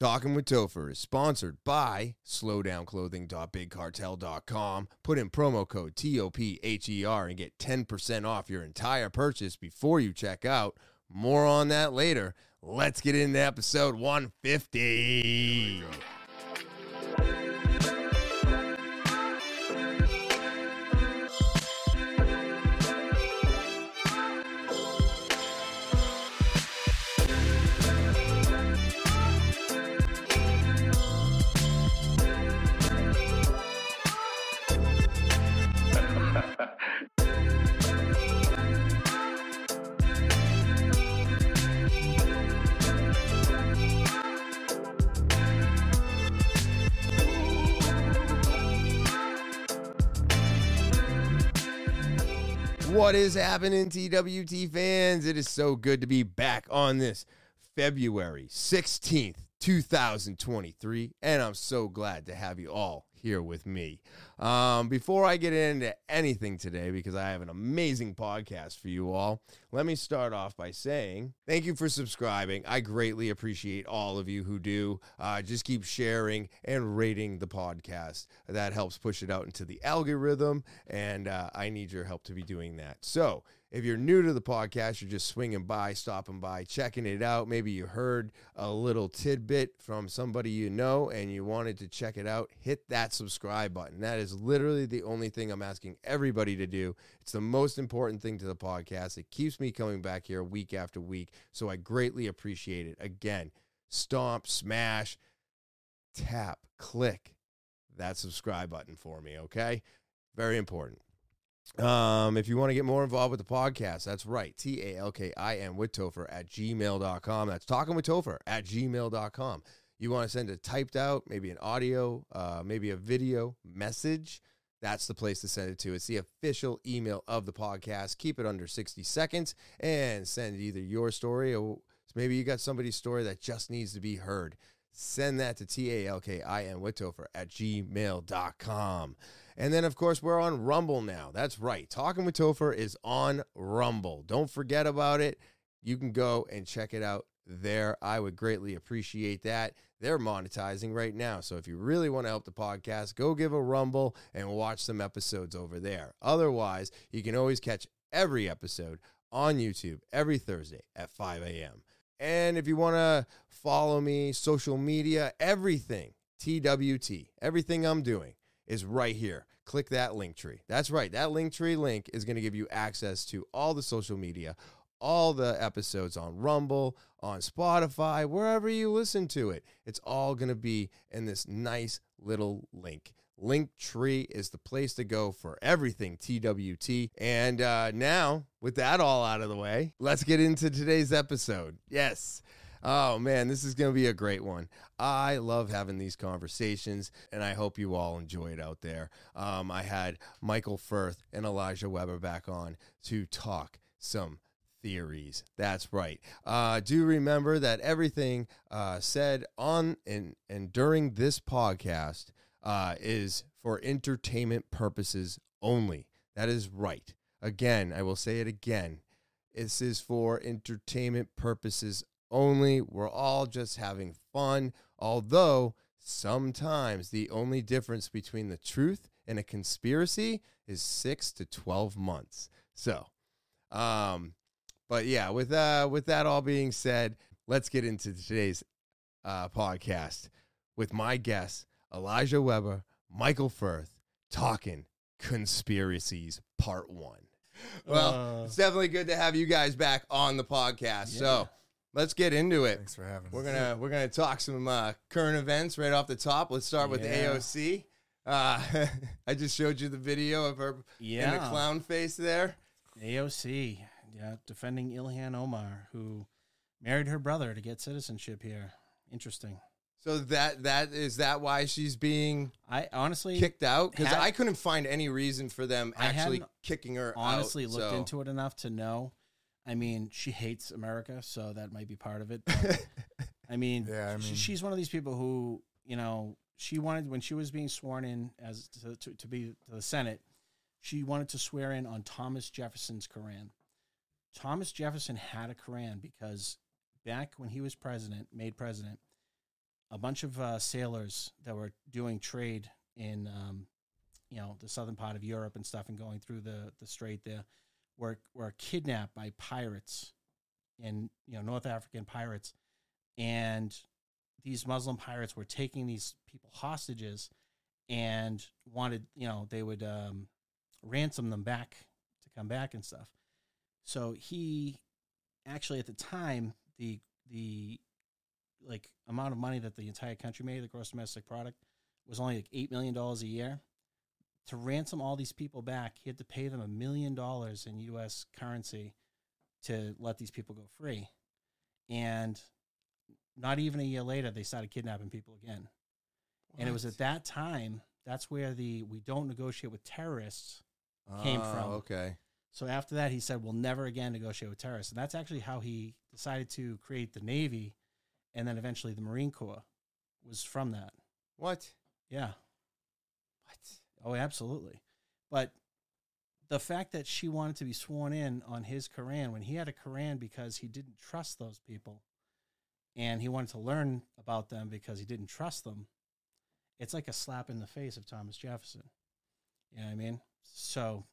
Talking with Topher is sponsored by slowdownclothing.bigcartel.com. Put in promo code TOPHER E and get 10% off your entire purchase before you check out. More on that later. Let's get into episode 150. What is happening, TWT fans? It is so good to be back on this February 16th, 2023, and I'm so glad to have you all here with me. Um, before I get into anything today, because I have an amazing podcast for you all, let me start off by saying thank you for subscribing. I greatly appreciate all of you who do. Uh, just keep sharing and rating the podcast. That helps push it out into the algorithm, and uh, I need your help to be doing that. So, if you're new to the podcast, you're just swinging by, stopping by, checking it out. Maybe you heard a little tidbit from somebody you know and you wanted to check it out, hit that subscribe button. That is literally the only thing I'm asking everybody to do. It's the most important thing to the podcast. It keeps me coming back here week after week. So I greatly appreciate it. Again, stomp, smash, tap, click that subscribe button for me, okay? Very important. Um, if you want to get more involved with the podcast, that's right. T A L K I N with Topher at gmail.com. That's talking with Topher at gmail.com. You want to send a typed out, maybe an audio, uh, maybe a video message. That's the place to send it to. It's the official email of the podcast. Keep it under 60 seconds and send either your story or maybe you got somebody's story that just needs to be heard. Send that to T A L K I N Witofer at gmail.com. And then, of course, we're on Rumble now. That's right. Talking with Topher is on Rumble. Don't forget about it. You can go and check it out there. I would greatly appreciate that. They're monetizing right now. So if you really want to help the podcast, go give a Rumble and watch some episodes over there. Otherwise, you can always catch every episode on YouTube every Thursday at 5 a.m. And if you want to follow me, social media, everything, TWT, everything I'm doing is right here. Click that link tree. That's right. That link tree link is going to give you access to all the social media, all the episodes on Rumble, on Spotify, wherever you listen to it. It's all going to be in this nice little link. Linktree is the place to go for everything TWT. And uh, now, with that all out of the way, let's get into today's episode. Yes. Oh man, this is going to be a great one. I love having these conversations, and I hope you all enjoy it out there. Um, I had Michael Firth and Elijah Weber back on to talk some theories. That's right. Uh, do remember that everything uh, said on and, and during this podcast uh, is for entertainment purposes only. That is right. Again, I will say it again. This is for entertainment purposes only. We're all just having fun. Although sometimes the only difference between the truth and a conspiracy is six to 12 months. So, um, but yeah, with uh, with that all being said, let's get into today's uh, podcast with my guests Elijah Weber, Michael Firth, talking conspiracies part one. Well, Uh. it's definitely good to have you guys back on the podcast. So let's get into it. Thanks for having We're us. gonna we're gonna talk some uh, current events right off the top. Let's start with Yeah. AOC. Uh, I just showed you the video of her in the Yeah. clown face there. AOC, yeah, defending Ilhan Omar, who married her brother to get citizenship here. Interesting. So that that is that why she's being I honestly, kicked out because Had- I couldn't find any reason for them I actually hadn't kicking her. honestly out, looked so. into it enough to know. I mean, she hates America, so that might be part of it. But, I mean, Yeah, I she- mean- she's one of these people who, you know, she wanted when she was being sworn in as to, to, to be to the Senate, she wanted to swear in on Thomas Jefferson's Koran. Thomas Jefferson had a Koran because back when he was president, made president, a bunch of uh, sailors that were doing trade in, um, you know, the southern part of Europe and stuff, and going through the the strait there, were were kidnapped by pirates, and you know, North African pirates, and these Muslim pirates were taking these people hostages, and wanted, you know, they would um, ransom them back to come back and stuff. So he actually at the time the the like amount of money that the entire country made, the gross domestic product, was only like eight million dollars a year. To ransom all these people back, he had to pay them a million dollars in U.S. currency to let these people go free. And not even a year later, they started kidnapping people again. And it was What? at that time that's where the we don't negotiate with terrorists. came Oh, from. Okay. So after that, he said, "We'll never again negotiate with terrorists," and that's actually how he decided to create the Navy, and then eventually the Marine Corps was from that. What? Yeah. What? Oh, absolutely. But the fact that she wanted to be sworn in on his Koran when he had a Koran because he didn't trust those people and he wanted to learn about them because he didn't trust them, it's like a slap in the face of Thomas Jefferson. You know what I mean? So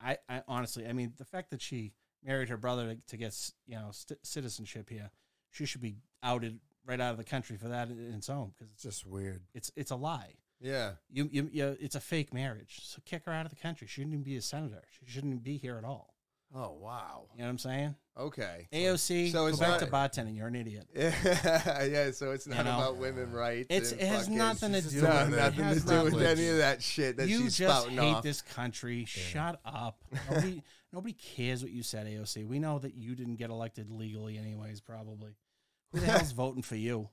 I, I honestly, I mean, the fact that she married her brother to, to get, s- you know, st- citizenship here, she should be outed right out of the country for that in its own because It's just weird. it's, it's a lie Yeah. you, you, you it's a fake marriage. So kick her out of the country. She shouldn't even be a senator. She shouldn't be here at all. Oh wow. You know what I'm saying? Okay. AOC, So so it's go back not- to bartending. You're an idiot. Yeah, yeah. So it's not You know? about women rights. It's- and it has fucking- nothing to do No, with it. It nothing has to do with nothing. any of that shit that you she's just spouting hate off. this country. Shut up. Nobody, nobody cares what you said, AOC. We know that you didn't get elected legally, anyways. Probably. Who the hell's voting for you?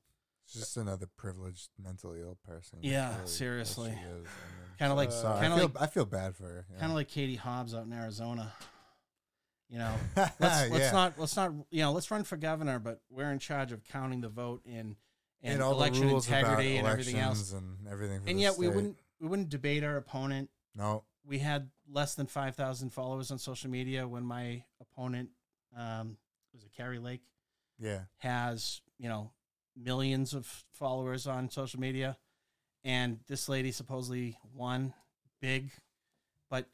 It's just another privileged mentally ill person. That's Yeah, really what she seriously. is. I mean, Kind of like, I'm Uh, sorry. kind I of feel, like, I feel bad for her. kind of like Katie Hobbs out in Arizona. You know, let's, let's yeah. not let's not you know let's run for governor, but we're in charge of counting the vote and and, all the election rules about integrity and everything else. elections and everything. for And the yet we state. wouldn't we wouldn't debate our opponent. No, We had less than five thousand followers on social media when my opponent um, was a Carrie Lake yeah, has you know millions of followers on social media, and this lady supposedly won big, but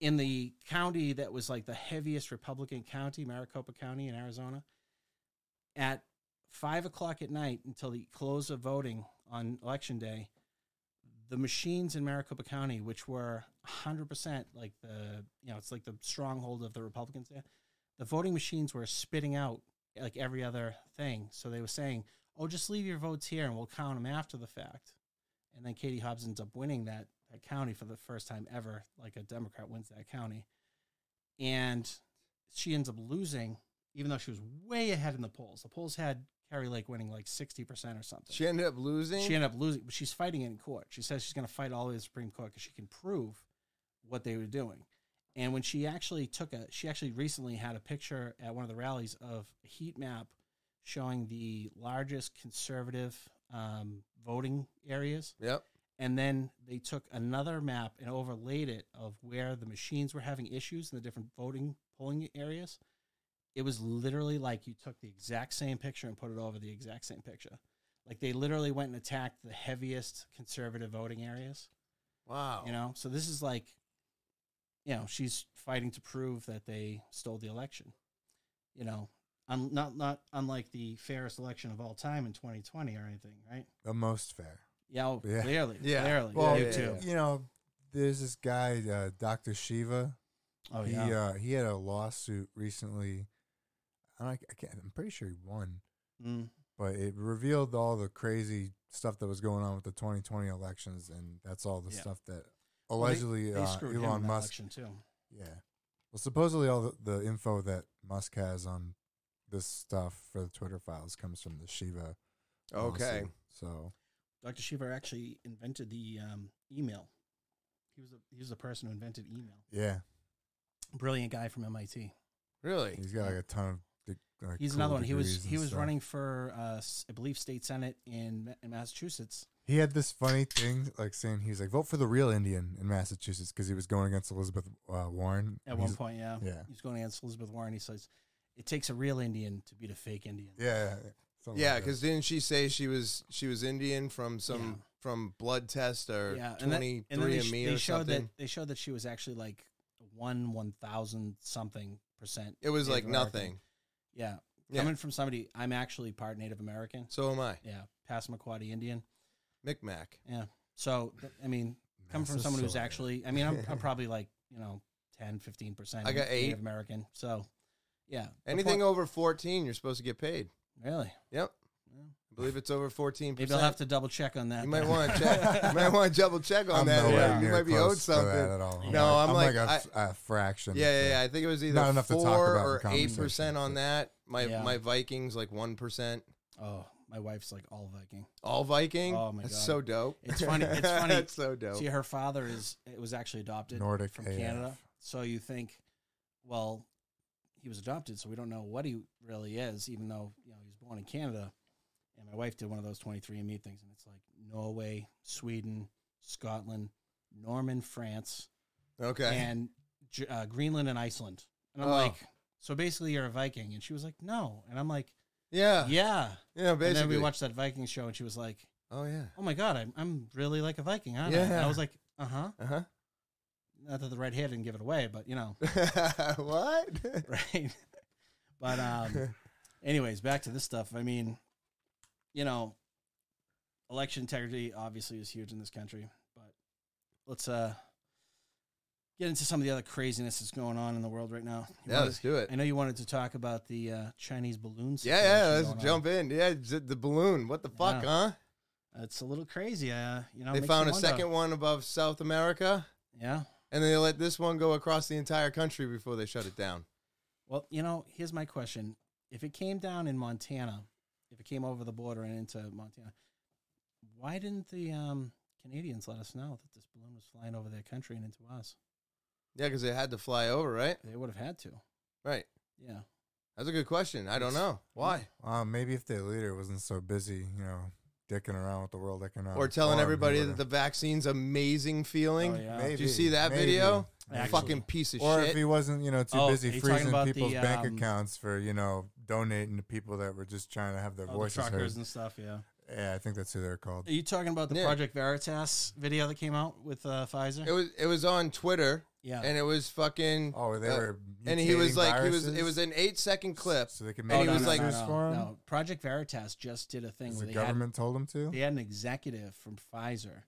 in the county that was like the heaviest Republican county, Maricopa County in Arizona, at five o'clock at night until the close of voting on election day, the machines in Maricopa County, which were 100% like the, you know, it's like the stronghold of the Republicans there, the voting machines were spitting out like every other thing. So they were saying, oh, just leave your votes here and we'll count them after the fact. And then Katie Hobbs ends up winning that, that county for the first time ever. Like a Democrat wins that county. And she ends up losing, even though she was way ahead in the polls. The polls had Carrie Lake winning like 60% or something. She ended up losing. She ended up losing, but she's fighting it in court. She says she's going to fight all the way to the Supreme Court because she can prove what they were doing. And when she actually took a, she actually recently had a picture at one of the rallies of a heat map showing the largest conservative um, voting areas yep. and then they took another map and overlaid it of where the machines were having issues in the different voting polling areas. It was literally like you took the exact same picture and put it over the exact same picture. Like they literally went and attacked the heaviest conservative voting areas, Wow. you know? So this is like, you know, she's fighting to prove that they stole the election, you know? Un- not, not unlike the fairest election of all time in 2020 or anything, right? the most fair. Yeah, oh, Yeah. clearly. Yeah. Clearly. Well, you yeah, too. you know, there's this guy, uh, Doctor Shiva. Oh, he yeah. uh, he had a lawsuit recently. I, don't- I can't. I'm pretty sure he won, Mm. but it revealed all the crazy stuff that was going on with the 2020 elections, and that's all the Yeah. stuff that Well, they- allegedly they uh, screwed him in Elon that Musk election too. Yeah. Well, supposedly all the, the info that Musk has on this stuff for the Twitter files comes from the Shiva. Okay. lawsuit. So Dr. Shiver actually invented the um, email. He was the, he was the person who invented email. yeah, Brilliant guy from MIT. Really? he's got like a ton of. de- Like He's cool another one. He was degrees he and was stuff. running for uh, s- I believe state senate in, Ma- in Massachusetts. He had this funny thing, like saying he was like vote for the real Indian in Massachusetts because he was going against Elizabeth uh, Warren. At one He's- point, yeah. yeah. He was going against Elizabeth Warren. He says, "It takes a real Indian to beat a fake Indian." Yeah, Something Yeah, like that. because didn't she say she was she was Indian from some from blood test or yeah, and, that, twenty and then three they, and sh- me they or showed something? that they showed that she was actually like one one thousand something percent. it was like Native American. nothing. Yeah, Yeah. coming from somebody, I'm actually part Native American. So am I. Yeah, Passamaquoddy Indian. Micmac. Yeah, so th- I mean, come from Massive someone who's solar. actually. I mean, I'm, I'm probably like you know 10, 15 percent. I got eight. Native American. So yeah, The Anything point- over fourteen, you're supposed to get paid. really? Yep. I believe it's over fourteen Maybe I'll have percent. to double check on that. You might then. want to check. you might want to double check on I'm that. nowhere You near might be close owed to that something. at all. No, I'm like- like, a f- a fraction. Yeah, yeah, so- yeah. I think it was Not either enough to talk four about or in eight conversation, percent on but- that. My Yeah. my Vikings like one percent. Oh, my wife's like all Viking. All Viking. Oh, my That's God. so dope. It's funny- it's funny. That's so dope. See, her father is it was actually adopted Nordic from AF. Canada. So you think, well, he was adopted, so we don't know what he really is, even though you know he was born in Canada. And my wife did one of those twenty three andme things, and it's like Norway, Sweden, Scotland, Norman, France, Okay. and G- uh, Greenland and Iceland. And I'm Oh. like, so basically you're a Viking, and she was like, no, and I'm like, yeah. Yeah. yeah. basically. And then we watched that Viking show, and she was like, oh yeah. oh my god, I'm I'm really like a Viking, aren't I? And Yeah. I was like, uh huh. Uh huh. not that the red hair didn't give it away, but you know, what? right? but um, anyways, back to this stuff. I mean, you know, election integrity obviously is huge in this country, but let's uh get into some of the other craziness that's going on in the world right now. You yeah, wanted- let's do it. I know you wanted to talk about the uh, Chinese balloons. Yeah, yeah. Let's jump in. Yeah, it's the balloon. What the fuck, Yeah. huh? It's a little crazy. Uh, you know, they makes you found a wonder. second one above South America, Yeah. and they let this one go across the entire country before they shut it down. Well, you know, here's my question. If it came down in Montana, if it came over the border and into Montana, why didn't the um, Canadians let us know that this balloon was flying over their country and into us? Yeah, because they had to fly over, right? They would have had to. Right. Yeah. That's a good question. I don't It's- know why. Uh, maybe if their leader wasn't so busy, you know, dicking around with the World Economic Or telling Forum, he everybody that would've- the vaccine's amazing feeling. Oh, yeah. Did you see that video? Actually. Fucking piece of Or if shit. he wasn't, you know, too Oh, are busy you talking freezing about people's the, bank um, accounts for, you know, donating to people that were just trying to have their Oh, the voices heard. truckers and stuff, yeah. Yeah, I think that's who they're called. Are you talking about the Yeah. Project Veritas video that came out with uh, Pfizer? it was it was on Twitter, yeah. and it was fucking. Oh, they uh, were. and he was mutating like, viruses he was. It was an eight second clip. so they could and make he was no, like- no, for him. Oh, no, Project Veritas just did a thing where the they had government told him to. they had an executive from Pfizer,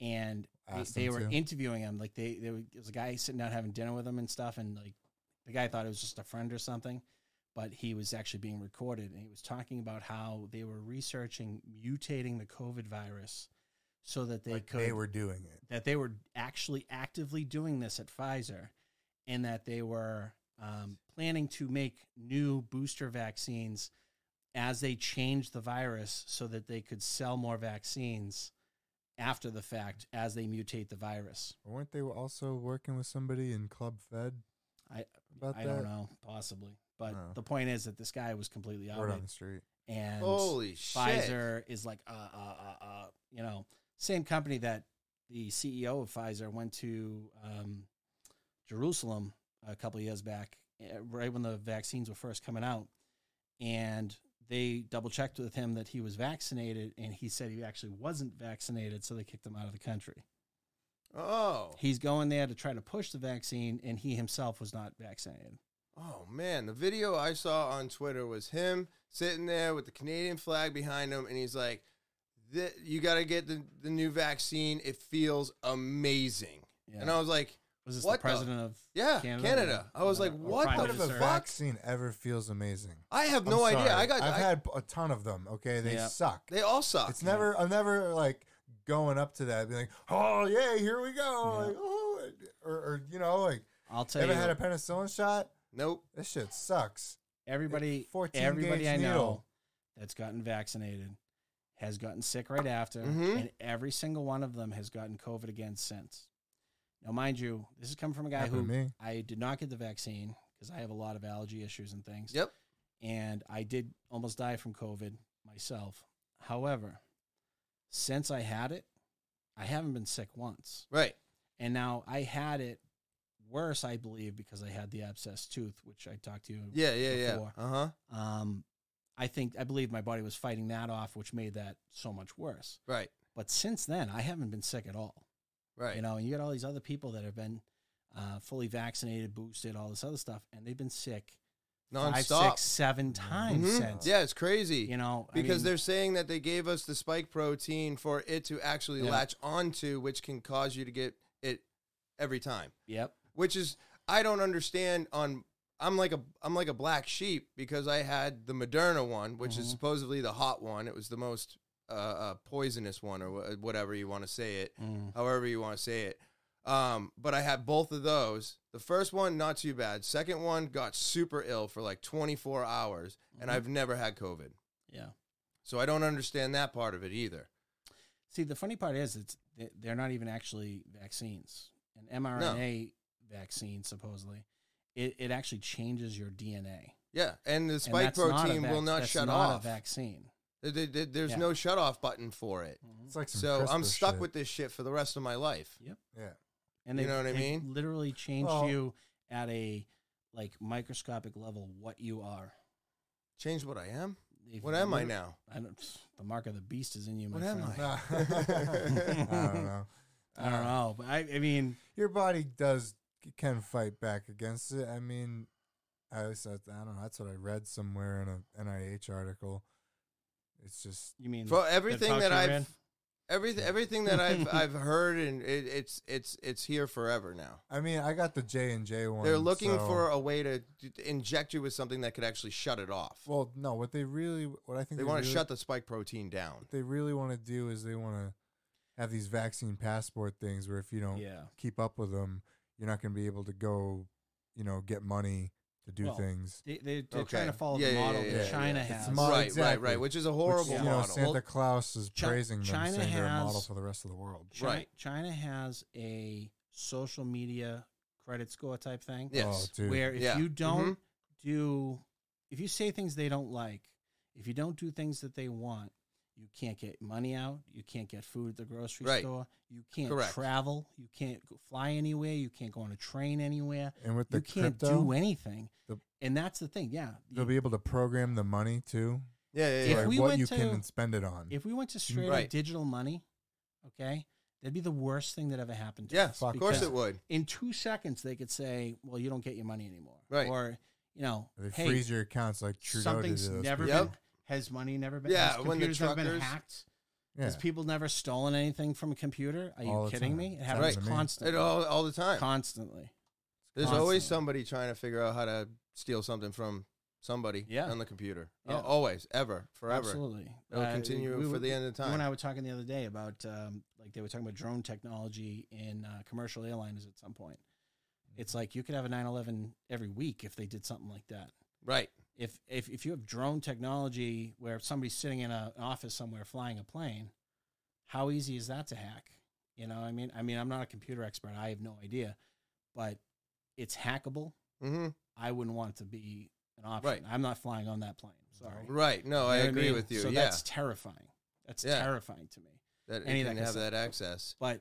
and they, Asked they him were to. interviewing him. Like they, there was a guy sitting down having dinner with him and stuff, and like the guy thought it was just a friend or something, but he was actually being recorded, and he was talking about how they were researching mutating the COVID virus so that they Like, could they were doing it. that they were actually actively doing this at Pfizer, and that they were um, planning to make new booster vaccines as they changed the virus so that they could sell more vaccines after the fact as they mutate the virus. Weren't they also working with somebody in Club Fed I about I that? don't know, possibly, but Oh. the point is that this guy was completely out Word of on the street. it, and Holy shit! Pfizer is like uh, uh uh uh you know same company that the CEO of Pfizer went to um, Jerusalem a couple of years back, eh, right when the vaccines were first coming out, and they double checked with him that he was vaccinated, and he said he actually wasn't vaccinated, so they kicked him out of the country. Oh, He's going there to try to push the vaccine, and he himself was not vaccinated. oh man! The video I saw on Twitter was him sitting there with the Canadian flag behind him, and he's like, "Th- "You got to get the, the new vaccine. It feels amazing." Yeah. And I was like, was this what the the- president of "Yeah, Canada." Canada? I was Or- like, or "What Prime the What None if of a fuck?" Minister. vaccine ever feels amazing? I have I'm no idea. sorry. I got. I've I- had a ton of them. Okay, they Yeah. suck. they all suck. It's never. I'm never like going up to that, and being like, "Oh yeah, here we go," Yeah. like, oh, or, or you know, like I'll tell ever you, had a penicillin shot? nope. This shit sucks. everybody 14 everybody gauge I know needle. that's gotten vaccinated has gotten sick right after, Mm-hmm. Mhm. and every single one of them has gotten COVID again since. Now, mind you, this is coming from a guy Happened to who me. I did not get the vaccine because I have a lot of allergy issues and things. Yep. And I did almost die from COVID myself. However, since I had it, I haven't been sick once. Right. And now I had it worse, I believe, because I had the abscess tooth, which I talked to you Yeah. Uh-huh. Yeah. Yeah. Before. Uh huh. um, I think I believe my body was fighting that off, which made that so much worse. Right. But since then, I haven't been sick at all. Right. You know, and you got all these other people that have been uh, fully vaccinated, boosted, all this other stuff, and they've been sick five, Nonstop. six, seven times Mhm. since. Yeah, it's crazy. You know, I because mean, they're saying that they gave us the spike protein for it to actually Yeah. latch onto, which can cause you to get it every time. Yep. Which is I don't understand. On I'm like a I'm like a black sheep because I had the Moderna one, which is Mhm. supposedly the hot one. It was the most uh, uh, poisonous one, or wha- whatever you want to say it Mm. however you want to say it. Um, but I had both of those. The first one, not too bad. Second one, got super ill for like 24 hours, and Mhm. I've never had COVID. Yeah. So I don't understand that part of it either. See, the funny part is it's they- they're not even actually vaccines. An mRNA vaccine, supposedly, it, it actually changes your DNA. Yeah, and the And spike that's not a protein will vac- not that's shut not off. A vaccine. Mm-hmm. There- there- there- There's Yeah. no shut off button for it. It's like some So I'm CRISPR stuck shit. with this shit for the rest of my life. yeah. And You they, know what I they mean? Literally changed Well- you at a like microscopic level what you are. Change what I am? They've What am I liter- now? I don't, pff, the mark of the beast is in you. My What am friend. I? I don't know. Uh, I don't know, but I, I mean, Your body does can fight back against it. I mean, I was- I don't know. That's what I read somewhere in a NIH article. It's just you mean For everything that Fauci I've ran? everything everything that I've I've heard and it, it's it's it's here forever now. I mean, I got the J and J one. They're looking so- for a way to d- to inject you with something that could actually shut it off. Well, no, what they really, what I think they want to really, shut the spike protein down. What they really want to do is they want to have these vaccine passport things where if you don't yeah, keep up with them, you're not going to be able to go, you know, get money to do Well, things. they, they, they're Okay. trying to follow Yeah, the yeah, model yeah, that yeah, China yeah. It's has. a model, right, right, exactly. right. Which is a horrible Which, you know, model. Santa Well, Claus is Chi- praising them, China saying they're a model has- for the rest of the world. China, Right. China has a social media credit score type thing. Yeah. Oh, Yes. dude. Where if Yeah. Mm-hmm. you don't do, if you say things they don't like, if you don't do things that they want, you can't get money out. You can't get food at the grocery Right. store. You can't Correct. travel. You can't go- fly anywhere. You can't go on a train anywhere. and with the you can't crypto, do anything. the- and that's the thing. Yeah. they'll be able to program the money too, yeah, yeah, If yeah. like we what went you to- can spend it on. If we went to Mm-hmm. straight Right. up digital money, okay, that'd be the worst thing that ever happened to Yeah, us. fuck of course because it would. In two seconds, they could say, "Well, you don't get your money anymore," Right. Or, you know, they hey, freeze your accounts like Trudeau did something's to those never people. people. been has money never been Yeah, has when the computers never been truckers- hacked Yeah. has people never stolen anything from a computer are you All the kidding time. me it Sounds happens to me. It constantly all all the time. constantly There's always constantly. somebody trying to figure out how to steal something from somebody Yeah. on the computer. Yeah. Uh, always, ever, forever. absolutely It'll continue for the end of when time. i were talking the other day about um, like they were talking about drone technology in uh, commercial airliners at some point it's like you could have a 911 every week if they did something like that right. if if if you have drone technology where somebody's sitting in a, an office somewhere flying a plane, how easy is that to hack? You know, I mean, I mean, I'm not a computer expert. I have no idea, but it's hackable. Mm-hmm. I wouldn't want it to be an option. Right. I'm not flying on that plane. Sorry. You know Right. No, what I I agree mean? with you. So yeah. that's terrifying. That's Yeah. terrifying to me. that any you of that can can have suck. that access. But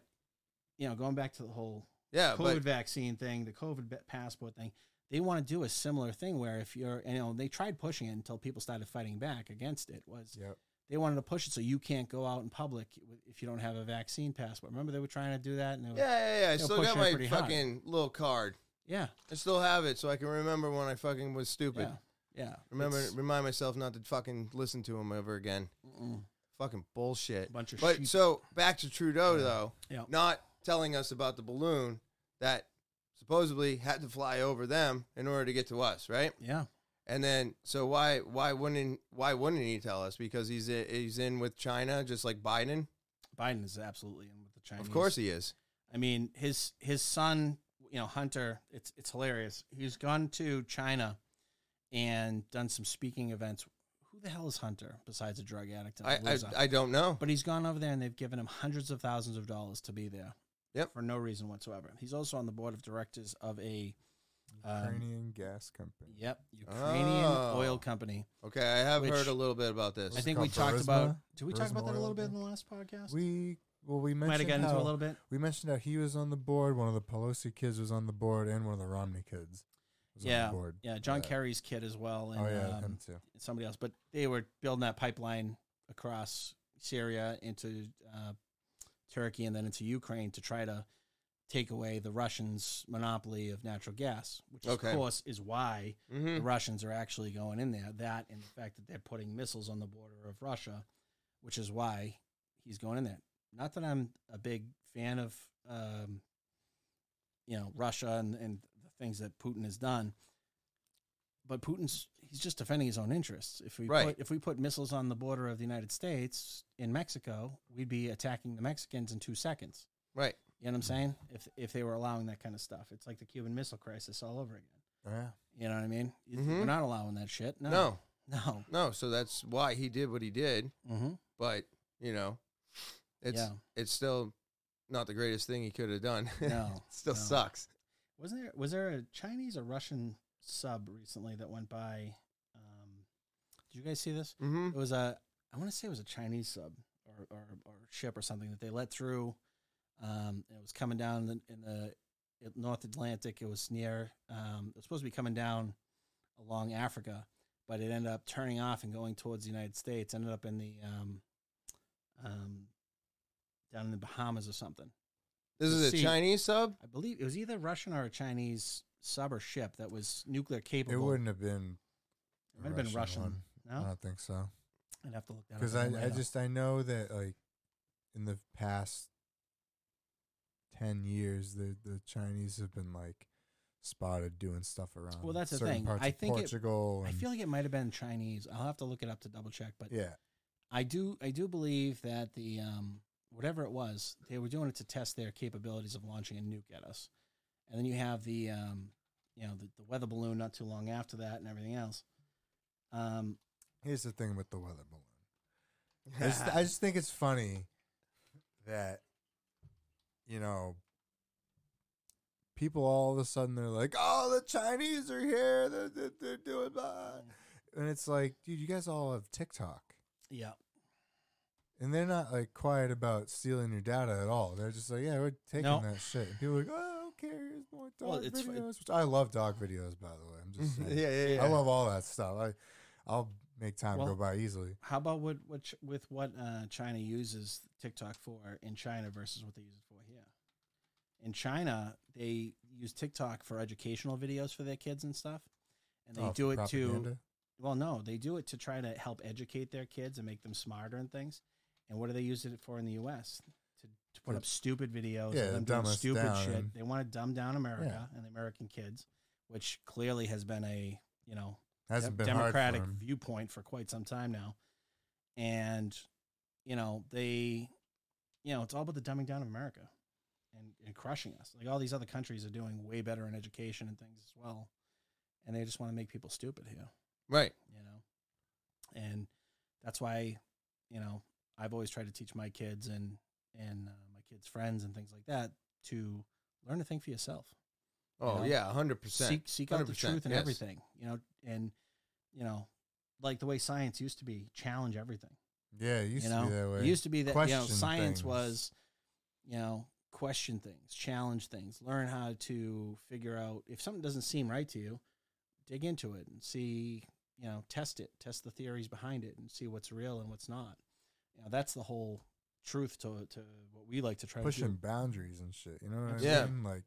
you know, going back to the whole Yeah, COVID Uh, but vaccine thing, the COVID ba- passport thing. They want to do a similar thing where if you're, you know, they tried pushing it until people started fighting back against it. Was Yep. they wanted to push it so you can't go out in public if you don't have a vaccine passport. Remember they were trying to do that, and they yeah, were, yeah, yeah. I They'll still got push it my pretty hard. fucking little card. yeah, I still have it, so I can remember when I fucking was stupid. yeah, yeah. Remember, It's remind myself not to fucking listen to him ever again. mm, Fucking bullshit. bunch of But sheep. so back to Trudeau Yeah. though, Yeah. not telling us about the balloon that supposedly had to fly over them in order to get to us, right? yeah, And then so why why wouldn't why wouldn't he tell us? Because he's i- he's in with China, just like Biden. Biden is absolutely in with the Chinese. Of course he is. I mean his his son, you know, Hunter. It's it's hilarious. He's gone to China and done some speaking events. Who the hell is Hunter besides a drug addict? And a I I, loser? I don't know. But he's gone over there and they've given him hundreds of thousands of dollars to be there. Yep. For no reason whatsoever. He's also on the board of directors of a um, Ukrainian gas company. yep Ukrainian Oh. oil company. Okay, I have Which- heard a little bit about this. What's I it think we called? talked Burisma? about. Did we talk Burisma about that a Oil little bit in Company? the last podcast? We well, we might mentioned have gotten into how- a little bit. We mentioned that he was on the board. One of the Pelosi kids was on the board, and one of the Romney kids was on the Yeah. board. Yeah, John Yeah. Kerry's kid as well, and oh yeah, um, him too. somebody else. But they were building that pipeline across Syria into uh, Turkey and then into Ukraine to try to take away the Russians' monopoly of natural gas, which Okay. of course is why the Mm-hmm. Russians are actually going in there. That and the fact that they're putting missiles on the border of Russia, which is why he's going in there. Not that I'm a big fan of, um, you know, Russia and, and the things that Putin has done, but Putin's he's just defending his own interests. If we Right. put, if we put missiles on the border of the United States in Mexico, we'd be attacking the Mexicans in two seconds. Right. You know what I'm saying? If if they were allowing that kind of stuff, it's like the Cuban Missile Crisis all over again. Yeah. You know what I mean? You- Mhm. We're not allowing that shit. No. No. No. No. So that's why he did what he did. hmm But you know, it's Yeah. it's still not the greatest thing he could have done. No, still no. sucks. Wasn't there was there a Chinese or Russian sub recently that went by? Um, did you guys see this? Mm-hmm. It was a I want to say it was a Chinese sub or, or, or ship or something that they let through. Um, it was coming down in the, in the in North Atlantic. It was near. Um, it was supposed to be coming down along Africa, but it ended up turning off and going towards the United States. Ended up in the um, um, down in the Bahamas or something. This is a See. Chinese sub. I believe it was either Russian or a Chinese sub or ship that was nuclear capable. It wouldn't have been. It might have been Russian. one. I No, don't think so. I'd have to look that up. Because I, I later. just I know that like in the past ten years the the Chinese have been like spotted doing stuff around. Well, that's the certain thing. Parts I of think it- Portugal. I and, feel like it might have been Chinese. I'll have to look it up to double check. But yeah. I do I do believe that the um, whatever it was they were doing it to test their capabilities of launching a nuke at us, and then you have the um, you know the, the weather balloon not too long after that and everything else. Um, Here's the thing with the weather balloon. I just, I just think it's funny that you know people all of a sudden they're like, "Oh, the Chinese are here. They're, they're, they're doing blah," and it's like, dude, you guys all have TikTok, yeah, and they're not like quiet about stealing your data at all. They're just like, "Yeah, we're taking No. that shit." And people are like, "Oh, who cares? More dog Well, it's Mm-hmm. fu- videos." Which I love dog videos, by the way. I'm just yeah, saying. yeah, yeah. Mm-hmm. I love all that stuff. I, I'll make time go Well, by easily. How about what, what Ch- with what uh, China uses TikTok for in China versus what they use it for here? In China, they use TikTok for educational videos for their kids and stuff, and they Oh, do it to propaganda. well, no, they do it to try to help educate their kids and make them smarter and things. And what do they use it for in the U.S. to, to put To- up stupid videos? yeah, of them dumb doing us stupid down shit. and- they want to dumb down America and the American kids, which clearly has been a you know hasn't dem- been hard for democratic 'em. viewpoint for quite some time now. And you know, they you know, it's all about the dumbing down of America and, and crushing us. Like all these other countries are doing way better in education and things as well. And they just want to make people stupid here, Right. you know. And that's why, you know, I've always tried to teach my kids and and uh, my kids' friends and things like that to learn to think for yourself Oh know? yeah, hundred percent. seek seek out the 100%, truth in yes. everything. You know, and you know, like the way science used to be, challenge everything. Yeah, it used You to know, be that way. it used to be that you know Question science things. was, you know, question things, challenge things, learn how to figure out if something doesn't seem right to you, dig into it and see. You know, test it, test the theories behind it, and see what's real and what's not. You know, that's the whole truth to to what we like to try to pushing do. boundaries and shit. You know what Yeah. I mean? Like,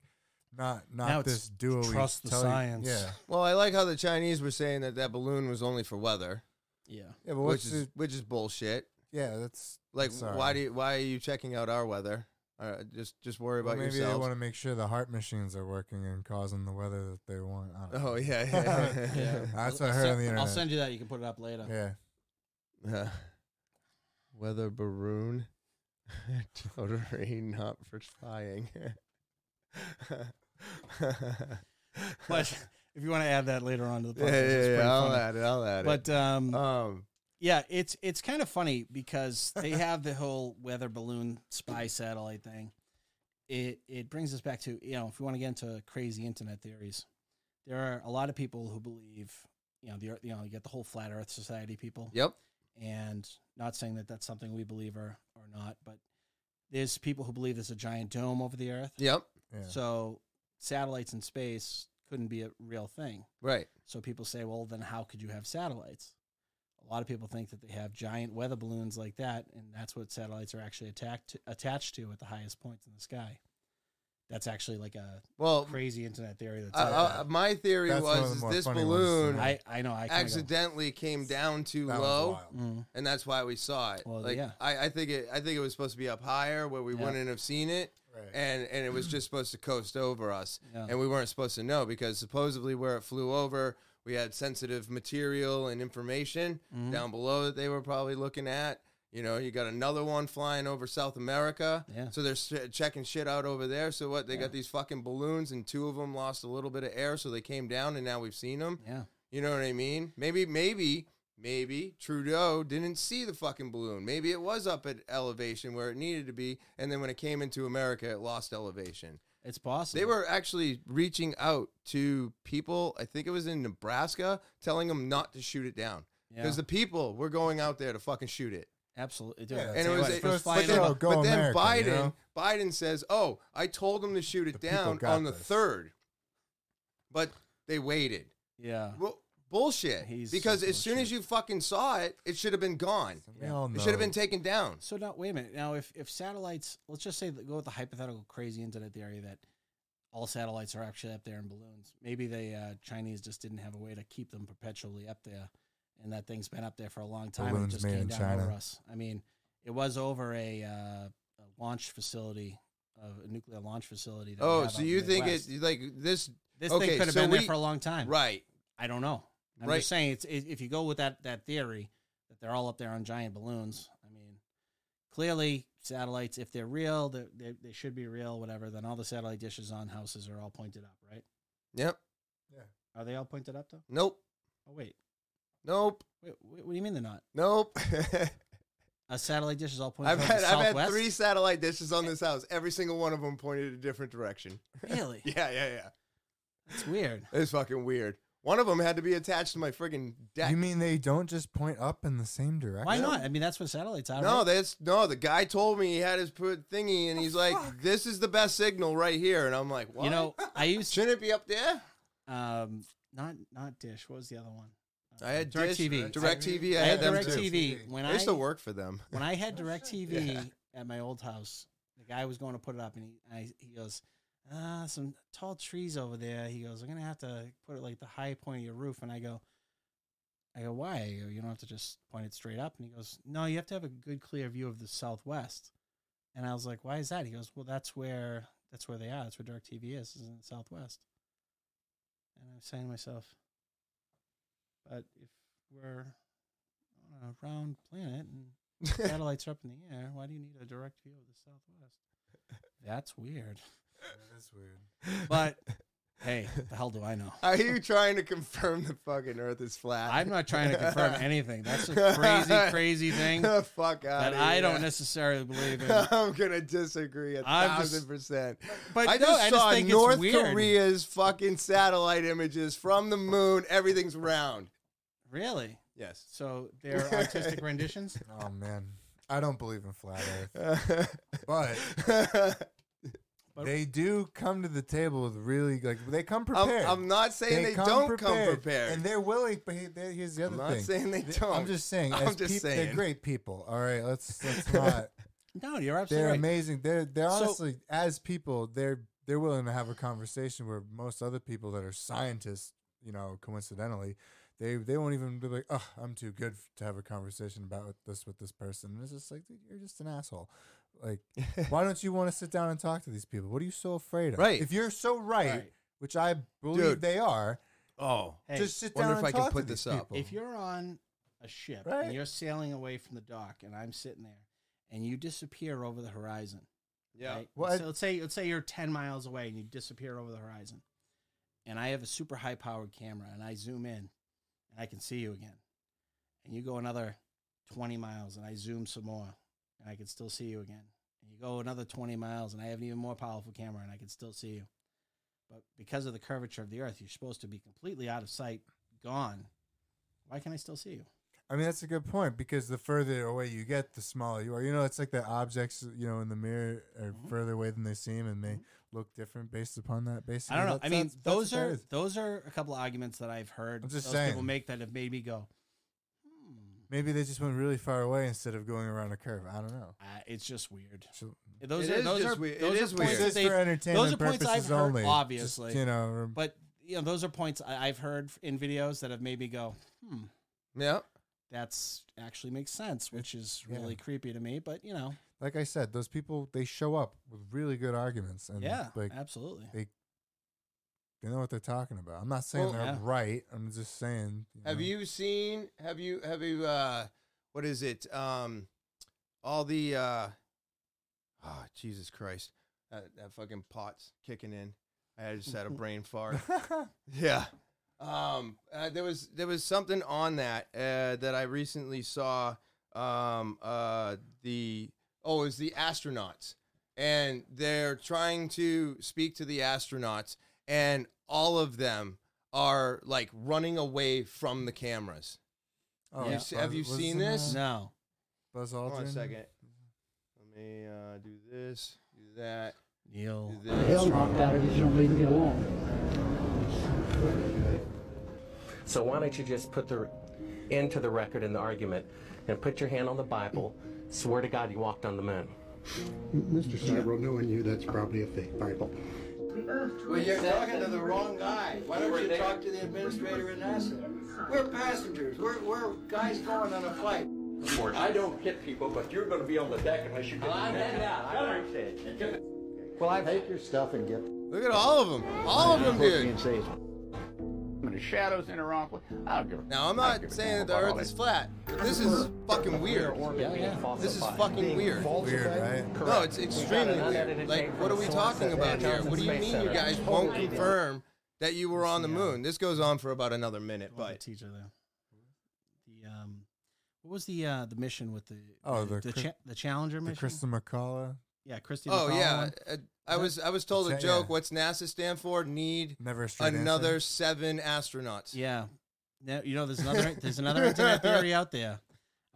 not not Now it's this do what we trust the tell you- science. Yeah, Well, I like how the Chinese were saying that that balloon was only for weather, Yeah, yeah, but which what's is the, which is bullshit. yeah? That's Like, Sorry. why do you, why are you checking out our weather? Uh, just just worry well, about maybe they yourself. want to make sure the heart machines are working and causing the weather that they want. I don't Oh know. yeah, yeah, Yeah. that's I'll- what I I'll sen- heard on the I'll internet. send you that. You can put it up later. yeah, Uh, weather balloon, totally not for flying. but if you want to add that later on to the yeah, podcast, it's yeah, pretty yeah, I'll funny. add it. I'll add But um, it. Um, yeah, it's it's kind of funny because they have the whole weather balloon spy satellite thing. It it brings us back to you know if we want to get into crazy internet theories, there are a lot of people who believe you know the earth- you know you get the whole flat Earth society people yep. and not saying that that's something we believe or or not, but there's people who believe there's a giant dome over the Earth. Yep. yeah. So satellites in space couldn't be a real thing. Right. So people say, well, then how could you have satellites? A lot of people think that they have giant weather balloons like that, and that's what satellites are actually attacked attached to at the highest points in the sky. That's actually like a Well, crazy internet theory. That's Oh. uh, out there. uh, my theory That's one of was the is more this funny ones to balloon me. I I know I kinda go, accidentally came down too That was low, wild. mm, and that's why we saw it. Well, like yeah. I, I think it, I think it was supposed to be up higher where we Yeah. wouldn't have seen it, Right. and and it was just supposed to coast over us, yeah. and we weren't supposed to know because supposedly where it flew over, we had sensitive material and information Mhm. down below that they were probably looking at. You know, you got another one flying over South America. Yeah. So they're sh- checking shit out over there. So what? They Yeah. got these fucking balloons, and two of them lost a little bit of air, so they came down, and now we've seen them. yeah. You know what I mean? Maybe, maybe, maybe Trudeau didn't see the fucking balloon. Maybe it was up at elevation where it needed to be, and then when it came into America, it lost elevation. It's possible. They were actually reaching out to people. I think it was in Nebraska, telling them not to shoot it down yeah, because the people were going out there to fucking shoot it. absolutely. Yeah, Yeah, I'll and it tell you was, what, it first was flight but then, out, go but then America, Biden you know? Biden says, "Oh, I told them to shoot it The people down got on the this. third, but they waited." yeah. Well, bullshit. He's because so as soon as bullshit. you fucking saw it, it should have been gone. So we Yeah. all It should have know. been taken down. So now, wait a minute. Now, if if satellites, let's just say that, go with the hypothetical crazy internet theory that all satellites are actually up there in balloons. Maybe the uh, Chinese just didn't have a way to keep them perpetually up there, and that thing's been up there for a long time. and Balloons it just made came in down China. over us. I mean, it was over a, uh, a launch facility, a nuclear launch facility. That we Oh, have so out in you the think Midwest. it like this? This okay, thing could have so been we- there for a long time. Right, I don't know. I'm Right. just saying, it's i if you go with that that theory that they're all up there on giant balloons. I mean, clearly satellites, if they're real, they they, they should be real. Whatever. Then all the satellite dishes on houses are all pointed up, right? Yep. Are they all pointed up though? Nope. Oh wait, Nope. wait, wait what do you mean they're not? Nope. A satellite dish is all pointed I've up had to I've had southwest? three satellite dishes on this house. Every single one of them pointed a different direction. Really? Yeah, yeah, yeah. It's weird. It's fucking weird. One of them had to be attached to my friggin' deck. You mean they don't just point up in the same direction? Why not? I mean, that's what satellites are. no, right? that's no. The guy told me he had his put thingy, and he's like, "This is the best signal right here," and I'm like, "What? you know, I used shouldn't it be up there?" um not not dish. What was the other one? Uh, I had direct Dish, TV. Direct TV. I, I had, had them direct too. TV when I I used to work for them. when I had direct TV Yeah. at my old house, the guy was going to put it up and he I, he goes, Ah, some tall trees over there. He goes, I'm gonna have to put it like the high point of your roof. And I go, I go, why? I go, you don't have to just point it straight up. And he goes, No, you have to have a good clear view of the southwest. And I was like, Why is that? He goes, Well, that's where that's where they are. That's where Direct TV is, is in the southwest. And I'm saying to myself, But if we're on a round planet and satellites are up in the air. Why do you need a direct view of the Southwest? That's weird. That's weird. But hey, the hell do I know? Are you trying to confirm the fucking Earth is flat? I'm not trying to confirm anything. That's a crazy, crazy thing The fuck out that I don't necessarily believe in. I'm gonna disagree a I'm just- thousand percent. But I no, just I saw just think North it's weird. Korea's fucking satellite images from the moon. Everything's round. Really? Yes. So they're artistic renditions? Oh man, I don't believe in flat Earth, but But- they do come to the table with really like they come I'm, prepared. I'm not saying they, don't come prepared. and they're willing. But he- they- here's the I'm other not thing. saying they Th- don't. I'm just saying. I'm as just peop- saying. they're great people. All right, let's let's not. No, you're They're absolutely right. amazing. They're they're So- honestly as people they're they're willing to have a conversation where most other people that are scientists, you know, coincidentally, they they won't even be like, oh, I'm too good f- to have a conversation about this with this person. And it's just like, dude, you're just an asshole. Like, why don't you want to sit down and talk to these people? What are you so afraid of? Right. If you're so right, Right. which I believe Dude. they are, oh, Hey, just sit down wonder and if I can talk put to these this up. people. If you're on a ship Right. and you're sailing away from the dock and I'm sitting there and you disappear over the horizon, yeah. Right? Well, so let's say let's say you're ten miles away and you disappear over the horizon, and I have a super high powered camera and I zoom in, and I can see you again, and you go another twenty miles and I zoom some more, and I can still see you again, and you go another twenty miles and I have an even more powerful camera and I can still see you, but because of the curvature of the Earth, you're supposed to be completely out of sight, gone. Why can I still see you? I mean, that's a good point because the further away you get, the smaller you are. You know, it's like the objects, you know, in the mirror are Mhm. further away than they seem and they look different based upon that. Mm-hmm. Basically, I don't know. I That's- mean, that's- that's those what that are is. those are a couple of arguments that I've heard I'm just those people saying. make that have made me go. Hmm. Maybe they just went really far away instead of going around a curve. I don't know. Uh, it's just weird. So- Those It are is those just are weird. It those are is points weird. that This is they- for entertainment those are points I've purposes heard, only. Just, obviously. you know, rem- but you know, those are points I, I've heard in videos that have made me go, "Hmm, Yeah. that's actually makes sense," which is yeah. really creepy to me. But you know, like I said, those people they show up with really good arguments and yeah, like absolutely. they know what they're talking about. I'm not saying Well, they're yeah. right. I'm just saying. Have know. you seen? Have you? Have you? uh What is it? Um, all the. uh Oh Jesus Christ! That, that fucking pot's kicking in. I just had a brain fart. Yeah. Um, uh, there was there was something on that uh, that I recently saw. Um, uh, the oh, it was the astronauts, and they're trying to speak to the astronauts, and all of them are like running away from the cameras. Oh, You've Buzz- se- have you was seen in, uh, this? no, Buzz Hold on a Aldrin? second. Let me uh, do this, do that, Neil. do this. rock batteries don't leave me alone. So why don't you just put the into the record in the argument and put your hand on the Bible, swear to God you walked on the moon. Mr. Cybro, knowing you, that's probably a fake Bible. Well, you're talking to the wrong guy. Why don't you talk to the administrator at NASA? We're passengers. We're, we're guys going on a flight. I don't hit people, but you're going to be on the deck unless you get well, I'm dead now. I understand. Well, I Take your stuff and get Look at all of them, all of them, dude. in the shadows in her own I don't give a Now I'm I don't not give a saying damn that the about all Earth is flat. This is fucking weird. This is fucking weird. Weird, right? No, it's extremely weird. Like, what are we talking about here? What do you mean you guys won't confirm that you were on the moon? This goes on for about another minute, What was the but teacher there. The um, what was the uh the mission with the Oh, the the the, Chris- cha- the Challenger The mission? Krista McCullough yeah, Christy. oh McCall yeah, one? uh, I was I was told a Yeah. joke. What's NASA stand for? Need never a straight another answer. seven astronauts. yeah. Now, you know, there's another there's another internet theory out there.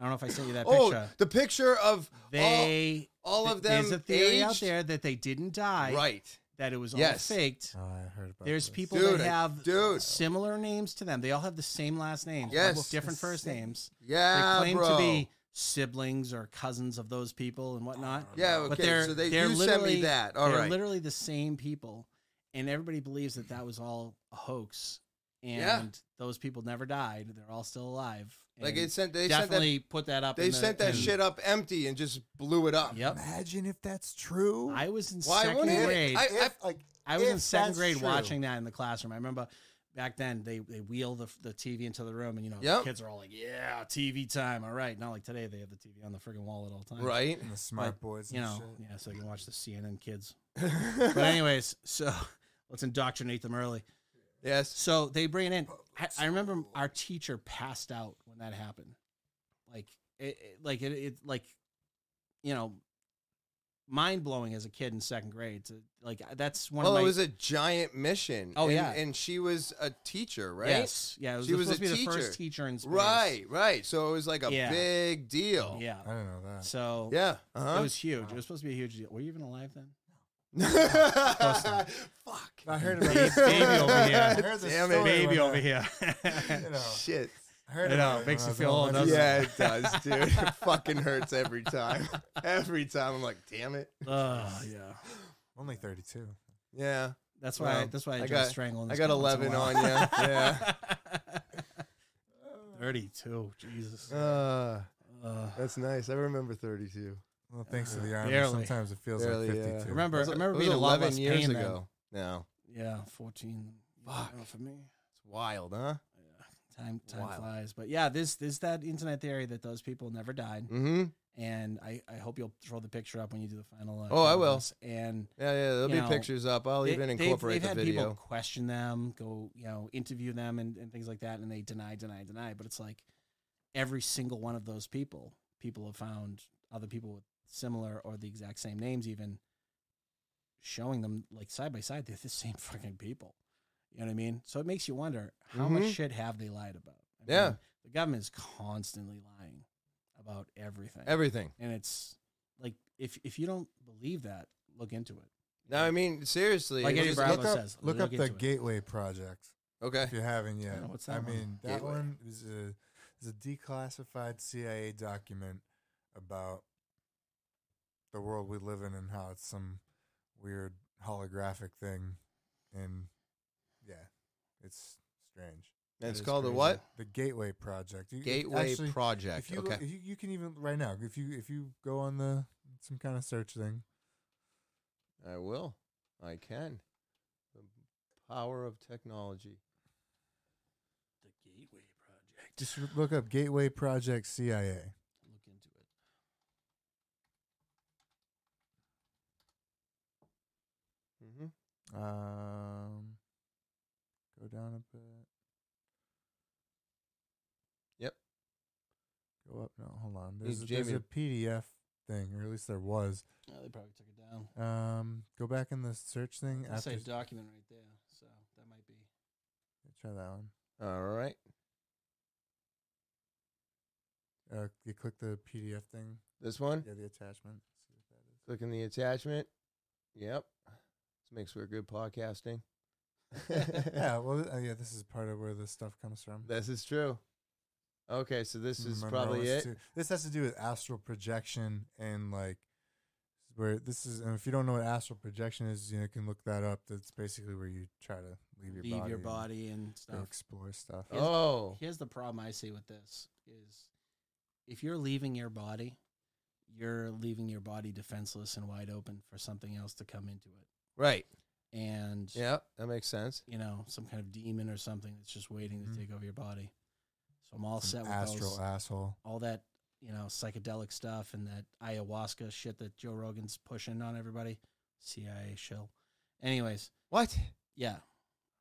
I don't know if I sent you that Oh, picture. the picture of all, They all of th- them There's a theory out aged? there that they didn't die. right. That it was all Yes. faked. Oh, I heard about There's this. people Dude, that I- have dude. similar names to them. They all have the same last names. but Yes. different first names. Yeah, they claim bro. to be siblings or cousins of those people and whatnot. yeah, But okay. they're So they they're you sent literally me that. All they're right. literally the same people, and everybody believes that that was all a hoax, and Yeah. those people never died. They're all still alive. Like and it sent they sent that definitely put that up. they in the- sent that in- shit up empty and just blew it up. Yep. Imagine if that's true. I was in Why second wouldn't it? grade. I- If, like, I was if in second that's grade true. watching that in the classroom. I remember back then they, they wheel the, the TV into the room and you know Yep. the kids are all like, Yeah, TV time. All right. Not like today they have the TV on the friggin' wall at all times. Right? And the smart boys You and know, shit. yeah, so they can watch the CNN kids. but anyways, so let's indoctrinate them early. Yes. So they bring it Oh, in. I, I remember our teacher passed out when that happened. Like it, it- like it, it like you know mind blowing as a kid in second grade to like that's one well, of my Oh, it was a giant mission. Oh, and, yeah. and she was a teacher, right? Yes. Yeah. It was She was supposed a to be the first teacher. teacher in space. Right, right. So it was like a Yeah. big deal. Yeah. I don't know that. So Yeah. it Uh-huh. was huge. It was supposed to be a huge deal. Were you even alive then? Fuck. I heard about Baby, this. baby over I here. heard this Damn it. story when Baby I- over here. You know, Shit. I heard You know, about it makes you when I was feel old, elementary. doesn't it? Yeah, it does, dude. It fucking hurts every time. Every time I'm like, damn it. oh yeah. Only 32. Yeah. That's why. Well, that's why I I, enjoy got- strangling. I this got guy once in a 11 while. on you. Yeah. Thirty-two. Jesus. Uh, Uh, that's nice. I remember 32. Well, thanks to the army, Barely. sometimes it feels Barely, like yeah. 52. remember, I It remember was being a lot 11 less years pain ago. No. Then. Yeah, fourteen. Fuck. Oh, For me, It's wild, huh? time time Wild. flies. But yeah, this this that internet theory that those people never died. Mm-hmm. and I, I hope you'll throw the picture up when you do the final. Uh, Oh, I will. comments. And Yeah, yeah. There'll You be know, pictures up. I'll they- even they've- incorporate they've, the had video. people question them, go you know interview them and, and things like that, and they deny, deny, deny. But it's like every single one of those people, people have found other people with similar or the exact same names, even showing them like side by side, they're the same fucking people. You know what I mean? So it makes you wonder how much Mhm. shit have they lied about? I Yeah. mean, The government is constantly lying about everything. Everything. and it's like if if you don't believe that, look into it. No, I mean seriously. Like it's Eddie just- Bravo look up, says, look look up the into it. Gateway Project Okay. if you haven't yet. Oh, what's I that one? mean, that Gateway. one is a is a declassified CIA document about the world we live in and how it's some weird holographic thing, and yeah, it's strange. And it's is called the crazy. what? The Gateway Project. You- it- Gateway actually, Project. If you, okay. look- you you can even right now if you if you go on the some kind of search thing. I will. I can. The power of technology. The Gateway Project. Just look up Gateway Project CIA. Look into it. Mm-hmm. Um, go down a bit. Yep. Go up. No, hold on. Hey, There's, a- there's Jamie. a PDF thing, or at least there was. Oh, they probably took it down. Um, go back in the search thing. I After, say document right there, so that might be. try that one. All right. Uh, you click the PDF thing. This one. Yeah, the attachment. See what that is. Clicking the attachment. Yep. This makes for good podcasting. yeah. Well, th- uh, yeah. This is part of where this stuff comes from. This is true. Okay, so this is Remember probably always it. to- this has to do with astral projection and like where this is. And if you don't know what astral projection is, you know, you can look that up. That's basically where you try to leave your Leave body, your and body and go stuff. explore stuff. Here's- oh, Here's the problem I see with this is if you're leaving your body, you're leaving your body defenseless and wide open for something else to come into it. right. And Yeah, that makes sense. you know, some kind of demon or something that's just waiting Mhm. to take over your body. So I'm all Some set with astral those, asshole. all that, you know, psychedelic stuff and that ayahuasca shit that Joe Rogan's pushing on everybody. CIA shill. Anyways, What? yeah.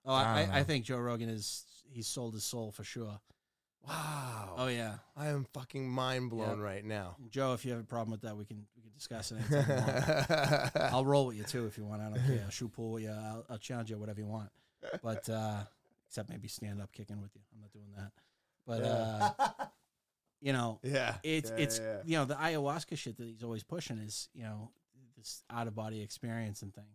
Oh, I, Wow. I, I think Joe Rogan is he's sold his soul for sure. Wow. Oh yeah. I am fucking mind blown Yeah. right now. Joe, if you have a problem with that, we can we can discuss it. Anytime you want. I'll roll with you too if you want. I don't care. I'll shoot pool with you. I'll, I'll challenge you, whatever you want. But uh, except maybe stand up kicking with you. I'm not doing that. But uh, you know, yeah. it's Yeah, it's yeah, yeah. you know the ayahuasca shit that he's always pushing is you know this out of body experience and things.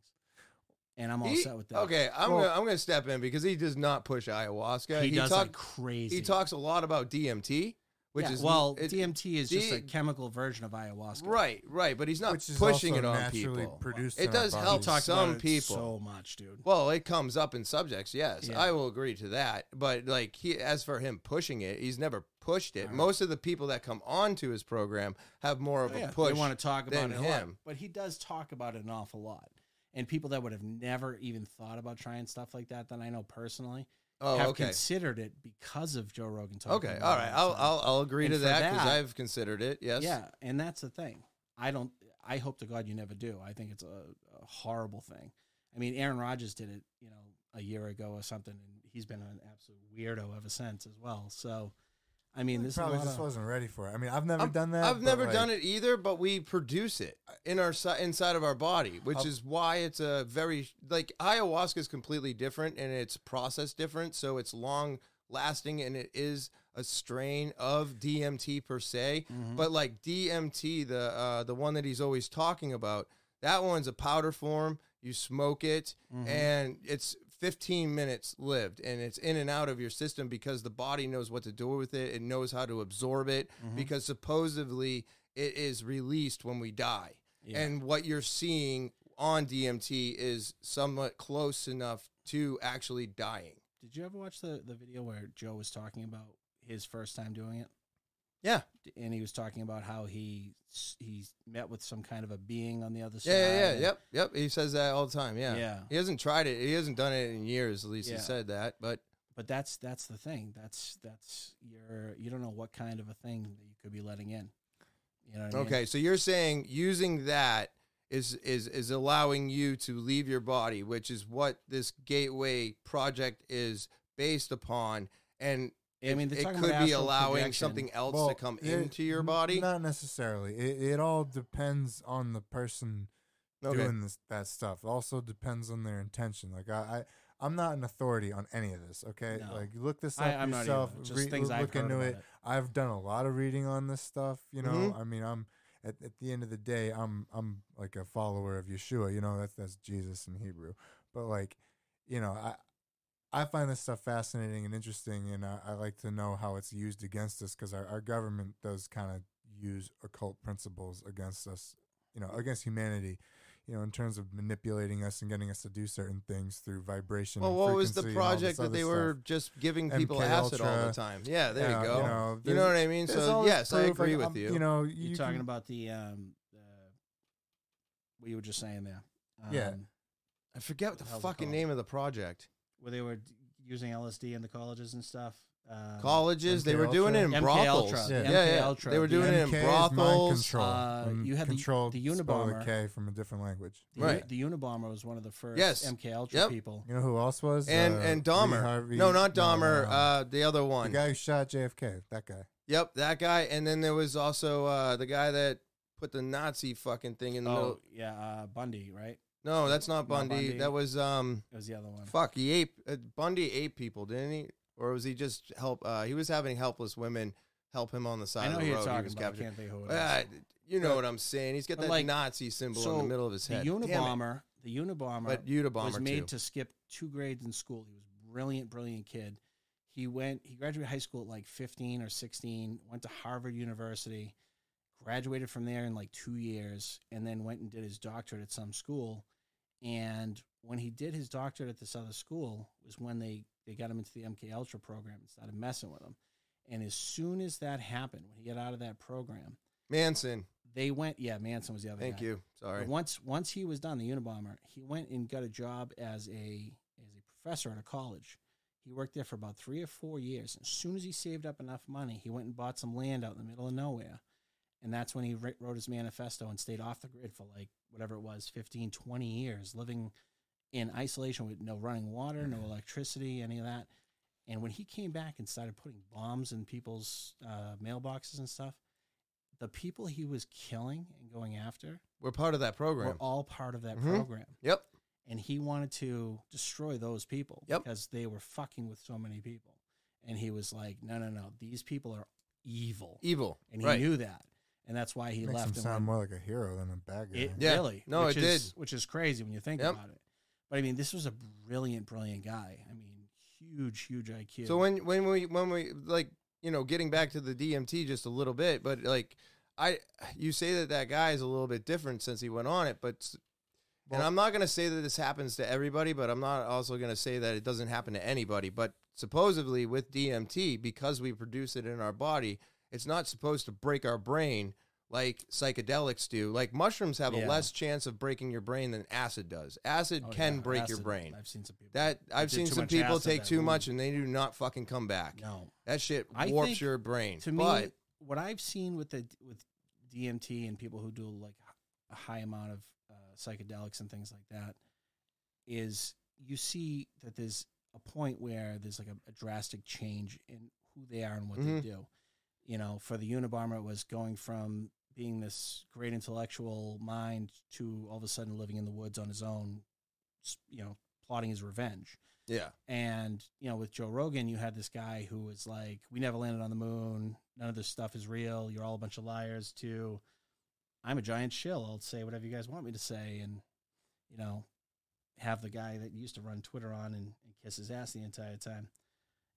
And I'm all He- set with that. Okay, I'm Well- gonna I'm gonna step in because he does not push ayahuasca. he, does talk- like crazy. he talks a lot about DMT, which Yeah, is well, it- DMT is just a D- chemical version of ayahuasca. right, right, but he's not Which is pushing also it on naturally people. produced in it our does bodies. help He Talks about some it people. so much, dude. well, it comes up in subjects, yes, Yeah. I will agree to that. But like he, as for him pushing it, he's never pushed it. Alright. Most of the people that come onto his program have more of Oh, Yeah, a push. They want to talk about than it a lot, him. but he does talk about it an awful lot. And people that would have never even thought about trying stuff like that, that I know personally, oh, have okay, considered it because of Joe Rogan talking. okay, about all it right. I'll all the time. I'll, I'll agree And to for that because that- I've considered it. Yes. yeah, and that's the thing. I don't. I hope to God you never do. I think it's a, a horrible thing. I mean, Aaron Rodgers did it, you know, a year ago or something, and he's been an absolute weirdo ever since as well. So, I mean, this is a probably lot just of- wasn't ready for it. I mean, I've never I'm- done that. I've but, never like, done it either, but we produce it in our si- inside of our body, which I'll- is why it's a very like ayahuasca is completely different and it's processed different, so it's long lasting and it is a strain of DMT per se. But like DMT, the uh, the one that he's always talking about, that one's a powder form. You smoke it, and it's 15 minutes lived and it's in and out of your system because the body knows what to do with it it knows how to absorb it because supposedly it is released when we die and what you're seeing on DMT is somewhat close enough to actually dying Did you ever watch the, the video where Joe was talking about his first time doing it? yeah And he was talking about how he s- he met with some kind of a being on the other side. yeah yeah, yeah. and- yep yep he says that all the time yeah Yeah. he hasn't tried it he hasn't done it in years at least Yeah. he said that but But that's that's the thing. That's that's your you don't know what kind of a thing that you could be letting in. You know what I mean? Okay, so you're saying using that is is is allowing you to leave your body, which is what this gateway project is based upon, and I mean, it, they're it talking about could be astral allowing projection. something else well, to come it- into your n- body. Not necessarily. It, it all depends on the person Okay. doing this, that stuff. It also depends on their intention. Like I, I'm not an authority on any of this. Okay, No. like look this up I- I'm not yourself. either. Just things I've look heard into about it. it. I've done a lot of reading on this stuff. You know, Mm-hmm. I mean, I'm at, at the end of the day, I'm I'm like a follower of Yeshua. You know, that's that's Jesus in Hebrew. But like, you know, I I find this stuff fascinating and interesting, and I, I like to know how it's used against us because our, our government does kind of use occult principles against us, you know, against humanity, you know, in terms of manipulating us and getting us to do certain things through vibration. Well, and what was the frequency and all this project that other they stuff. were just giving people MK acid all the Ultra. time? Yeah, there Yeah, you go. You know, there's- what I mean? there's So all this yes, I proof, like, agree with I'm- you. You know, you You're talking can- about the um, uh, what you were just saying there. Um, Yeah. I forget what the How's it fucking called? name of the project. where they were d- using LSD in the colleges and stuff. Um, Colleges, they MK were doing it in Ultra. brothels. MKUltra. Yeah, Yeah. yeah, MKUltra. they were doing it MK in is mind brothels. Control. Uh, and you had the- control the spell with Unabomber. K from a different language. the, U- right. The Unabomber was one of the first Yes. MK Ultra Yep. people. You know who else was? And Uh, and Lee Dahmer. Harvey- no, not Dahmer. um, uh, the other the one. guy who shot JFK. That guy. Yep, that guy. And then there was also uh, the guy that put the Nazi fucking thing in the Oh middle. yeah, uh, Bundy, right? No, that's not Not Bundy. Bundy. That was um, It was the other one. fuck. He ate uh, Bundy ate people, didn't he? Or was he just help? Uh, he was having helpless women help him on the side I know of the who you're road. he talking was about. I captured. can't think who it is. Ah, you know But- what I'm saying? He's got but that like, Nazi symbol in the middle of his head. The Damn it. Unabomber, the Unabomber, But was Unabomber made too. to skip two grades in school. He was a brilliant, brilliant kid. He went. He graduated high school at like 15 or 16. Went to Harvard University, graduated from there in like two years, and then went and did his doctorate at some school. And when he did his doctorate at this other school, was when they they got him into the MK Ultra program and started messing with him. And as soon as that happened, when he got out of that program, Manson. they went. Yeah, Manson was the other. Thank guy. you. Sorry. But once once he was done, the Unabomber, he went and got a job as a as a professor at a college. He worked there for about three or four years. As soon as he saved up enough money, he went and bought some land out in the middle of nowhere. And that's when he writ- wrote his manifesto and stayed off the grid for like whatever it was, 15, 20 years, living in isolation with no running water, no electricity, any of that. And when he came back and started putting bombs in people's uh, mailboxes and stuff, the people he was killing and going after We're part of that program. were all part of that Mhm. program. yep. And he wanted to destroy those people Yep. because they were fucking with so many people. And he was like, no, no, no, these people are evil. Evil. And he E-, right. knew that. And that's why he Makes left. him and sound went- more like a hero than a bad guy. it Yeah. really. No, which it is, did. Which is crazy when you think Yep. about it. But I mean, this was a brilliant, brilliant guy. I mean, huge, huge IQ. So when when we when we like you know getting back to the DMT just a little bit, but like I you say that that guy is a little bit different since he went on it, but s- and Well- I'm not gonna say that this happens to everybody, but I'm not also gonna say that it doesn't happen to anybody. But supposedly with DMT, because we produce it in our body, it's not supposed to break our brain like psychedelics do. Like mushrooms have a Yeah. less chance of breaking your brain than acid does. Acid Oh, can yeah, break your acid. brain. I've seen some people. That I've did seen too some much people acid take that too wouldn't- much and they do not fucking come back. no. That shit I warps think, your brain. to but me what i've seen with the with dmt and people who do like h- a high amount of uh, psychedelics and things like that is you see that there's a point where there's like a, a drastic change in who they are and what Mhm. they do you know for the unabomber it was going from being this great intellectual mind to all of a sudden living in the woods on his own s- you know plotting his revenge yeah, and you know, with Joe Rogan, you had this guy who was like, "We never landed on the moon. None of this stuff is real. You're all a bunch of liars." To, I'm a giant shill. I'll say whatever you guys want me to say, and you know, have the guy that used to run Twitter on and, and kiss his ass the entire time.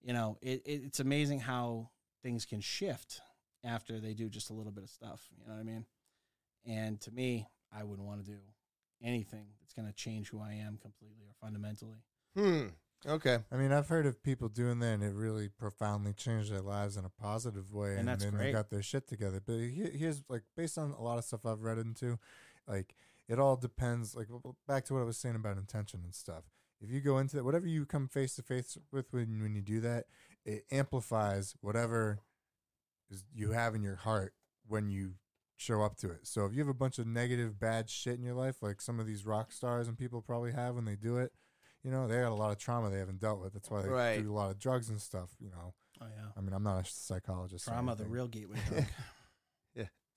You know, it, it, it's amazing how things can shift after they do just a little bit of stuff. You know what I mean? And to me, I wouldn't want to do anything that's going to change who I am completely or fundamentally. hmm. Okay. I mean, I've heard of people doing that, and it really profoundly changed their lives in a positive way, And and, that's then great. they got their shit together. But he- here's like based on a lot of stuff I've read into, like it all depends. Like w- w- back to what I was saying about intention and stuff. If you go into that, whatever you come face to face with when when you do that, it amplifies whatever is you have in your heart when you show up to it. So if you have a bunch of negative, bad shit in your life, like some of these rock stars and people probably have when they do it, you know, they had a lot of trauma they haven't dealt with. That's why they Right. do a lot of drugs and stuff. You know, Oh yeah. I mean, I'm not a psychologist. or Trauma, the anything. real gateway drug.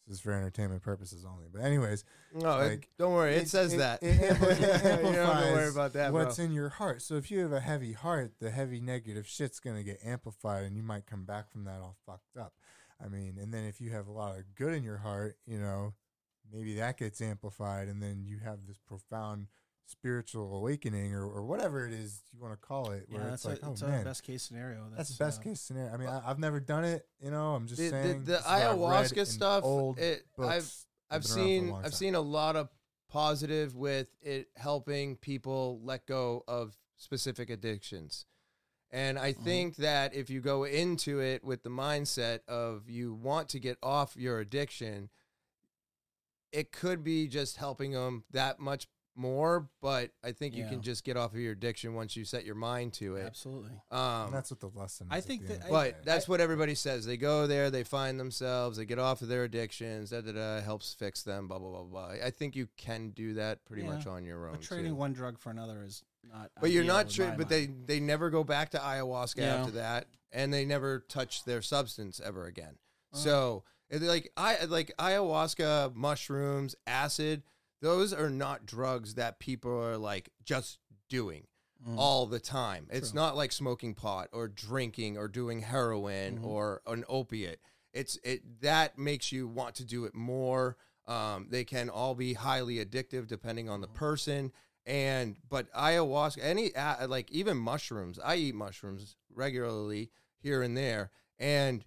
This is for entertainment purposes only. But anyways, No, it- Like, don't worry. It, says that. It, ampli- it You don't have to worry amplifies about that, bro. what's in your heart. So if you have a heavy heart, the heavy negative shit's gonna get amplified, and you might come back from that all fucked up. I mean, and then if you have a lot of good in your heart, you know, maybe that gets amplified, and then you have this profound spiritual awakening or, or whatever it is you want to call it. Where Yeah, it's that's like, a, oh it's a man, best case scenario. that's best uh, case scenario. I mean, I, I've never done it. You know, I'm just The- the- saying the this is what I've read ayahuasca in stuff, old it- books. I've- I've been around for a seen long I've time. seen a lot of positive with it helping people let go of specific addictions. And Mm-hmm. I think that if you go into it with the mindset of you want to get off your addiction, it could be just helping them that much more, but I think you Yeah. can just get off of your addiction once you set your mind to it. Absolutely. Um, And that's what the lesson. I is at think the that end I- of the but day. that's what everybody says. They go there, they find themselves, they get off of their addictions, da da da, helps fix them, blah blah blah blah. I think you can do that pretty Yeah. much on your own. But trading too. one drug for another is not. but you're ideal not in sure. my But mind. they they never go back to ayahuasca Yeah. after that, and they never touch their substance ever again. Oh. So it- like I like ayahuasca, mushrooms, acid. Those are not drugs that people are like just doing Mm. all the time. It's True. not like smoking pot or drinking or doing heroin Mm-hmm. or an opiate. It's it that makes you want to do it more. Um, they can all be highly addictive depending on the Mm-hmm. person. And but ayahuasca, any uh, like even mushrooms. I eat mushrooms regularly here and there, and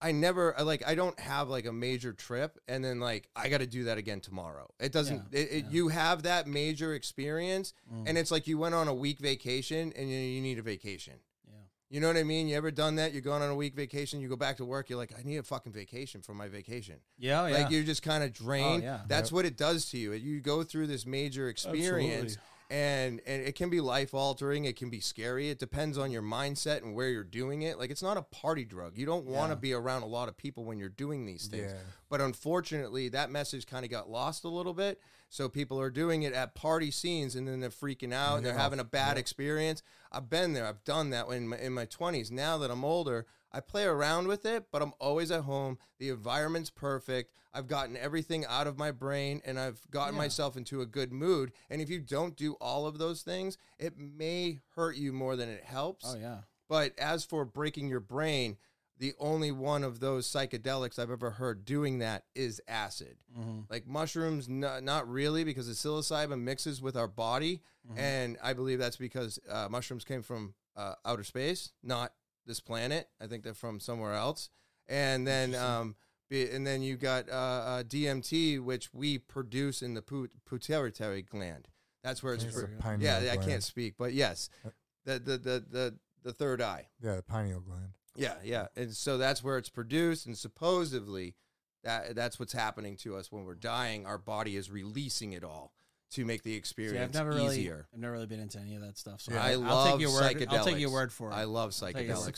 I never I, like I don't have like a major trip and then like I got to do that again tomorrow. It doesn't it, it, yeah. Mm. you have that major experience and it's like you went on a week vacation and you, you need a vacation. Yeah. You know what I mean? You ever done that? You're going on a week vacation, you go back to work, you're like I need a fucking vacation from my vacation. Yeah. oh, yeah. Oh, Like you're just kind of drained. yeah. That's what it does to you. You go through this major experience and and it can be life altering, it can be scary. It depends on your mindset and where you're doing it. Like it's not a party drug. You don't want to Yeah. be around a lot of people when you're doing these things. Yeah. But unfortunately, that message kind of got lost a little bit. So people are doing it at party scenes and then they're freaking out. and They're Yeah. having a bad experience. I've been there. I've done that in my, in my 20s. Now that I'm older, I play around with it, but I'm always at home. The environment's perfect. I've gotten everything out of my brain and I've gotten myself into a good mood. And if you don't do all of those things, it may hurt you more than it helps. oh yeah. But as for breaking your brain, the only one of those psychedelics I've ever heard doing that is acid. Mm-hmm. Like mushrooms, no, not really, because the psilocybin mixes with our body. And I believe that's because uh, mushrooms came from uh, outer space, not this planet. I think they're from somewhere else. And then, um, be- and then you got uh, uh, DMT, which we produce in the pu- pituitary gland. That's where it's, It's the pro- pineal yeah. I gland. can't speak, but yes, uh, the the the the, the third eye. Yeah, the pineal gland. Yeah, yeah. And so that's where it's produced, and supposedly that that's what's happening to us when we're dying. Our body is releasing it all to make the See, experience I've never really. easier. I've never really been into any of that stuff. So Yeah. I I'll love take your word. psychedelics. I'll take your word for it. I love take your psychedelics. word for it. dude.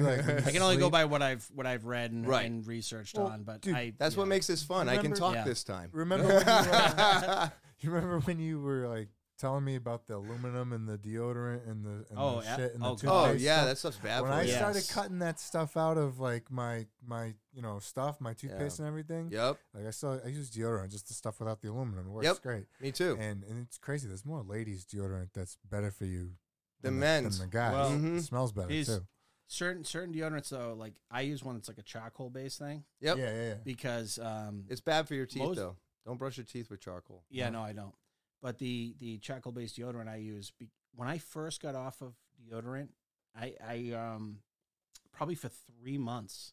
like when you I can only go sleep- by what I've what I've read and, Right. and researched Well, on, but dude, I That's what yeah. makes this fun. I can Remember- talk Yeah. this time. Remember when you, uh, you remember when you were like telling me about the aluminum and the deodorant and the, and Oh, the a- shit and oh, the God. oh toothpaste yeah, stuff? that stuff's bad when for I you. Yes. started cutting that stuff out of like my my you know stuff, my toothpaste and everything. Yep, Like I still I use deodorant, just the stuff without the aluminum. It works Yep. great. me too. And and it's crazy. There's more ladies deodorant that's better for you The than men's. than the guys. Well, Mhm. It smells better These- too. certain certain deodorants though. Like I use one that's like a charcoal based thing Yep, Yeah, yeah, yeah. because um, it's bad for your teeth Most- though. Don't brush your teeth with charcoal. Yeah, no, I don't. But the the charcoal based deodorant I use be, when I first got off of deodorant, I I um probably for three months,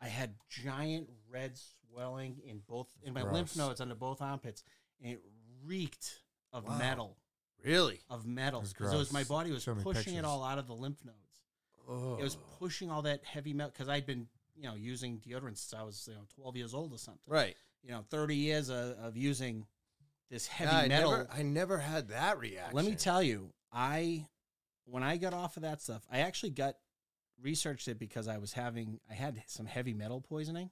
I had giant red swelling in both in my lymph Gross. nodes under both armpits, and it reeked of Wow. metal Really? of metal That's because it was my gross. body was Show me pushing it pictures. all out of the lymph nodes. Oh. It was pushing all that heavy metal because I'd been you know using deodorant since I was you know twelve years old or something. right. You know, thirty years of, of using this heavy Yeah, I metal. Never, I never had that reaction. Let me tell you, I when I got off of that stuff, I actually got researched it because I was having I had some heavy metal poisoning,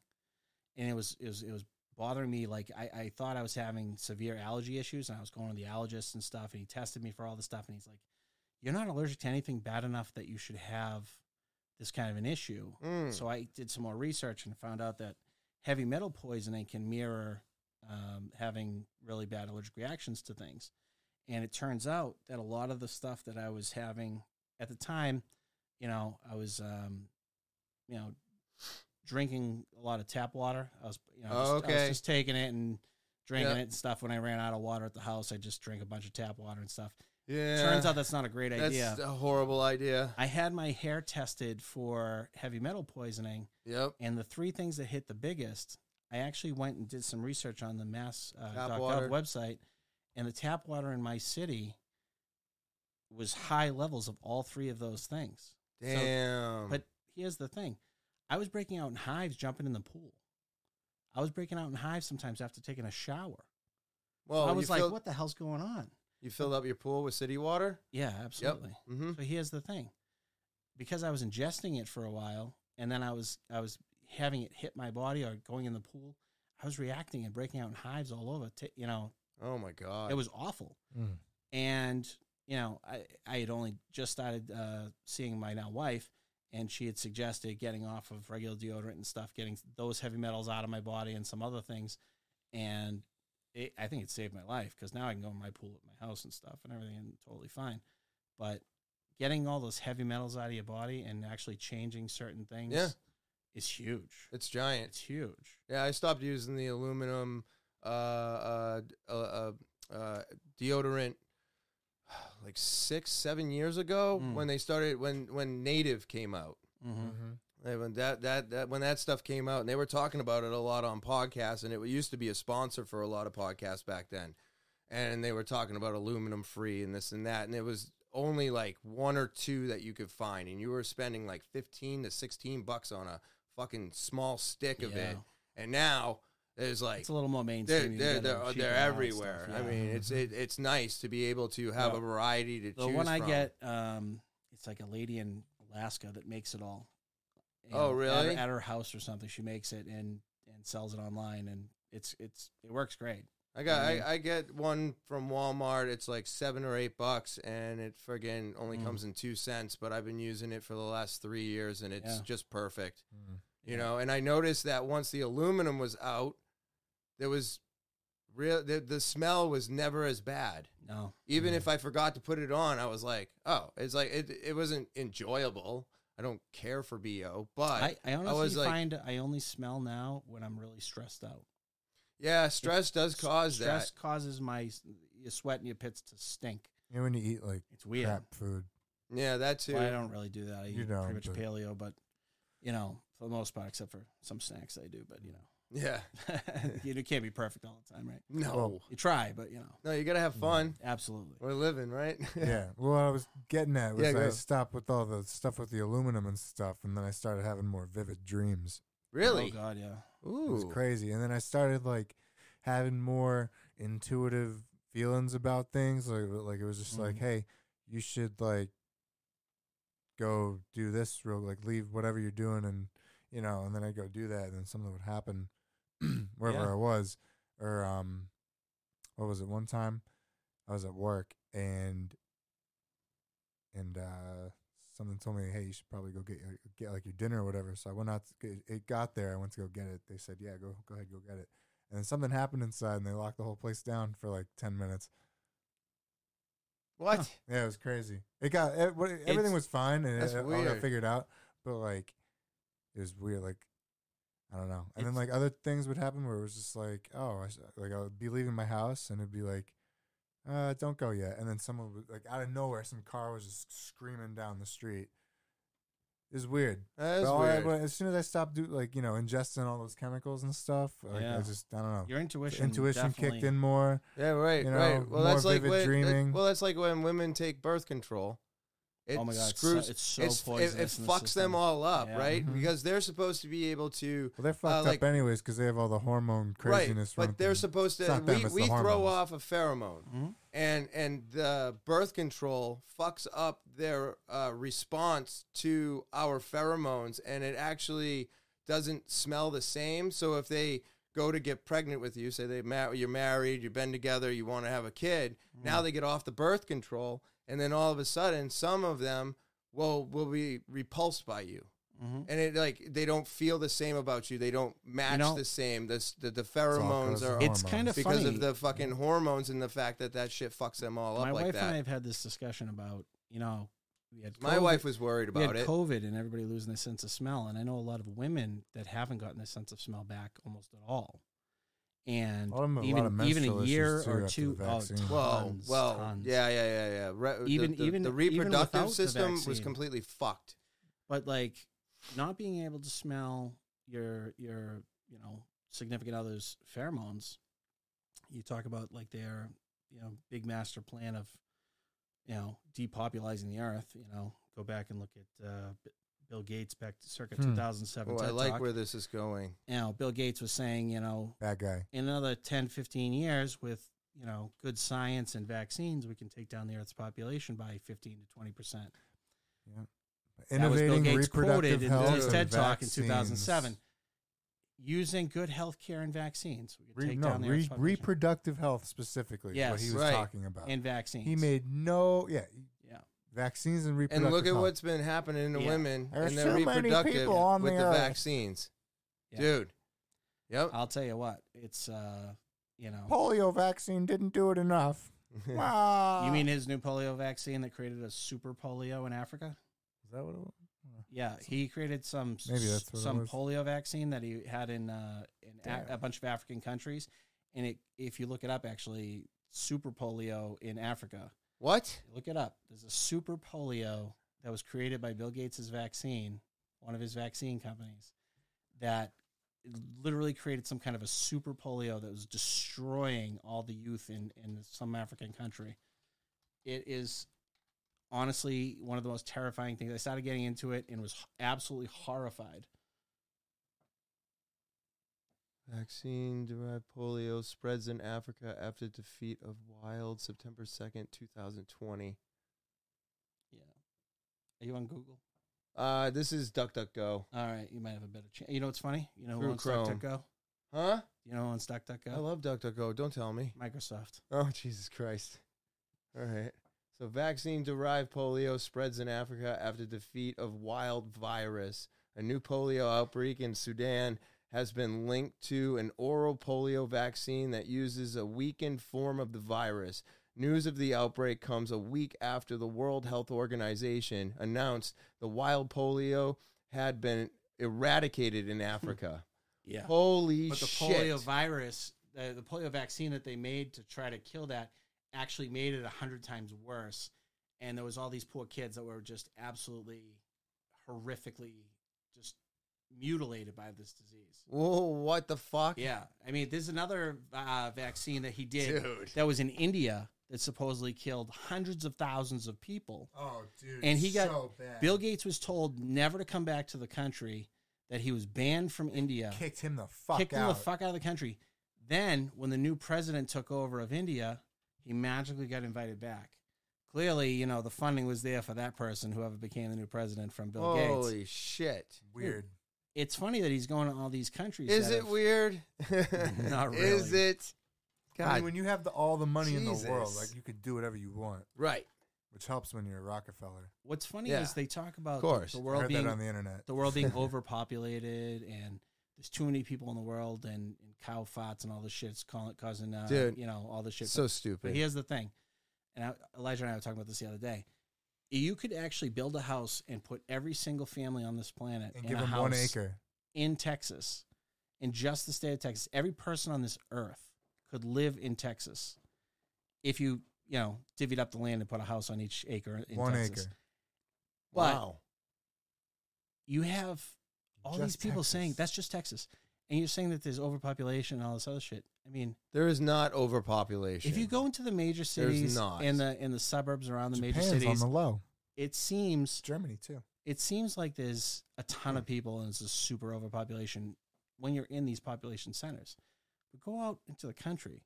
and it was it was it was bothering me. Like I, I thought I was having severe allergy issues, and I was going to the allergist and stuff, and he tested me for all this stuff, and he's like, "You're not allergic to anything bad enough that you should have this kind of an issue." Mm. So I did some more research and found out that heavy metal poisoning can mirror um, having really bad allergic reactions to things. And it turns out that a lot of the stuff that I was having at the time, you know, I was, um, you know, drinking a lot of tap water. I was, you know, Oh, just, I okay. was just taking it and drinking Yeah. it and stuff. When I ran out of water at the house, I just drink a bunch of tap water and stuff. Yeah. Turns out that's not a great that's idea. a horrible idea. I had my hair tested for heavy metal poisoning, Yep. and the three things that hit the biggest, I actually went and did some research on the Tap mass.gov water. gov website, and the tap water in my city was high levels of all three of those things. So- Damn. but here's the thing I was breaking out in hives jumping in the pool. I was breaking out in hives sometimes after taking a shower. well, I was Oh, you like, filled, what the hell's going on? You filled up your pool with city water. Yeah, absolutely. Yep. hmm So here's the thing, because I was ingesting it for a while, and then I was I was having it hit my body or going in the pool, I was reacting and breaking out in hives all over. T- you know, Oh my god. it was awful. Mm. And you know, I I had only just started uh, seeing my now wife, and she had suggested getting off of regular deodorant and stuff, getting those heavy metals out of my body and some other things, and. It, I think it saved my life because now I can go in my pool at my house and stuff and everything and totally fine. But getting all those heavy metals out of your body and actually changing certain things Yeah. is huge. It's giant. It's huge. Yeah, I stopped using the aluminum uh, uh, d- uh, uh, uh, deodorant like six, seven years ago Mm. when they started when when Native came out. Mm-hmm. And When that, that that when that stuff came out, and they were talking about it a lot on podcasts, and it used to be a sponsor for a lot of podcasts back then, and they were talking about aluminum free and this and that, and it was only like one or two that you could find, and you were spending like fifteen to sixteen bucks on a fucking small stick of it, Yeah. and now there's like It's a little more they're mainstream. You they're can get they're, them cheaper they're now and everywhere. stuff, I yeah. mean, it's it, it's nice to be able to have Yeah. a variety to the choose one I from. get, um, it's like a lady in Alaska that makes it all. You Oh, know, At her, really? at her house or something, she makes it and and sells it online, and it's it's it works great. I got I mean- I, I get one from Walmart. It's like seven or eight bucks, and it friggin' only Mm. comes in two cents. But I've been using it for the last three years, and it's Yeah. just perfect. Mm. You know, and I noticed that once the aluminum was out, there was real the, the smell was never as bad. No, Even Mm. if I forgot to put it on, I was like, oh, it's like it it wasn't enjoyable. I don't care for bo, but I, I honestly was like- find I only smell now when I'm really stressed out. yeah, stress does cause stress that. causes my your sweat and your pits to stink. You know, when you eat like It's weird. crap food, Yeah, that too. Well, I don't really do that. I You eat don't, pretty much but- paleo, but you know, for the most part, except for some snacks I do. But Mm. you yeah, know, you can't be perfect all the time, right? no, You try, but you know, no, you gotta have fun. absolutely. We're living, right? yeah. Well, what I was getting at was Yeah, go. I stopped with all the stuff with the aluminum and stuff, and then I started having more vivid dreams. really? Oh God, yeah. Ooh. It was crazy. And then I started like having more intuitive feelings about things. Like, like it was just like, Mhm. Mm-hmm. hey, you should like go do this real, like leave whatever you're doing, and you know. And then I would go do that, and then something would happen wherever Yeah. I was, or um, what was it? One time I was at work and and uh, someone told me, "Hey, you should probably go get your, get like your dinner or whatever." So I went out. To get, it got there. I went to go get it. They said, "Yeah, go go ahead, go get it." And then something happened inside, and they locked the whole place down for like ten minutes. What? Huh. Yeah, it was crazy. It got it, what- everything It's- was fine, and it, that's it all got weird. figured out. But like, it was weird. Like, I don't know. And then It's- like other things would happen where it was just like, oh, I, s- like I would be leaving my house, and it'd be like. Uh, don't go yet. And then someone would, like out of nowhere, some car was just screaming down the street. It was weird. That is But all I- weird. but as soon as I stopped, do like you know, ingesting all those chemicals and stuff, like, I Yeah. just I don't know. Your intuition, Oh. Intuition definitely- kicked in more. yeah, right, you know, right. Well, more that's like vivid when, that- dreaming. well, that's like when women take birth control. It Oh my God, it's so- screws. it's so it- it, poisonous in the fucks them system. all up, Yeah. Mm-hmm. right? Mhm. Because they're supposed to be able to. uh, Well, they're fucked like- up anyways because they have all the hormone craziness. Right, running but they're through them. supposed It's to. not them, We, it's the we throw hormones. Mm-hmm. off a pheromone, Mhm. and and the birth control fucks up their uh, response to our pheromones, and it actually doesn't smell the same. So if they go to get pregnant with you, say they ma- you're married, you've been together, you want to have a kid. Mm-hmm. Now they get off the birth control, and then all of a sudden, some of them will will be repulsed by you and it like they don't feel the same about you. They don't match know- the same. The s- the, the pheromones cause are of It's kind of because funny. of the fucking hormones and the fact that that shit fucks them all up my like wife and I that. have had this discussion about you know we had My COVID- wife was worried we about had it. COVID and everybody losing their sense of smell, and I know a lot of women that haven't gotten their sense of smell back almost at all, and A lot of them- a lot even of even menstrual a issues year too or after two. the oh, vaccine. Well, tons, well, tons. yeah, yeah, yeah, yeah. Re- the- Even- the, the, even- even reproductive without the system was vaccine. completely fucked. but like not being able to smell your your you know significant other's pheromones you talk about like their you know big master plan of you know depopulizing the earth you know go back and look at uh, B- bill gates back to circa Hmm. 2007 Oh, I TED like Talk. where this is going. you know bill gates was saying you know That guy. in another 10 15 years with you know good science and vaccines we can take down the earth's population by 15 to 20 percent that was Bill Innovating Gates reproductive quoted in health his and TED Talk in vaccines. 2007. Using good health care and vaccines, we could Re- take no, down the re- Earth's population. reproductive health specifically. is what Yes. he was Right. talking about. and vaccines. uh, he made no yeah yeah. vaccines and reproductive And look at health. what's been happening to Yeah. women There's and their too many reproductive people on with the the earth. vaccines, Yeah. dude. Yep. I'll tell you what, it's uh, you know, polio vaccine didn't do it enough. Uh, wow. you mean his new polio vaccine that created a super polio in Africa? is that what it was? Yeah, he created some s- Maybe that's what it some was. polio vaccine that he had in uh, in a, Damn. a bunch of African countries, and it if you look it up, actually, super polio in Africa What? Look it up. There's a super polio that was created by Bill Gates' vaccine, one of his vaccine companies, that literally created some kind of a super polio that was destroying all the youth in, in some African country. It is honestly one of the most terrifying things. I started getting into it and was absolutely horrified. Vaccine derived polio spreads in Africa after defeat of wild September 2nd, 2020. Yeah. Are you on Google? Uh, this is DuckDuckGo. All right. You might have a better chance. You know what's funny? You know who Through owns Chrome. DuckDuckGo? Huh? You know who owns DuckDuckGo? I love DuckDuckGo. Don't tell me. Microsoft. Oh, Jesus Christ. All right. So, vaccine derived polio spreads in Africa after defeat of wild virus. A new polio outbreak in Sudan has been linked to an oral polio vaccine that uses a weakened form of the virus. News of the outbreak comes a week after the World Health Organization announced the wild polio had been eradicated in Africa. Yeah. Holy Hmm. but the shit. polio virus, the, the polio vaccine that they made to try to kill that, actually made it a hundred times worse. And there was all these poor kids that were just absolutely horrifically just mutilated by this disease. Whoa, what the fuck? Yeah, I mean, there's another uh, vaccine that he did Dude. that was in India that supposedly killed hundreds of thousands of people. Oh, dude. And he got- so bad. Bill Gates was told never to come back to the country. That he was banned from India. kicked him the fuck kicked out. him the fuck out of the country. Then, when the new president took over of India, he magically got invited back. Clearly, you know, the funding was there for that person, whoever became the new president from Bill Gates. Holy shit. Weird. It's funny that he's going to all these countries. Is that it have- weird? Not Is really. it? I mean, God. when you have the, all the money in the world, Jesus. like you could do whatever you want, Right. which helps when you're a Rockefeller. What's funny Yeah. is they talk about Of course. the I world heard being that on the internet. the world being overpopulated and there's too many people in the world and, and cow farts and all this shit's calling, causing uh, Dude. you know all this shit. So But stupid. here's the thing, and I, Elijah and I were talking about this the other day. You could actually build a house and put every single family on this planet And in give a him house one acre. in Texas, in just the state of Texas. Every person on this earth could live in Texas if you you know divvied up the land and put a house on each acre. In One Texas. acre. But you have all these Just people Texas. saying that's just Texas, and you're saying that there's overpopulation and all this other shit. I mean, There is not overpopulation. if you go into the major cities not. and the in the suburbs around the Japan's major cities, on the low. it seems Germany too. it seems like there's a ton of people and it's a super overpopulation when you're in these population centers. But go out into the country,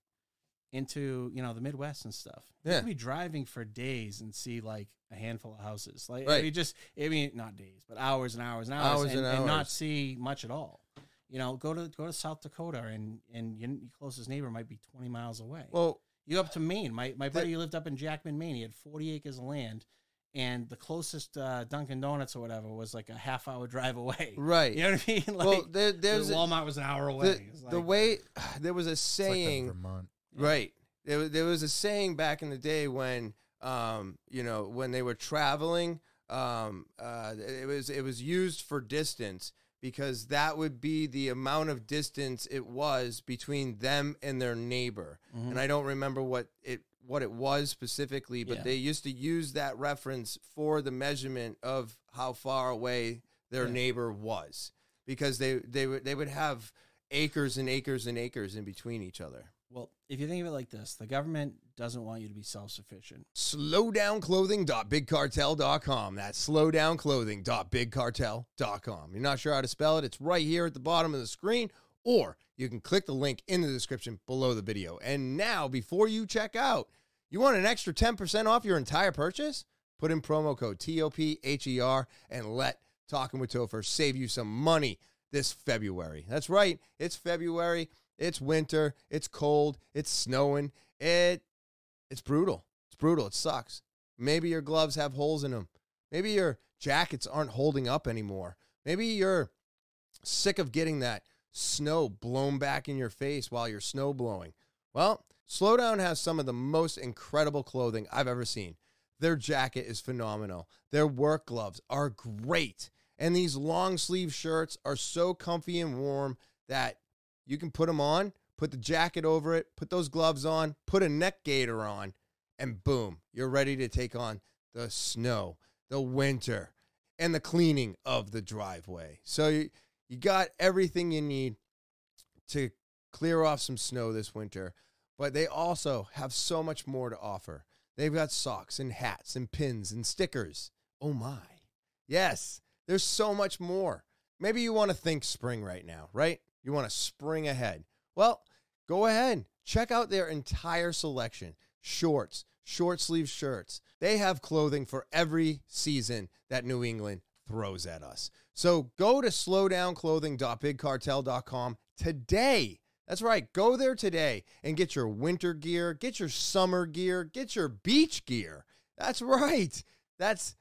into you know the Midwest and stuff. You Yeah. could be driving for days and see like a handful of houses. Like Right. if you just, I mean, not days, but hours and hours and hours, Hours and, and and not hours. see much at all. You know, go to go to South Dakota and and your, your closest neighbor might be twenty miles away. well, You up to Maine. My my buddy lived up in Jackman, Maine. He had forty acres of land, and the closest uh, Dunkin' Donuts or whatever was like a half hour drive away. Right. You know what I mean? Like, well, there, there's the a- Walmart was an hour away. the, It's the like- way there was a It's like that saying Vermont. Right. There, wa- there was a saying back in the day when, um, you know, when they were traveling, um, uh, it was it was used for distance because that would be the amount of distance it was between them and their neighbor. And I don't remember what it what it was specifically, but Yeah. they used to use that reference for the measurement of how far away their neighbor was because they they would they would have acres and acres and acres in between each other. well, if you think of it like this, the government doesn't want you to be self sufficient. slowdownclothing.bigcartel.com. That's slowdownclothing.bigcartel.com. You're not sure how to spell it? It's right here at the bottom of the screen, or you can click the link in the description below the video. And now, before you check out, you want an extra 10% off your entire purchase? Put in promo code TOPHER E and let Talking with Topher save you some money this February. That's right, it's February, it's winter, it's cold, it's snowing, it it's brutal. It's brutal. It sucks. Maybe your gloves have holes in them. Maybe your jackets aren't holding up anymore. Maybe you're sick of getting that snow blown back in your face while you're snow blowing. Well, Slowdown has some of the most incredible clothing I've ever seen. Their jacket is phenomenal. Their work gloves are great. And these long sleeve shirts are so comfy and warm that you can put them on, put the jacket over it, put those gloves on, put a neck gaiter on, and boom, you're ready to take on the snow, the winter, and the cleaning of the driveway. So you, you got everything you need to clear off some snow this winter, but they also have so much more to offer. They've got socks and hats and pins and stickers. Oh my. Yes, there's so much more. Maybe you want to think spring right now, right? You want to spring ahead. Well, go ahead. Check out their entire selection shorts, short sleeve shirts. They have clothing for every season that New England throws at us. So go to slowdownclothing.bigcartel.com today. That's right. Go there today and get your winter gear, get your summer gear, get your beach gear. That's right. That's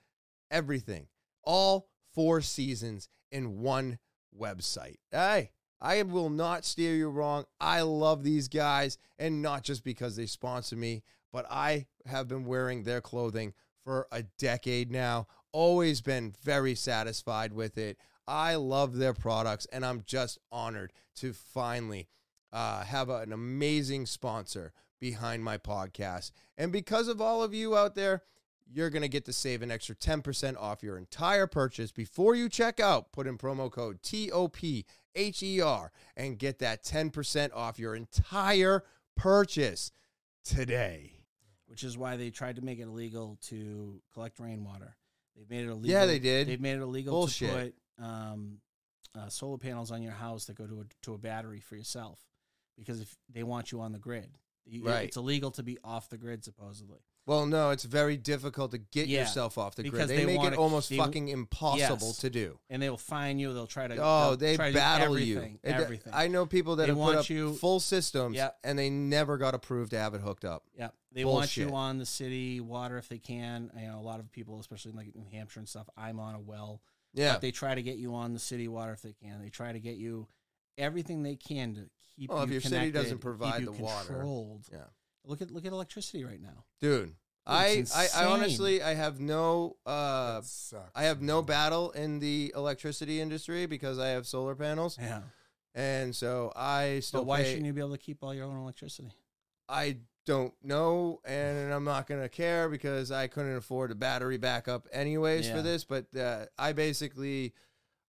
everything. All four seasons in one website. Hey, I will not steer you wrong. I love these guys, and not just because they sponsor me, but I have been wearing their clothing for a decade now. Always been very satisfied with it. I love their products, and I'm just honored to finally uh, have an amazing sponsor behind my podcast. And because of all of you out there, you're going to get to save an extra 10% off your entire purchase before you check out. Put in promo code TOPHER E and get that 10% off your entire purchase today. which is why they tried to make it illegal to collect rainwater. They've made it illegal. Yeah, they did. They've made it illegal Bullshit. to put um, uh, solar panels on your house that go to a, to a battery for yourself because if they want you on the grid, You- Right. it's illegal to be off the grid supposedly. Well, no, it's very difficult to get Yeah, yourself off the grid. because They, they make it wanna- almost they- fucking impossible Yes. to do. And they will fine you. They'll try to Oh, they'll they try to do battle everything, you. It- everything. I know people that They have put want up you- full systems Yep. and they never got approved to have it hooked up. Yeah, they want Bullshit. you on the city water if they can. You know, a lot of people, especially in like New Hampshire and stuff, I'm on a well. Yeah. But they try to get you on the city water if they can. They try to get you everything they can to keep Well, you if your city connected, doesn't keep provide you the water. controlled. yeah. Look at look at electricity right now. Dude, I, I, I insane. honestly, I have no uh, That sucks. I have no man. battle in the electricity industry because I have solar panels, Yeah. and so I So still. why pay- shouldn't you be able to keep all your own electricity? I don't know, and I'm not gonna care because I couldn't afford a battery backup anyways for Yeah. this. But uh, I basically,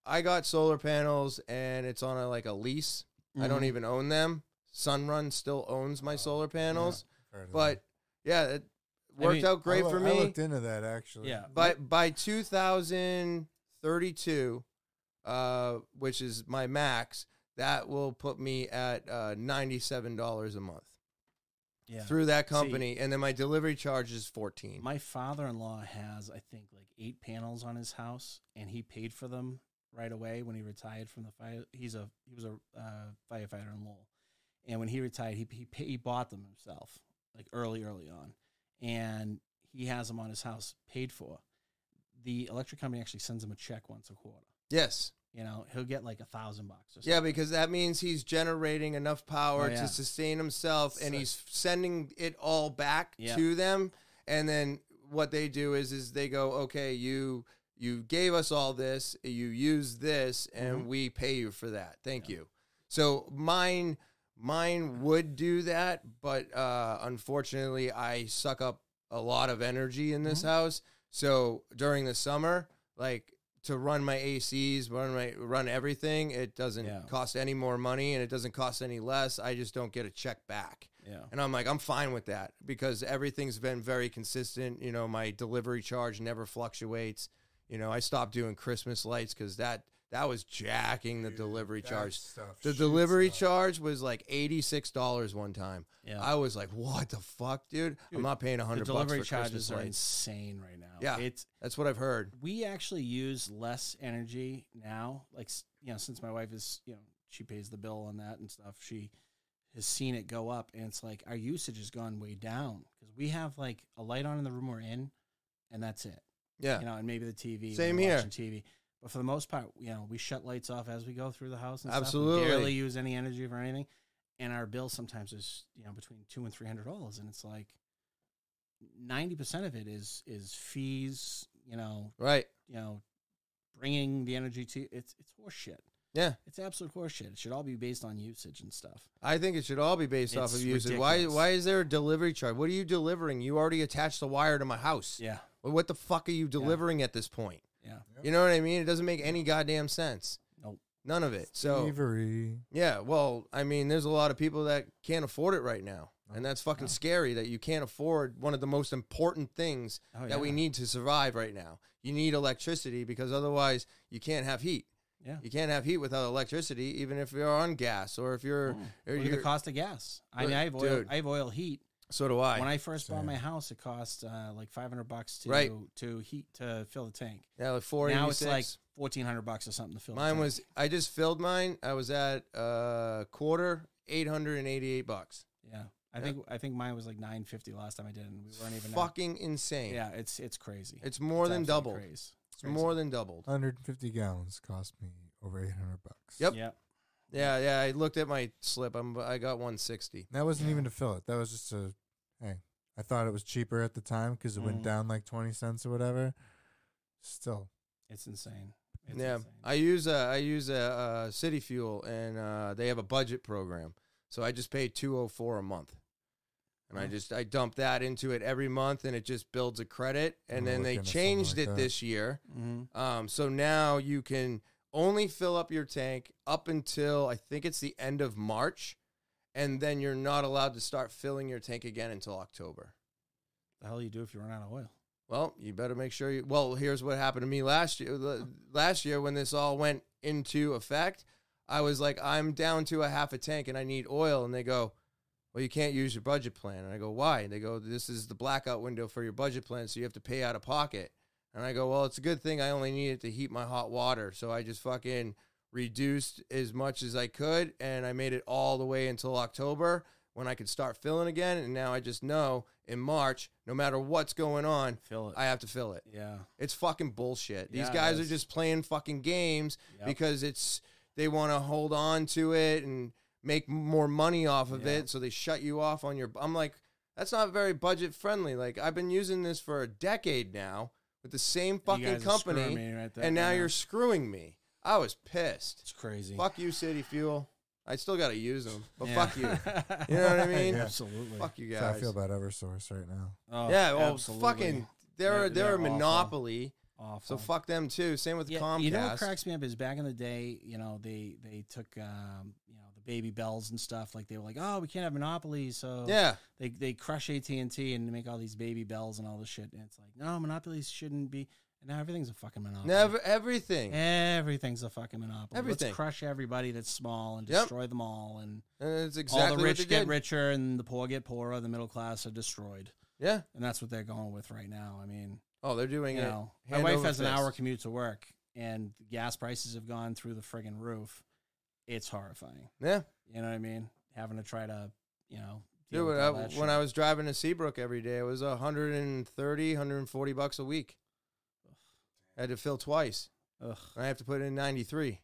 I got solar panels, and it's on a, like a lease. I don't Mhm. even own them. Sunrun still owns my solar panels, Fair enough. but yeah, it worked mean, out great I loo- for I me. looked into that actually. Yeah. by by 2032 uh which is my max that will put me at uh $97 a month Yeah. through that company and then my delivery charge is 14 My father-in-law has, I think, like eight panels on his house, and he paid for them right away when he retired from the fire. He's a he was a uh, firefighter in Lowell, and when he retired, he he, pa he bought them himself, like early early on, and he has them on his house paid for. the electric company actually sends him a check once a quarter. Yes. You know, he'll get like a thousand bucks or something. Yeah, because that means he's generating enough power Oh, yeah. to sustain himself and So- he's sending it all back Yeah. to them. And then what they do is is they go, "Okay, you you gave us all this, you used this Mm-hmm. and we pay you for that. Thank you." So mine mine would do that, but uh unfortunately I suck up a lot of energy in this house. So during the summer, like to run my ACs, run my run everything, it doesn't Yeah. cost any more money and it doesn't cost any less. I just don't get a check back. Yeah. And I'm like, I'm fine with that because everything's been very consistent. You know, my delivery charge never fluctuates. You know, I stopped doing Christmas lights because that that was jacking the delivery that charge. stuff The shoots delivery up. charge was like eighty six dollars one time. Yeah. I was like, what the fuck, dude? I'm not paying The hundred bucks delivery for Christmas charges are lights. insane right now. Yeah. It's That's what I've heard. we actually use less energy now. Like s- you know, since my wife is you know she pays the bill on that and stuff, she has seen it go up, and it's like our usage has gone way down because we have like a light on in the room we're in, and that's it. Yeah. You know, and maybe the TV. when Same we're here. watching TV. But for the most part, you know, we shut lights off as we go through the house. And Absolutely. stuff. We barely use any energy for anything, and our bill sometimes is you know between two and three hundred dollars, and it's like ninety percent of it is is fees, you know, right. you know, bringing the energy to it's it's horseshit. Yeah. It's absolute horseshit. It should all be based on usage and stuff. I think it should all be based off It's of usage. Why? ridiculous. Why is there a delivery charge? What are you delivering? You already attached the wire to my house. Yeah, Well, What the fuck are you delivering at this point? yeah. You know what I mean? It doesn't make any goddamn sense. Nope. None of it. So Thievery. yeah, well, I mean, there's a lot of people that can't afford it right now, and that's fucking scary that you can't afford one of the most important things Oh, that we yeah. need to survive right now. You need electricity because otherwise you can't have heat. Yeah. You can't have heat without electricity, even if you're on gas or if you're. Or Mm. Look at the you're cost of gas. I Look, mean, I have oil. dude. I have oil heat. so do I. when I first bought Same. my house, it cost uh, like five hundred bucks to Right. to heat to fill the tank. yeah, like four Now it's like fourteen hundred bucks or something to fill. the Mine tank. was I just filled mine. I was at uh quarter, eight hundred and eighty eight bucks. yeah. I think I think mine was like nine fifty last time I did, it, and we weren't even at- Fucking insane. Yeah, it's it's crazy. It's more than absolutely doubled. crazy. It's more than doubled. 150 gallons cost me over 800 bucks. Yep. Yep. Yeah, yeah. I looked at my slip. I'm I got one sixty. That wasn't even to fill it. That was just a hey. I thought it was cheaper at the time because it went Mm. down like 20 cents or whatever. Still, It's insane. It's Yeah, insane. I use a I use a, uh City Fuel, and uh, they have a budget program. So I just pay two oh four a month, and I Mm. just I dump that into it every month, and it just builds a credit. And I'm then they looking at something changed like it that. this year. Mhm. Um, so now you can only fill up your tank up until I think it's the end of March, and then you're not allowed to start filling your tank again until October. The hell you do if you run out of oil? Well, you better make sure you. Well, here's what happened to me last year. The- Last year, when this all went into effect, I was like, I'm down to a half a tank and I need oil. And they go, Well, you can't use your budget plan. And I go, Why? And they go, This is the blackout window for your budget plan. So you have to pay out of pocket. And I go, Well, it's a good thing I only needed to heat my hot water. So I just fucking reduced as much as I could. And I made it all the way until October when I could start filling again. And now I just know in March, no matter what's going on, Fill it. I have to fill it. yeah. It's fucking bullshit. These Yeah, it guys are is. just playing fucking games Yep. because it's they want to hold on to it and make more money off of Yeah. it, so they shut you off on your. I'm like, that's not very budget friendly. Like I've been using this for a decade now with the same And you fucking guys are screwing company, me right there, and now right you're now. screwing me. I was pissed. It's crazy. Fuck you, City Fuel. I still got to use them, but Yeah. fuck you. You know what I mean? Yeah. Absolutely. Fuck you that's guys. how I feel about Eversource right now. Oh, yeah, well, absolutely. fucking, they're They're- they're, they're a awful. monopoly. So Awful. fuck them too. Same with Um, Yeah, Comcast. You know what cracks me up is back in the day, you know, they they took um, you know, the baby bells and stuff. Like they were like, Oh, we can't have monopolies, so yeah, they they crush AT and T and make all these baby bells and all this shit. And it's like, no, monopolies shouldn't be and now everything's a fucking monopoly. never everything. Everything's a fucking monopoly. Everything. Let's crush everybody that's small and Yep. destroy them all and And it's exactly all the rich what they get did. richer and the poor get poorer, the middle class are destroyed. Yeah. And that's what they're going with right now. I mean, Oh, they're doing you it. know, my hand wife over has an fist. hour commute to work, and the gas prices have gone through the friggin' roof. It's horrifying. Yeah. You know what I mean? Having to try to, you know, deal Dude, with when, I, all that when shit. I was driving to Seabrook every day, it was 130, 140 bucks a week. I had to fill twice. Ugh. I have to put in 93.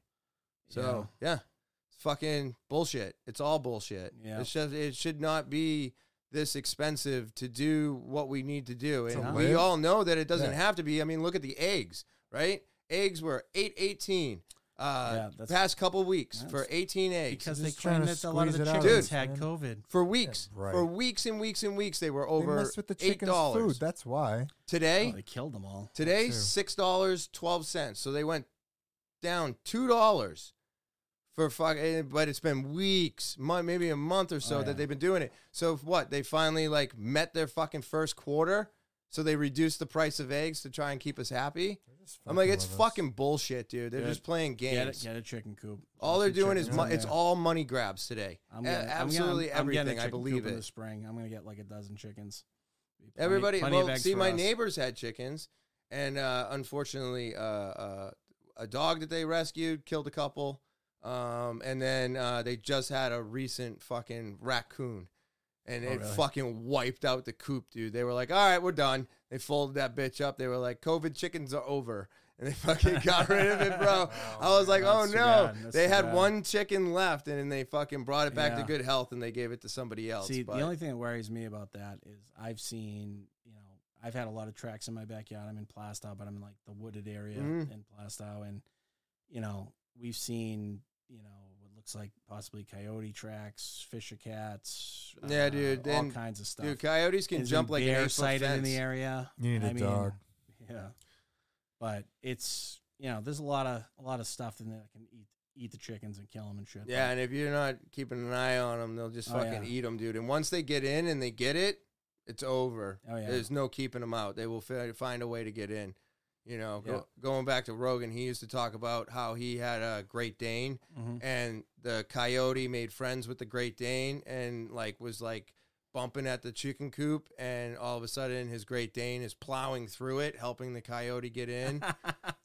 So, yeah. It's fucking bullshit. It's all bullshit. Yeah. It's just, it should not be this expensive to do what we need to do. To And we live? all know that it doesn't Yeah. have to be. I mean, look at the eggs, right? Eggs were 818 uh Yeah, that's- past couple weeks That's- for 18 eggs. because Just they trying claim to that a lot of the squeeze it out, chickens Dude. had man. COVID. for weeks, right. for weeks and weeks and weeks, they were They over messed with the eight chicken's food. dollars. That's why. Today, Oh, they killed them all. Today, too. six dollars twelve cents. So they went down two dollars for fuck. eh, But it's been weeks, month, maybe a month or so Oh, yeah. that they've been doing it. So what? They finally like met their fucking first quarter. So they reduced the price of eggs to try and keep us happy. I'm like, it's fucking bullshit, dude. They're Good. just playing games. Get, it, get a chicken coop. All they're doing is chickens mo- in it's there. all money grabs today. I'm A- getting, I'm getting- absolutely I'm, everything. I'm getting a I chicken believe coop In the it. spring, I'm gonna get like a dozen chickens. Plenty- Everybody, plenty of well, eggs see, for my us. neighbors had chickens, and uh, unfortunately, uh, uh, a dog that they rescued killed a couple, um, and then uh, they just had a recent fucking raccoon, and Oh, it really? fucking wiped out the coop, dude. They were like, "All right, we're done." They folded that bitch up. They were like, "COVID chickens are over." And they fucking got rid of it, bro. I was like, That's oh too no. bad. That's They too had bad. one chicken left and then they fucking brought it back to Yeah. good health and they gave it to somebody else. See, but the only thing that worries me about that is I've seen, you know, I've had a lot of tracks in my backyard. I'm in Plastow, but I'm in like the wooded area Mhm. in Plastow, and you know, we've seen, you know, what looks like possibly coyote tracks, fisher cats, uh, Yeah, dude, all then- kinds of stuff. dude, coyotes can There's jump been like an bear eight foot sighted fence. in the area. You need a a dog. Yeah, but it's you know, there's a lot of a lot of stuff in there that can eat eat the chickens and kill them and shit. Yeah, but and if you're not keeping an eye on them, they'll just Oh, fucking eat 'em, yeah. eat them, dude. And once they get in and they get it, it's over. Oh, yeah. There's no keeping them out. They will fi- find a way to get in. You know, Yeah. go, going back to Rogan, he used to talk about how he had a Great Dane Mhm. and the coyote made friends with the Great Dane and like was like bumping at the chicken coop and all of a sudden his Great Dane is plowing through it, helping the coyote get in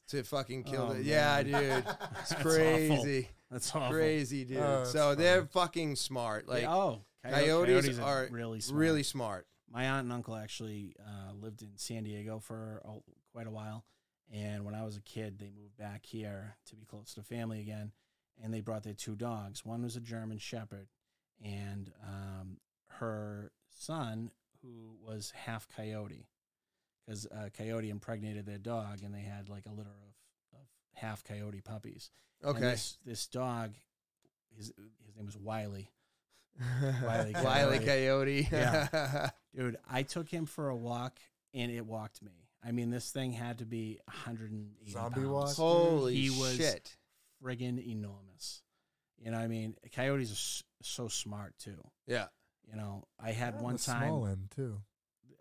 to fucking kill Oh, the Yeah, man. dude. It's That's awful. crazy that's awful. crazy dude. Oh, that's so they're fucking smart. Yeah, Like oh, coyo- coyotes, are really smart. really smart. My aunt and uncle actually uh, lived in San Diego for a, quite a while, and when I was a kid, they moved back here to be close to family again, and they brought their two dogs. One was a German Shepherd, and um, her son, who was half coyote, because uh, coyote impregnated their dog, and they had like a litter of, of half coyote puppies. And Okay. this, this dog, his his name was Wiley. Wiley Wile E. Coyote. Coyote. Yeah. Dude, I took him for a walk and it walked me. I mean, this thing had to be 180 Zombie pounds. walk? Holy He was- shit. Friggin' enormous. You know, what I mean, coyotes are s- so smart too. Yeah. You know, I had On one the time. Small end too.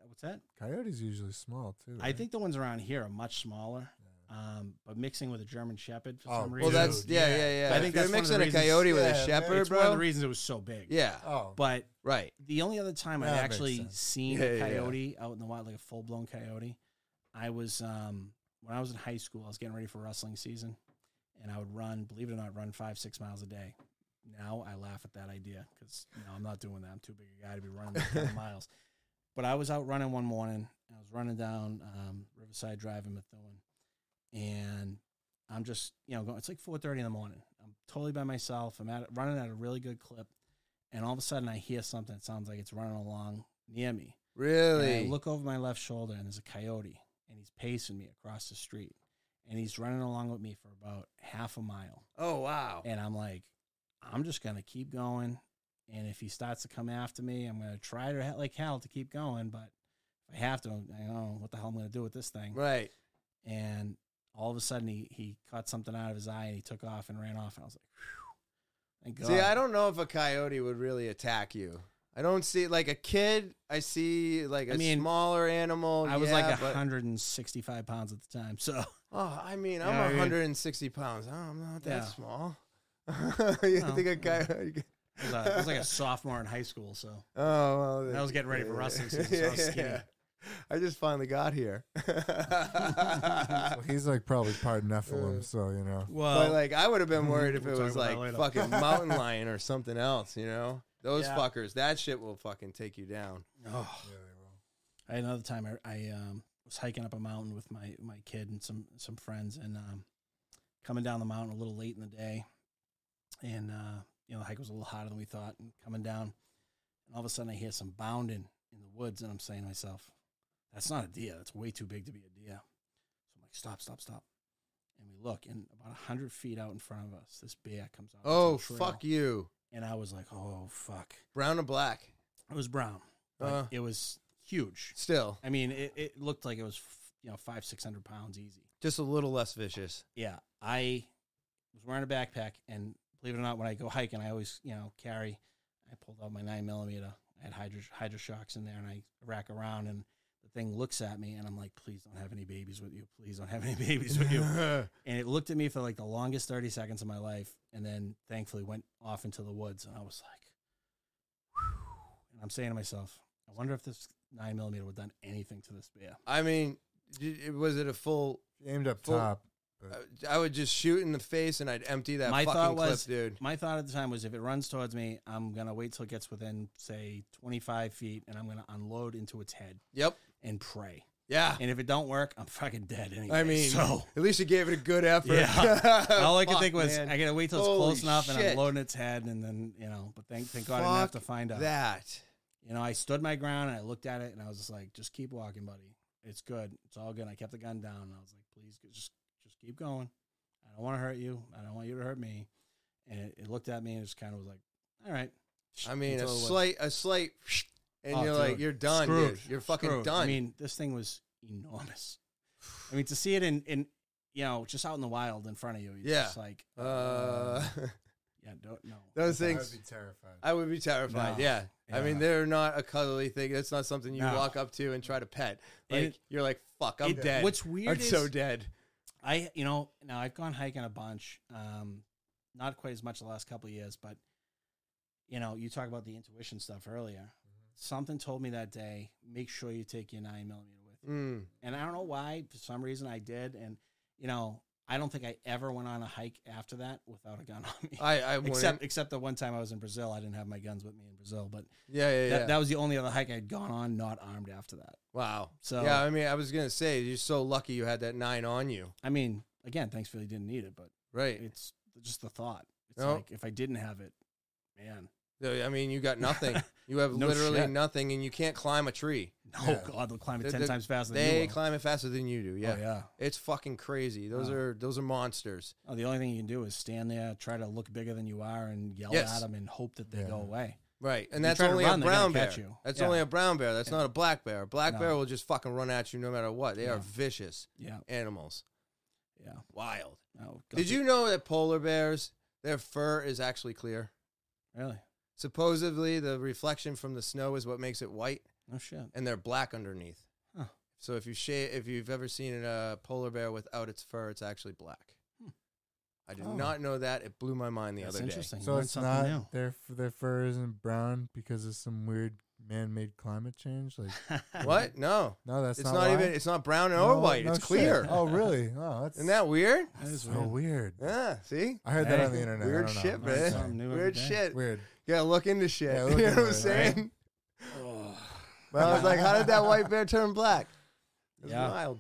What's that? Coyotes usually small too. I right? think the ones around here are much smaller, um, but mixing with a German Shepherd for Oh, some Well, Well, reason. that's Dude, yeah, yeah, yeah. yeah. I If think you're that's one of the mixing a reasons- coyote with Yeah, a man, shepherd, it's one of the bro. reasons it was so big. Yeah. Oh, But Right. the only other time That I've makes actually sense. seen Yeah, a yeah, yeah. coyote out in the wild, like a full blown coyote, I was um, when I was in high school. I was getting ready for wrestling season, and I would run. Believe it or not, run five six miles a day. Now I laugh at that idea because you know, I'm not doing that. I'm too big a guy to be running that kind of miles. But I was out running one morning. I was running down um, Riverside Drive in Methuen, and I'm just you know going. It's like 4:30 in the morning. I'm totally by myself. I'm at running at a really good clip, and all of a sudden I hear something that sounds like it's running along near me. And Really. I look over my left shoulder and there's a coyote and he's pacing me across the street and he's running along with me for about half a mile. oh wow. And I'm like, I'm just gonna keep going. And if he starts to come after me, I'm gonna try to he- like hell to keep going. But if I have to, I don't know what the hell I'm gonna do with this thing. Right. And all of a sudden, he he caught something out of his eye and he took off and ran off. And I was like, Whew. thank God. See, I don't know if a coyote would really attack you. I don't see like a kid. I see like a I mean, smaller animal. I was yeah, like but- 165 pounds at the time, so Oh, I mean, You I'm know what I mean? 160 pounds. Oh, I'm not that Yeah. small. you Well, think a yeah. coyote? could- I was, a, I was like a sophomore in high school. So Oh, well, And I was getting ready for wrestling season, so I was skinny. I just finally got here. Well, he's like probably part Nephilim, so you know. but like, I would have been worried if Um, mm-hmm. We'll it was talk about that like later. fucking mountain lion or something else. You know, those Yeah. fuckers. That shit will fucking take you down. I had another time I, I um, was hiking up a mountain with my my kid and some some friends, and um, coming down the mountain a little late in the day, and uh, you know the hike was a little hotter than we thought, and coming down, and all of a sudden I hear some bounding in the woods, and I'm saying to myself, "That's not a deer. That's way too big to be a deer." So I'm like, "Stop, stop, stop." And we look, and about a hundred feet out in front of us, this bear comes out. onto Oh, the trail. fuck you. And I was like, "Oh fuck!" Brown and black. It was brown. But Uh. it was huge. Still, I mean, it, it looked like it was, f- you know, five, six hundred pounds easy. just a little less vicious. Yeah. I was wearing a backpack, and believe it or not, when I go hiking, I always, you know, carry. I pulled out my nine millimeter. I had hydro, hydro shocks in there, and I rack around, and the thing looks at me, and I'm like, please don't have any babies with you. Please don't have any babies with you. and it looked at me for like the longest 30 seconds of my life and then thankfully went off into the woods and i was like "Whew." and i'm saying to myself i wonder if this 9 millimeter would have done anything to this bear I mean, d- it- was it a full? Aimed up Full- top. I would just shoot in the face and I'd empty that Uh. my fucking thought clip, was dude. my thought at the time was if it runs towards me i'm gonna wait till it gets within say 25 feet and i'm gonna unload into its head Yep. and pray Yeah. and if it don't work i'm fucking dead anyway I mean, so at least you gave it a good effort. Yeah. all I could Fuck, think was man. I gotta wait till it's Holy close enough, and shit. I'm loading its head, and then you know. But thank thank God I didn't have to Fuck find out. that. you know, I stood my ground and I looked at it and I was just like, just keep walking, buddy. It's good. It's all good. I kept the gun down and I was like, please g- just just keep going. I don't want to hurt you. I don't want you to hurt me. And it, it looked at me and just kind of was like, all right. I mean, a Until it was slight, a slight, and Oh, you're dude. like, you're done, dude. Screwed. You're fucking screwed. done. I mean, this thing was enormous. I mean, to see it in in you know just out in the wild in front of you, you're Yeah. just like, uh, yeah, don't no. those I'd things, be terrified. I would be terrified. No. Yeah. I mean, Yeah. they're not a cuddly thing. That's not something you No. walk up to and try to pet. Like And it- you're like, fuck, I'm It- dead. What's weird I'm is so dead. I you know now I've gone hiking a bunch, um, not quite as much the last couple of years, but you know you talk about the intuition stuff earlier. Something told me that day, make sure you take your nine millimeter with you. Mm. And I don't know why, for some reason I did, and you know I don't think I ever went on a hike after that without a gun on me. I, I wouldn't. except except the one time I was in Brazil, I didn't have my guns with me in Brazil, but yeah, yeah, yeah. that, that was the only other hike I'd gone on not armed after that. wow. So- yeah, I mean, I was gonna say you're so lucky you had that nine on you, I mean, again, thanks thankfully didn't need it, but right? it's just the thought. It's No. like if I didn't have it, man, So, I mean, you got nothing. You have No literally shit. nothing, and you can't climb a tree. no Yeah. God, they'll climb it They- ten they- times faster than They you will. climb it faster than you do. Yeah, Oh, yeah. it's fucking crazy. Those Oh. are those are monsters. Oh, the only thing you can do is stand there, try to look bigger than you are, and yell Yes. at them and hope that they Yeah. go away. Right, and you that's try to only run, a they're gonna brown bear. catch you. That's Yeah. only a brown bear. That's not a black bear. A black No. bear will just fucking run at you no matter what. They are Yeah. vicious Yeah, animals. yeah. Wild. Oh, God, Did you know that polar bears, their fur is actually clear? really? Supposedly, the reflection from the snow is what makes it white, No shit. and they're black underneath. Huh. So if you shave, if you've ever seen a polar bear without its fur, it's actually black. I did Oh. not know that. It blew my mind the Hmm. That's other day. interesting. So Learn it's something not new. their f- their fur isn't brown because of some weird man-made climate change. Like What? No, no, that's it's not, why? even. It's not brown or No, white. no it's shit. clear. Oh really? Oh, that's Isn't that weird? That is so weird. weird. Yeah. See, I heard that Hey, on the internet. I weird don't know. shit, I'm just man. Something saying. new every Weird day. shit. Weird. Yeah, look into shit. Yeah, you look know into what I'm it, right? saying? But I was like, how did that white bear turn black? It's Yeah. wild.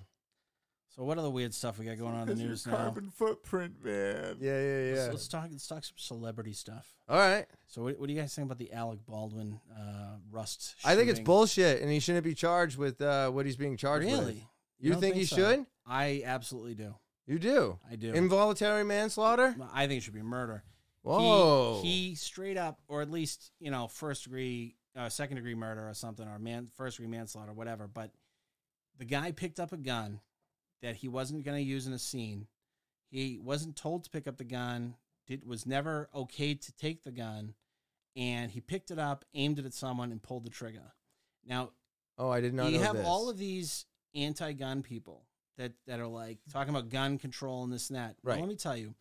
So what other weird stuff we got going on in the news now? carbon footprint, man. Yeah, yeah, yeah. So let's talk. Let's talk some celebrity stuff. All right. So what, what do you guys think about the Alec Baldwin uh, rust? I think it's shooting? bullshit, and he shouldn't be charged with uh, what he's being charged with. Really? You don't think he so? should? I absolutely do. You do. I do. Involuntary manslaughter? I think it should be murder. He- Whoa. He, straight up, or at least you know, first degree, uh, second degree murder or something, or man, first degree manslaughter, whatever. But the guy picked up a gun that he wasn't going to use in a scene. He wasn't told to pick up the gun. Did was never okay to take the gun, and he picked it up, aimed it at someone, and pulled the trigger. Now oh, I did not you know have this. all of these anti-gun people that that are like talking about gun control and this and that. Well, Right. let me tell you,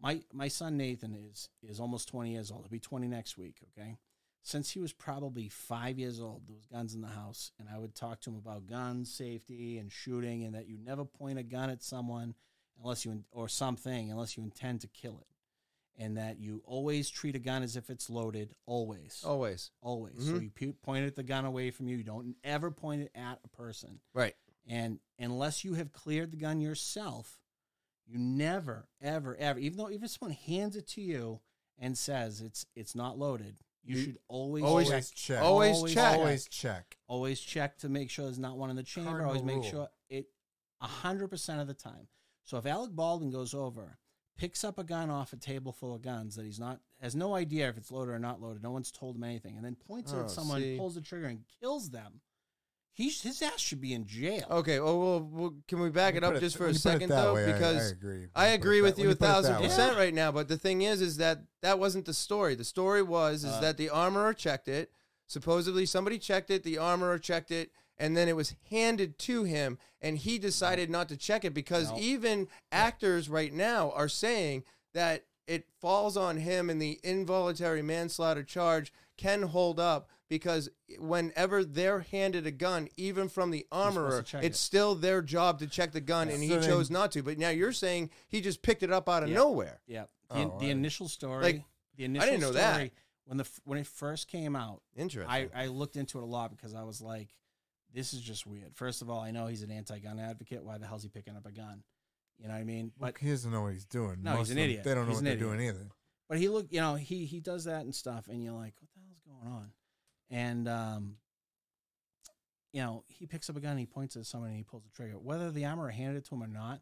my my son Nathan is is almost twenty years old. He'll be twenty next week. Okay. Since he was probably five years old, there was guns in the house, and I would talk to him about gun safety and shooting, and that you never point a gun at someone unless you in- or something unless you intend to kill it, and that you always treat a gun as if it's loaded, always Always. always. So Mhm. you pu- point at the gun away from you. You don't ever point it at a person. Right. And unless you have cleared the gun yourself, you never, ever, ever, even though even if someone hands it to you and says it's it's not loaded, you, You- should always always check, Always check. Always Always check. Always check. always check to make sure there's not one in the chamber. Cardinal always make rule. sure it hundred percent of the time. So if Alec Baldwin goes over, picks up a gun off a table full of guns that he's not has no idea if it's loaded or not loaded, no one's told him anything, and then points it Oh, at someone, see. pulls the trigger, and kills them, he sh- his ass should be in jail. Okay. Well, well, well can we back When it you up put just th- for when a you put it second that though? way, I- because I agree. I agree with you a thousand way. percent Yeah. right now. But the thing is, is that that wasn't the story. The story was is Uh, that the armorer checked it. Supposedly, somebody checked it. The armorer checked it, and then it was handed to him, and he decided not to check it because No. even actors right now are saying that it falls on him, and the involuntary manslaughter charge can hold up because whenever they're handed a gun, even from the to armorer, check it's it. still their job to check the gun, Yeah. and So he then- chose not to. But now you're saying he just picked it up out of Yeah. nowhere. Yeah. The, Oh, the I- initial story. Like, the initial didn't know story, that. When the f- when it first came out, Interesting. I, I looked into it a lot because I was like, this is just weird. First of all, I know he's an anti-gun advocate. Why the hell's he picking up a gun? You know what I mean? But he doesn't know what he's doing. No, he's Most an of them, idiot. They don't know He's what an they're idiot. doing either. but he look, you know, he he does that and stuff, and you're like, what the hell's going on? And um, you know, he picks up a gun, he points at someone, and he pulls the trigger. Whether the armorer handed it to him or not,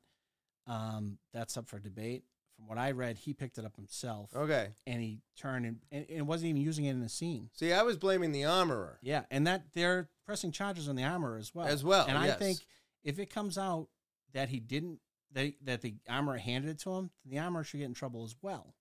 um, that's up for debate. From what I read, he picked it up himself, okay. and he turned and, and, and wasn't even using it in the scene. See, I was blaming the armorer. Yeah, and that they're pressing charges on the armorer as well. As well, and I yes. think if it comes out that he didn't that that the armorer handed it to him, the armorer should get in trouble as well.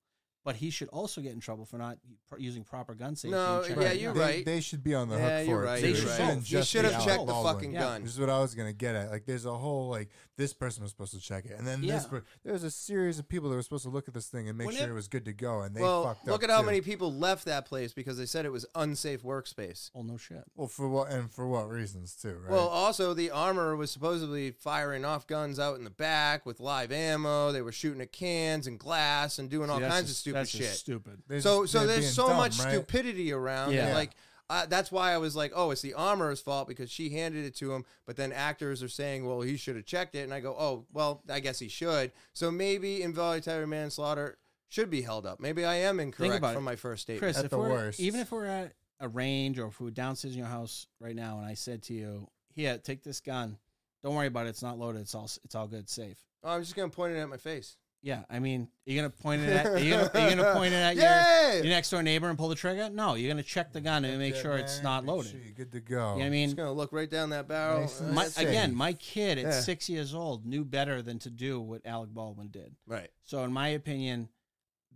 But he should also get in trouble for not pro- using proper gun safety. No, and checking yeah, it you're out. they, right. They should be on the Yeah, hook you're for right, it. too. you're It right. shouldn't They just should be have Alec checked the Baldwin. fucking Yeah. gun. This is what I was gonna get at. Like, there's a whole like this person was supposed to check it, and then this. Yeah. Per- there's a series of people that were supposed to look at this thing and make When sure it- it was good to go, and they well, fucked up. look at how too. many people left that place because they said it was unsafe workspace. Oh no shit. Well, for what and for what reasons too? Right. Well, also the armorer was supposedly firing off guns out in the back with live ammo. They were shooting at cans and glass and doing all See, that's kinds just- of stupid that's shit. Just stupid. They're so just- so they're there's being so dumb, much right? stupidity around and Yeah. like uh, that's why i was like oh it's the armorer's fault because she handed it to him but then actors are saying well he should have checked it and i go oh well i guess he should so maybe involuntary manslaughter should be held up maybe i am incorrect about from it. my first statement Chris, At if the we're, worst. even if we're at a range or if we were downstairs in your house right now, and I said to you, "Here, take this gun. Don't worry about it. It's not loaded. It's all s- it's all good, safe." oh, i'm just gonna point it at my face Yeah, I mean, you're gonna point it at you're gonna, you're gonna point it at Yay! your, your next door neighbor and pull the trigger. No, you're gonna check the gun and make Yeah, sure it's man, Oh, not make loaded. sure You you're good to go. know what I i'm just mean? gonna look right down that barrel Nice and Uh, My, Let's see. again, my kid at Yeah. six years old knew better than to do what Alec Baldwin did. right So, in my opinion,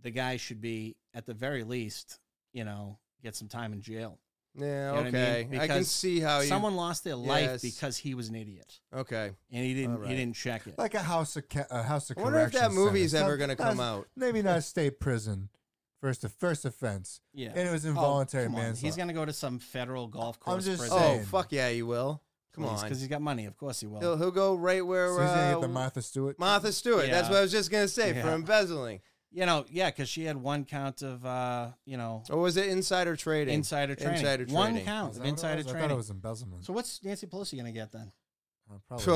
the guy should be at the very least, you know, get some time in jail. yeah You know what I mean? okay I, can Because see Oh, how you Someone lost their life Yes. because he was an idiot okay and he didn't Alright. he didn't check it. like a house of ca- a house of. I wonder if that corrections movie's sentence. ever Not- gonna come not- out. Maybe not state prison, first first offense. yeah, and it was Oh, involuntary come on. manslaughter. He's gonna go to some federal golf I'm course just prison. oh saying. fuck yeah you will come on because he's got money. Of course he will. He'll, he'll go right where So he's gonna uh, get the Martha Stewart. Martha Stewart. That's Yeah. what I was just gonna say for Yeah. embezzling, you know, yeah, because she had one count of uh, you know or was it insider trading? insider trading, Insider trading. one count Is of that what it was? insider I thought it trading. was embezzlement. so what's Nancy Pelosi gonna get then? Uh, probably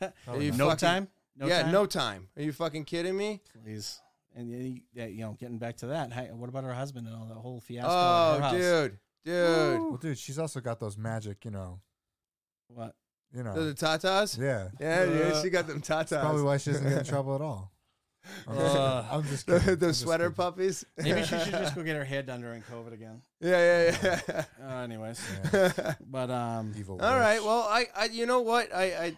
not. Are you not. no fucking- time, no yeah, time, no time. Are you fucking kidding me? please. And then, yeah, you know, getting back to that, hi- what about her husband and all that whole fiasco? at her Oh, house? dude, dude. Well, dude, she's also got those magic, you know, what? you know. The, the tatas. yeah, Yeah, dude, Uh, she got them probably tatas. why she doesn't get in trouble at all. I'm, Uh, just kidding. I'm just The, kidding. the I'm just sweater kidding. puppies. Maybe she should just go get her hair done during COVID again. yeah, yeah, yeah. Uh, anyways, Yeah. but um, Evil. All right. witch. Well, I, I, you know what? I, I,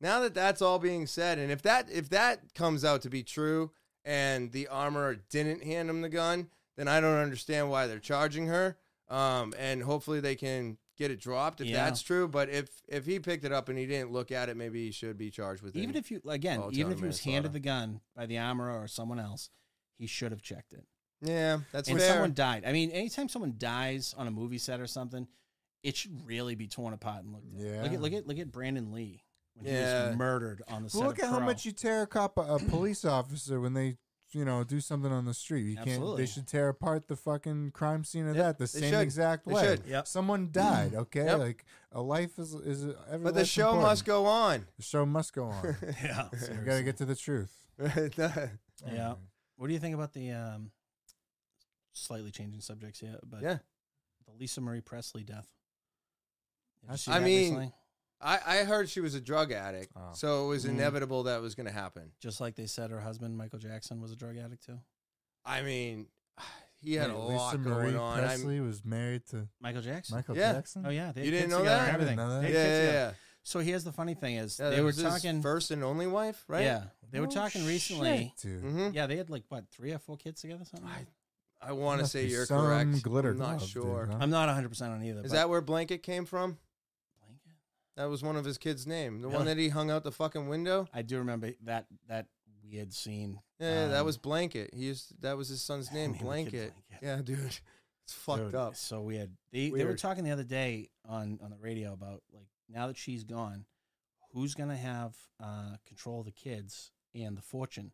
now that that's all being said, and if that if that comes out to be true, and the armorer didn't hand him the gun, then I don't understand why they're charging her. Um, and hopefully they can get it dropped if Yeah. that's true. But if if he picked it up and he didn't look at it, maybe he should be charged with even it. if you again, Oh, even Tony if he was Manslaughter. handed the gun by the armorer or someone else, he should have checked it. yeah, that's and fair. someone died. I mean, anytime someone dies on a movie set or something, it should really be torn apart and looked at. Yeah. Look at look at look at Brandon Lee when he Yeah. was murdered on the set. Well, look of at how Pro. much you tear a cop, a police officer, when they you know, do something on the street. You can't. Absolutely. They should tear apart the fucking crime scene of Yep, that the they same should. exact They way. should. Mm-hmm. Yep. Someone died. Okay, Yep. like a life is is every But the life's show important. must go on. The show must go on. Yeah. you gotta get to the truth. yeah. Yeah. What do you think about the um, slightly changing subjects yet? But the Lisa Marie Presley death. Did you I see I that mean- recently? I, I heard she was a drug addict, Oh. so it was Mhm. inevitable that was going to happen. just like they said her husband Michael Jackson was a drug addict too. I mean, he had Wait, a Lisa lot Marie going on. I mean, Presley was married to Michael Jackson. Michael Yeah. Jackson. Oh yeah, they You had didn't kids know together that? and I didn't Everything. know that. yeah, They had yeah, kids together. yeah. So here's the funny thing is Yeah, they that were was his talking. first and only wife, right? Oh, Yeah, they were No talking shit, recently. dude. hmm Yeah, they had like what three or four kids together. Something. I- I want to Must say be you're some correct. glitter I'm not glove, dude, sure. huh? I'm not 100 percent on either. Is but- that where Blanket came from? That was one of his kids' name. The one Really? that he hung out the fucking window. I do remember that that weird scene. Yeah, yeah, that Um, was Blanket. He used that was his son's I name, mean, the kid Blanket. Blanket. Yeah, dude, it's fucked Dude, up. it's So weird. They they were Weird. talking the other day on on the radio about like now that she's gone, who's gonna have uh, control of the kids and the fortune,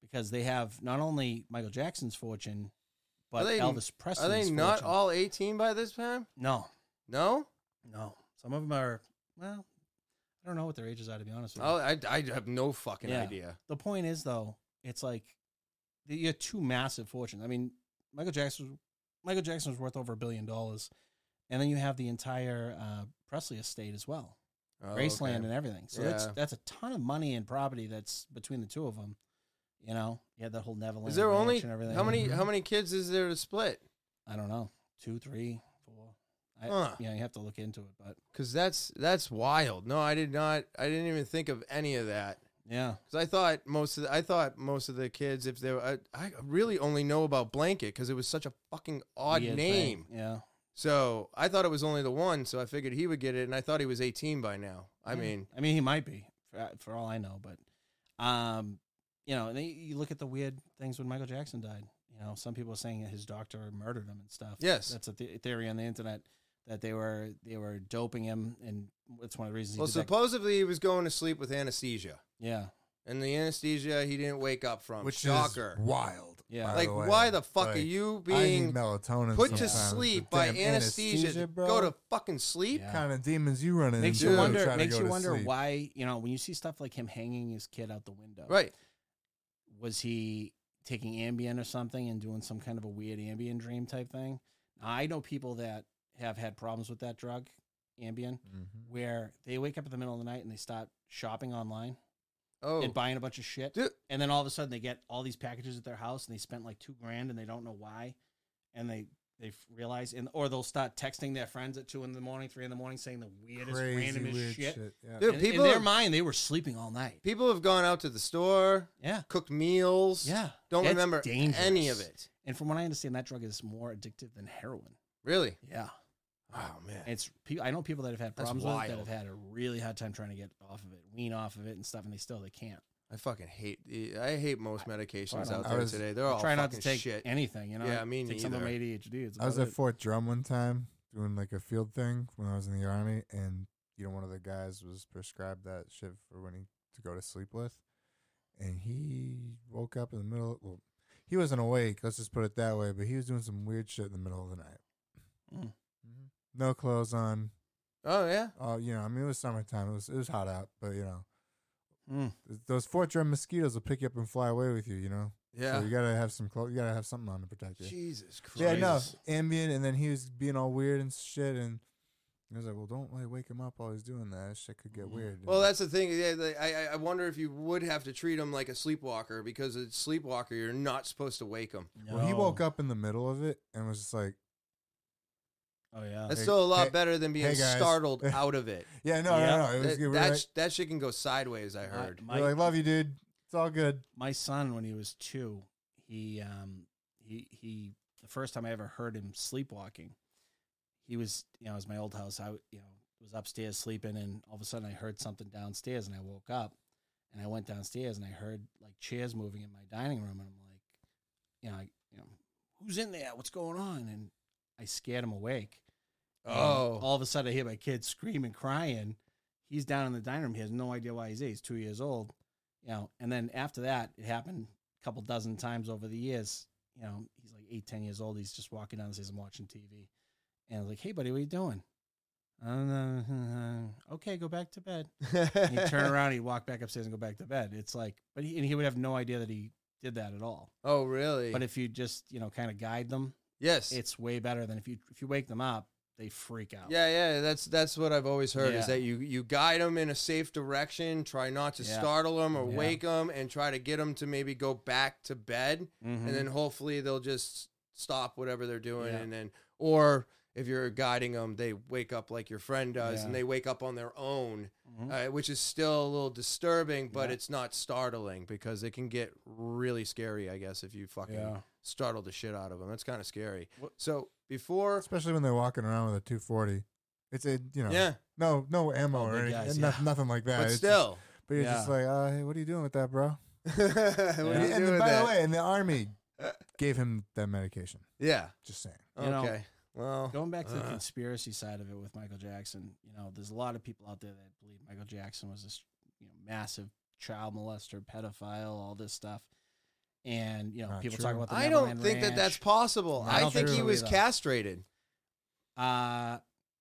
because they have not only Michael Jackson's fortune, but they- Elvis Presley's. Are they not fortune. all 18 by this time? No, No. no. Some of them are. Well, I don't know what their ages are to be honest with you. Oh, I, I have no fucking Yeah. idea. The point is though, it's like the- you have two massive fortunes. I mean, Michael Jackson, Michael Jackson was worth over a billion dollars, and then you have the entire uh, Presley estate as well, Oh, Graceland okay. and everything. So that's Yeah. that's a ton of money and property that's between the two of them. You know, you had that whole Neverland. Is there Ranch only and everything. how many Mm-hmm. how many kids is there to split? I don't know, two, three, four. I, Huh. Yeah, you have to look into it, but Because that's that's wild. No, I did not. I didn't even think of any of that. yeah, Because I thought most of the, I thought most of the kids, if they were, I, I really only know about Blanket because it was such a fucking odd weird name. thing. E Yeah, So I thought it was only the one. So I figured he would get it, and I thought he was 18 by now. I Yeah. mean, I mean, he might be for, uh, for all I know, but um, you know, and then you look at the weird things when Michael Jackson died. You know, some people are saying that his doctor murdered him and stuff. Yes. that's a th- theory on the internet that they were they were doping him, and that's one of the reasons. well, he did that. supposedly he was going to sleep with anesthesia, yeah, and the anesthesia he didn't wake up from. Which Shocker! is wild. Yeah. by like, the way. why the fuck Like, are you I need being melatonin put to sometimes. The sleep by damn anesthesia? to Go to fucking sleep? Yeah. kind of demons you running makes into you Dude. when trying wonder. to Makes go you to wonder sleep. why you know when you see stuff like him hanging his kid out the window. Right. was he taking Ambien or something and doing some kind of a weird Ambien dream type thing? I know people that have had problems with that drug, Ambien, Mm-hmm. where they wake up in the middle of the night and they start shopping online Oh, and buying a bunch of shit. Dude. And then all of a sudden they get all these packages at their house and they spent like two grand and they don't know why. And they, they f- realize, and or they'll start texting their friends at two in the morning, three in the morning, saying the weirdest, Crazy randomest weird shit. Yeah. Dude, In- people in their have- mind, they were sleeping all night. people have gone out to the store, Yeah. cooked meals. Yeah. Don't It's remember any of dangerous. it. And from what I understand, that drug is more addictive than heroin. Really? Yeah, Oh man. it's. pe- I know people that have had That's problems with it that wild. have had a really hard time trying to get off of it, wean off of it, and stuff, and they still they can't. I fucking hate. the- I hate most medications I out don't- there I was- today. They're all try fucking not to take shit. anything, you know. Yeah, me take something with neither. ADHD. It's I was about at it. Fort Drum one time doing like a field thing when I was in the army, and you know one of the guys was prescribed that shit for when he to go to sleep with, and he woke up in the middle. Well, he wasn't awake. Let's just put it that way. But he was doing some weird shit in the middle of the night. Mm-hmm. Mm. No clothes on. Oh yeah. Oh, you know, I mean, it was summertime. It was it was hot out, but you know, Mm. th- those Fort Drum mosquitoes will pick you up and fly away with you. You know, Yeah. so you gotta have some clothes. You gotta have something on to protect you. Jesus Christ. Yeah, no, Jesus. ambient, and then he was being all weird and shit, and I was like, "Well, don't like wake him up while he's doing that. That shit could get weird." Mm. Well, that's the thing. Yeah, like, I I- I wonder if you would have to treat him like a sleepwalker because a sleepwalker you're not supposed to wake him. well, he No. woke up in the middle of it and was just like, Oh yeah, That's Hey- still a lot hey- better than being hey, guys. startled out of it. "Yeah, no, Yeah. no, no, it was That, good." We that, We're, sh- that shit can go sideways. I My- heard. like, we My, were like, "Love you, dude. It's all good." my son when he was two, he um he he the first time I ever heard him sleepwalking, he was you know it was my old house. I you know was upstairs sleeping, and all of a sudden I heard something downstairs, and I woke up, and I went downstairs, and I heard like chairs moving in my dining room, and I'm like, you know, I, you know, who's in there? What's going on? And I scared him awake. And Oh. Um, all of a sudden I hear my kid scream and crying. He's down in the dining room. He has no idea why he's there. He's two years old you know, and then after that, it happened a couple dozen times over the years. You know, he's like eight, ten years old. He's just walking down and says, I'm watching TV. And I'm like, hey, buddy, what are you doing? I don't know. okay, go back to bed. And he'd turn around, he'd walk back upstairs and go back to bed. It's like, but he, and he would have no idea that he did that at all. oh, really? But if you just, you know, kind of guide them, yes. it's way better than if you if you wake them up, they freak out. Yeah, yeah, that's that's what I've always heard is Yeah. that you you guide them in a safe direction, try not to Yeah. startle them or wake 'em Yeah. wake them, and try to get them to maybe go back to bed, Mhm. and then hopefully they'll just stop whatever they're doing, Yeah. and then or if you're guiding them, they wake up like your friend does, and Yeah. they wake up on their own, Mhm. uh, which is still a little disturbing, but Yeah. it's not startling because it can get really scary, I guess, if you fucking Yeah. startle the shit out of them. That's kind of scary. What- So before, especially when they're walking around with a 240. It's a you know yeah, no no ammo Oh, or big anything, guys, no- yeah. nothing like that. but It's just- still. but you're just Yeah. like, uh, hey, what are you doing with that, bro? what do Yeah. you And, do then, with by that? the way, and the army gave him that medication. Yeah. Just saying. You know, okay. well, Going back to the uh, conspiracy side of it with Michael Jackson, you know, there's a lot of people out there that believe Michael Jackson was this, you know, massive child molester, pedophile, all this stuff. And, you know, Not people true. talk about the I don't Neverland think that that's Ranch. possible. No, I I don't think think he so was either. castrated uh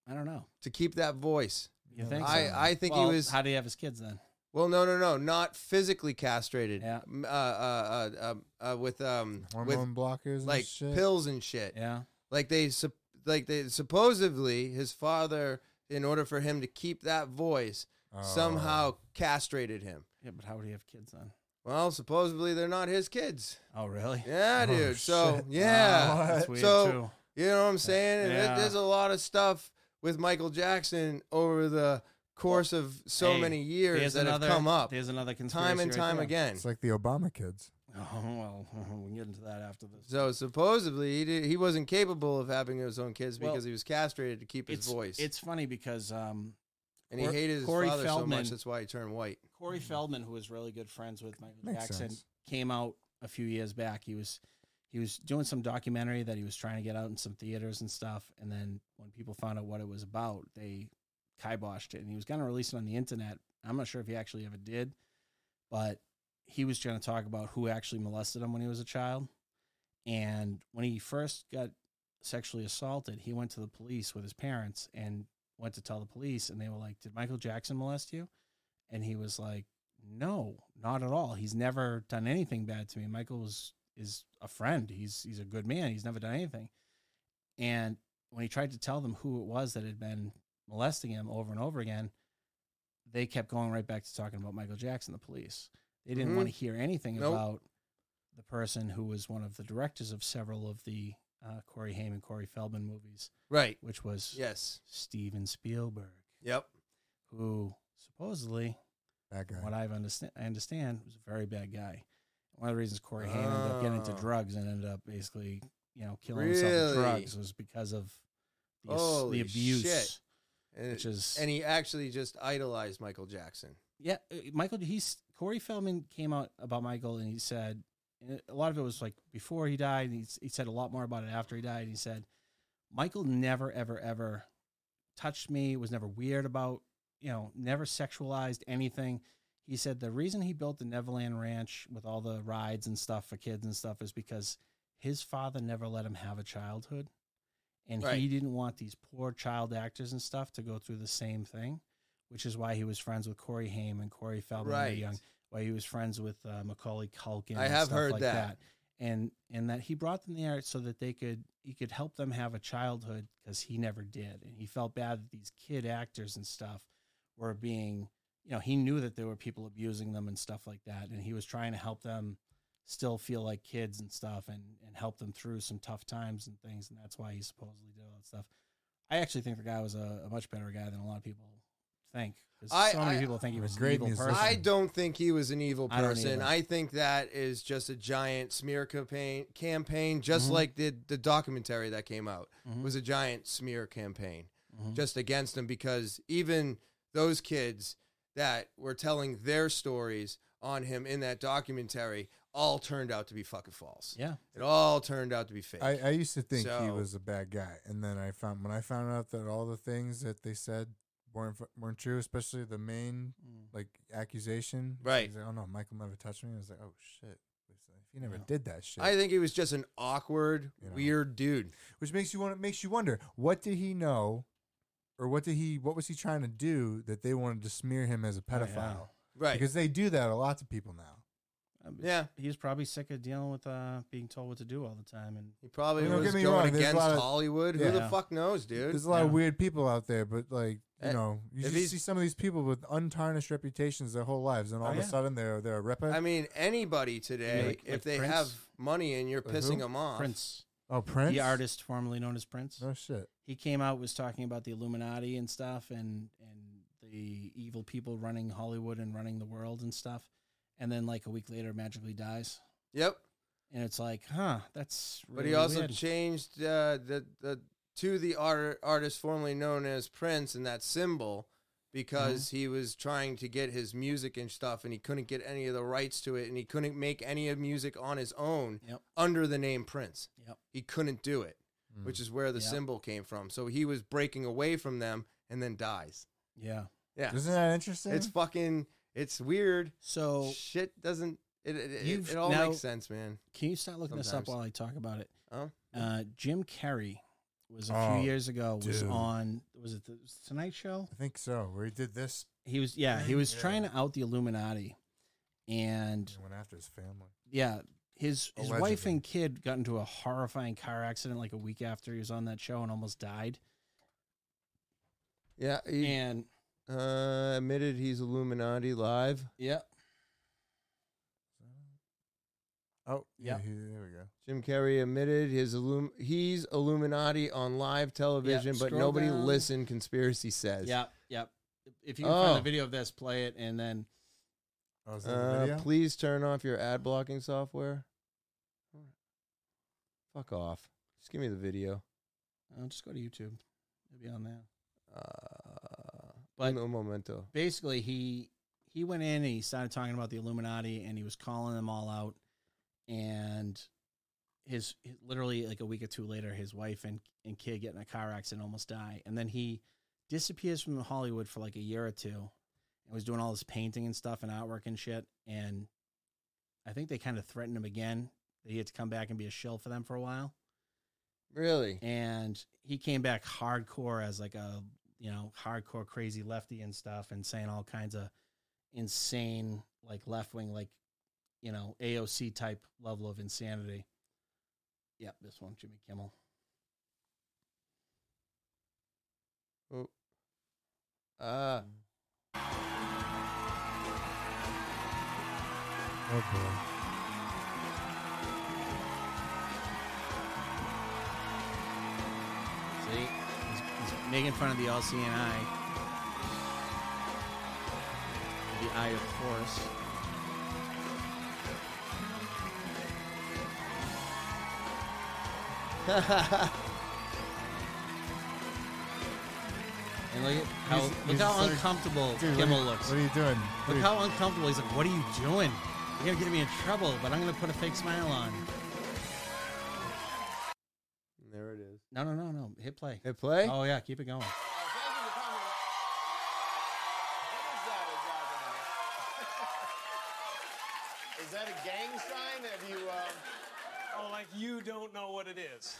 I don't know. to keep that voice. You Yeah, think that's I, so. I think Well, he was. how do you have his kids then? Well, no, no, no, not physically castrated. Yeah. M- Uh, uh, uh, uh, uh, with um, Hormone blockers with and like shit. pills and shit. Yeah. Like they, sup- like they supposedly his father, in order for him to keep that voice, Oh. somehow castrated him. Yeah, but how would he have kids then? Well, supposedly they're not his kids. Oh really? Oh, Yeah, Oh, dude. so shit. yeah. Wow. That's Uh, weird so- too. You know what I'm saying? And there- Yeah. there's a lot of stuff with Michael Jackson over the course of so Hey, many years There's that another, have come up There's another conspiracy. time and right time there. again. It's like the Obama kids. Oh well, we can get into that after this. So supposedly he, did, he wasn't capable of having his own kids Well, because he was castrated to keep his it's, voice, It's funny because um, and he Cor- hated his Corey father so much Feldman- that's why he turned white. Corey Feldman, who was really good friends with Michael Mm-hmm. Makes Jackson, sense. came out a few years back. He was he was doing some documentary that he was trying to get out in some theaters and stuff. And then when people found out what it was about, they kiboshed it. And he was going to release it on the internet. I'm not sure if he actually ever did, but he was going to talk about who actually molested him when he was a child. And when he first got sexually assaulted, he went to the police with his parents and went to tell the police. And they were like, Did Michael Jackson molest you? And he was like, No, not at all. He's never done anything bad to me. Michael was is a friend. He's he's a good man. He's never done anything. And when he tried to tell them who it was that had been molesting him over and over again, they kept going right back to talking about Michael Jackson, the police. They didn't Mhm. want to hear anything Nope. about the person who was one of the directors of several of the uh, Corey Haim and Corey Feldman movies, Right. which was Yes. Steven Spielberg, Yep. who supposedly That guy. from what I've understand, I understand, was a very bad guy. One of the reasons Corey Haim ended up getting into Oh. drugs and ended up basically, you know, killing himself with Really? drugs was because of the, ass- Holy the abuse, shit. And, which is and he actually just idolized Michael Jackson. yeah. uh, Michael, he's Corey Feldman came out about Michael and he said and a lot of it was like before he died. And he s- he said a lot more about it after he died. He said Michael never ever ever touched me. Was never weird about you know never sexualized anything. He said the reason he built the Neverland Ranch with all the rides and stuff for kids and stuff is because his father never let him have a childhood. And he Right. didn't want these poor child actors and stuff to go through the same thing, which is why he was friends with Corey Haim and Corey Feldman when they were Right. young, why he was friends with uh, Macaulay Culkin. I and have stuff heard like that. and and that he brought them there so that they could he could help them have a childhood because he never did, and he felt bad that these kid actors and stuff were being you know he knew that there were people abusing them and stuff like that and he was trying to help them still feel like kids and stuff and and help them through some tough times and things and that's why he supposedly did all that stuff i actually think the guy was a, a much better guy than a lot of people think 'Cause I- so many I- people think he A was an great evil musician. person I don't think he was an evil I don't person. either. I, think that is just a giant smear campaign. Campaign, just Mhm. like the the documentary that came out Mhm. was a giant smear campaign, Mhm. just against him because even those kids that were telling their stories on him in that documentary all turned out to be fucking false. yeah It all turned out to be fake. I, I used to think he So- was a bad guy, and then I found when I found out that all the things that they said weren't fu- weren't true, especially the main like accusation. Mm. Right. He's like, oh no, Michael never touched me. I was like, oh shit. If He never did that shit. I think he was just an awkward, weird dude. which makes you want makes you wonder what did he know or what did he what was he trying to do that they wanted to smear him as a pedophile Right. because they do that a lot to people now Um, Yeah. he was probably sick of dealing with uh, being told what to do all the time, and he probably Well, don't was get me going wrong, there's a against lot of- Hollywood. Who the Yeah. fuck knows, dude? there's a lot of Yeah. weird people out there but like you Eh, know you if just he's- see some of these people with untarnished reputations their whole lives and all Oh, of yeah. a sudden they're they're a repa I mean, anybody today, like- if like they Prince? have money and you're Like who? pissing them off, Prince, oh prince the artist formerly known as Prince, oh shit he came out was talking about the Illuminati and stuff, and and the evil people running Hollywood and running the world and stuff, and then like a week later, magically dies, yep. and it's like, huh, that's. Really but he also weird. changed uh, the the to the art, artist formerly known as Prince and that symbol because Mm-hmm. he was trying to get his music and stuff, and he couldn't get any of the rights to it, and he couldn't make any of music on his own Yep. under the name Prince. Yep. Mm. He couldn't do it, which is where the Yep. symbol came from. So he was breaking away from them, and then dies. Yeah. Yeah, isn't that interesting it's fucking it's weird. So Shit doesn't it? It, it- You've it all now- makes sense, man. can you start looking this up Sometimes. while I talk about it? Oh, Uh, Jim Carrey was a Oh, few years ago was dude. on was it the Tonight Show? i think so where he did this He was yeah Mm-hmm. he was Yeah. trying to out the Illuminati, and and went after his family yeah his his wife Allegedly. and kid got into a horrifying car accident like a week after he was on that show and almost died. yeah. he- And Uh, admitted he's Illuminati live. yeah, oh yeah Yep. he, there we go Jim Carrey admitted his Illum- he's Illuminati on live television, but scroll nobody down. listened. Conspiracy says. yeah, yeah. If you can find Oh. the video of this, play it, and then oh is that the Uh, video please turn off your ad blocking software. Fuck off. Just give me the video. uh, just go to YouTube. It'll be on there. Uh, But- no momento. basically he he went in and he started talking about the Illuminati and he was calling them all out and his literally like a week or two later his wife and and kid get in a car accident and almost die and then he disappears from Hollywood for like a year or two and was doing all this painting and stuff and artwork and shit and I think they kind of threatened him again that he had to come back and be a shill for them for a while Really? and he came back hardcore as like a you know hardcore crazy lefty and stuff and saying all kinds of insane like left wing like you know AOC type level of insanity. Yep, this one Jimmy Kimmel. Uh, oh boy See, he's, he's making fun of the LCNI. The eye of force. and look at how He's- look he's how just like, uncomfortable Dude, Kimmel what are you- looks. What are you doing? Look Dude, how uncomfortable he's like. What are you doing? You're gonna get me in trouble, but I'm gonna put a fake smile on. there it is. No, no, no, no. Hit play. Hit play. Oh yeah, keep it going. Is that a gang sign? Have you? Uh... Oh, like you don't know what it is.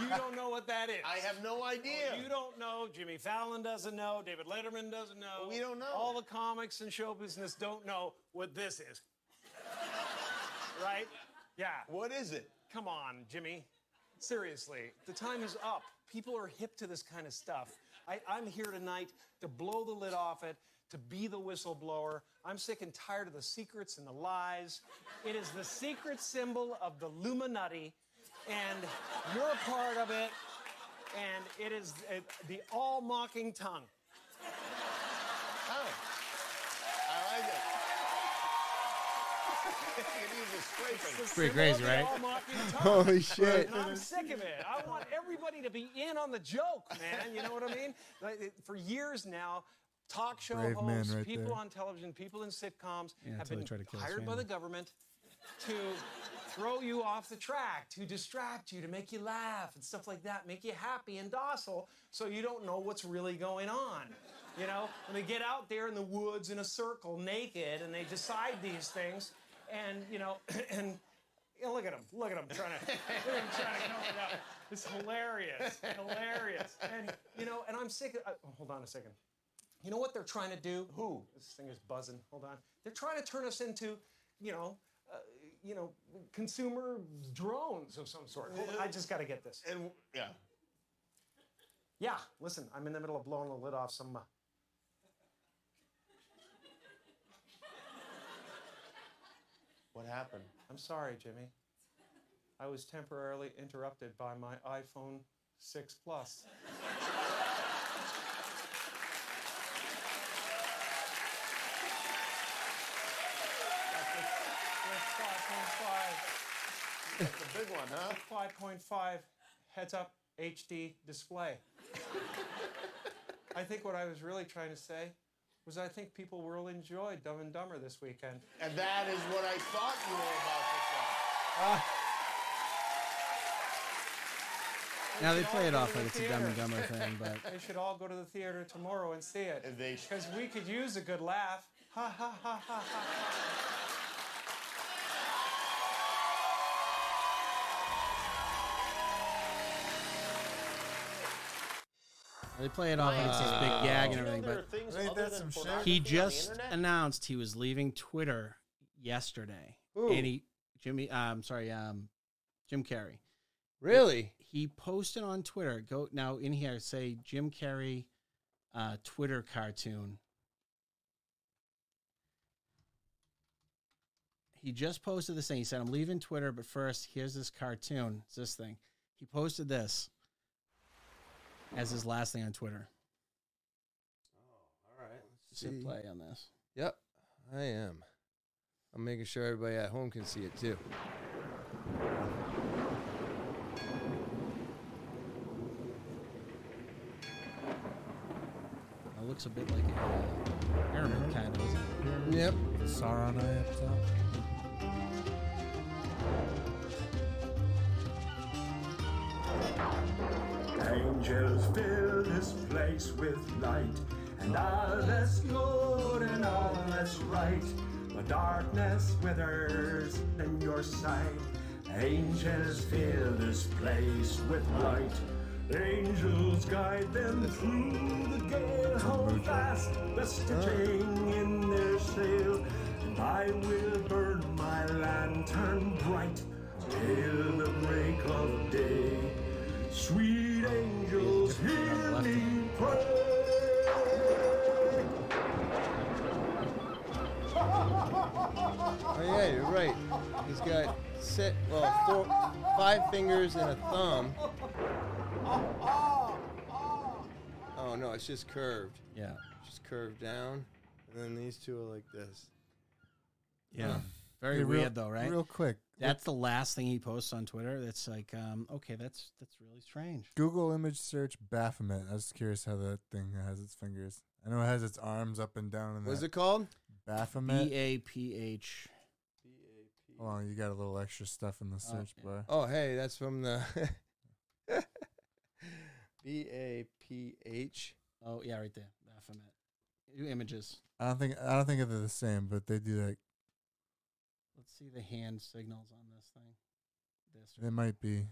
you don't know what that is. Oh, I have no idea. You don't know. Jimmy Fallon doesn't know. David Letterman doesn't know. We don't know. All the comics and show business don't know what this is. right? Yeah. What is it? Come on, Jimmy. Seriously, the time is up. People are hip to this kind of stuff. I, I'm here tonight to blow the lid off it, to be the whistleblower. I'm sick and tired of the secrets and the lies. It is the secret symbol of the Illuminati, and you're a part of it, and it is uh, the all mocking tongue. Oh. I like it. it needs a scraping. It's the Pretty symbol crazy, of the right? all-mocking tongue. Holy shit. And I'm sick of it. I want everybody to be in on the joke, man. You know what I mean? Like, it- for years now, talk show Brave man hosts, right people there. on television, people in sitcoms have until they been try to kill his hired by family. the government to throw you off the track, to distract you, to make you laugh and stuff like that, make you happy and docile so you don't know what's really going on. You know, and they get out there in the woods in a circle naked and they decide these things and, you know, and Yeah, look at him. Look at him trying to. look at him trying to cover it up. It's hilarious. Hilarious. And you know, and I'm sick. Of, uh, hold on a second. You know what they're trying to do? Who? This thing is buzzing. Hold on. They're trying to turn us into, you know, uh, you know, consumer drones of some sort. Hold on, I just got to get this. And yeah. Yeah. Listen, I'm in the middle of blowing the lid off some. Uh, What happened? I'm sorry, Jimmy. I was temporarily interrupted by my iPhone 6 Plus. That's a big one, huh? 5.5 heads up HD display. I think what I was really trying to say was I think people will enjoy Dumb and Dumber this weekend. And that is what I thought you were Now they should play all it go off to like the it's a Dumb and theater. Dumber thing, but They should all go to the theater tomorrow and see it. about. They Because we could use a good laugh. Ha ha ha ha ha. they play it off like it's this big gag and everything. But things Ain't other that than some shit? pornography he on the just internet? announced he was leaving Twitter yesterday, Who? and he Jimmy. Um, sorry, um, Jim Carrey. Really? He posted on Twitter. Go now in here. Say Jim Carrey, uh, Twitter cartoon. He just posted this thing. He said, "I'm leaving Twitter, but first, here's this cartoon. It's this thing." He posted this as his last thing on Twitter. Oh, All right. Let's Hit play on this. Yep, I am. I'm making sure everybody at home can see it too. It looks a bit like a pyramid kind of. doesn't it? Yep. Sauron eye up top. Angels fill this place with light, and all that's good and all that's right. But darkness withers in your sight. Angels fill this place with light. Angels guide them through the gale. Hold fast the stitching in their sail, and I will burn my lantern bright till the break of day. Sweet angels, hear me pray. Oh yeah, you're right. He's got set well four, five fingers and a thumb. Oh no, it's just curved. Yeah. Just curved down, and then these two are like this. Yeah. Very Hey, real- weird though, right? Real quick, That's the last thing he posts on Twitter. That's like, um, okay, that's that's really strange. Google image search Baphomet. I was curious how that thing has its fingers. I know it has its arms up and down. And What's that. it called? Baphomet? B A P H. Hold on, you got a little extra stuff in the search yeah. bar. Oh hey, that's from the B A P H. Oh yeah, right there. Baphomet. New images. I don't think I don't think they're the same, but they do that. Let's see the hand signals on this thing. This. They might be.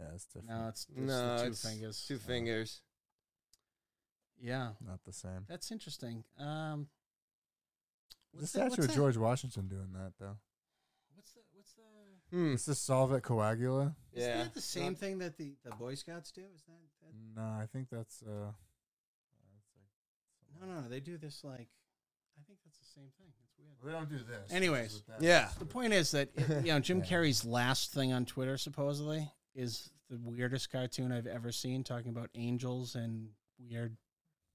Yeah, it's different. No, it's, it's No, the two it's fingers. Two fingers. Yeah, Not the same. that's interesting. Um, The what's that- statue what's of that- George Washington doing that though. What's the what's the Hmm. Is this solvent coagula? Isn't Yeah. that the same Not- thing that the, the Boy Scouts do? Is that, that No, I think that's uh. no, no, no? They do this like, I think that's the same thing. It's weird. They don't do this. Anyways. with Yeah. The point is that it- you know Jim Yeah. Carrey's last thing on Twitter supposedly is the weirdest cartoon I've ever seen, talking about angels and weird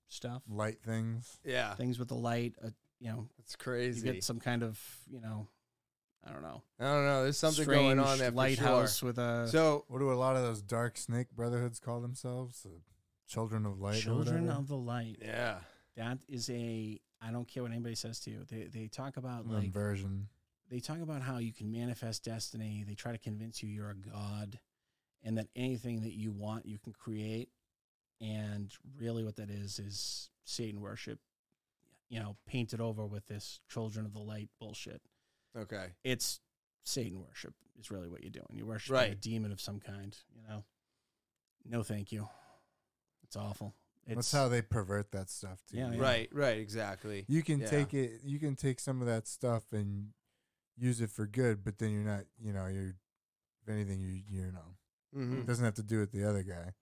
stuff, light things. Yeah. things with the light. Uh, you know, That's crazy. you get some kind of you know, I don't know, I don't know. There's something strange going on there. lighthouse uh, For with a sure. So What do a lot of those dark snake brotherhoods call themselves? The children of light. or children whatever? of the light. yeah. That is a I don't care what anybody says to you. They they talk about An like inversion. they talk about how you can manifest destiny. They try to convince you you're a god and that anything that you want, you can create. And really, what that is, is Satan worship, you know, painted over with this children of the light bullshit. Okay. It's Satan worship is really what you're doing. You're worshiping a Right. demon of some kind, you know. No, thank you. It's awful. It's That's how they pervert that stuff too. Yeah, yeah. Right, right, exactly. You can Yeah. take it. You can take some of that stuff and use it for good, but then you're not. You know, you're. If anything, you you know, Mhm. it doesn't have to do with the other guy.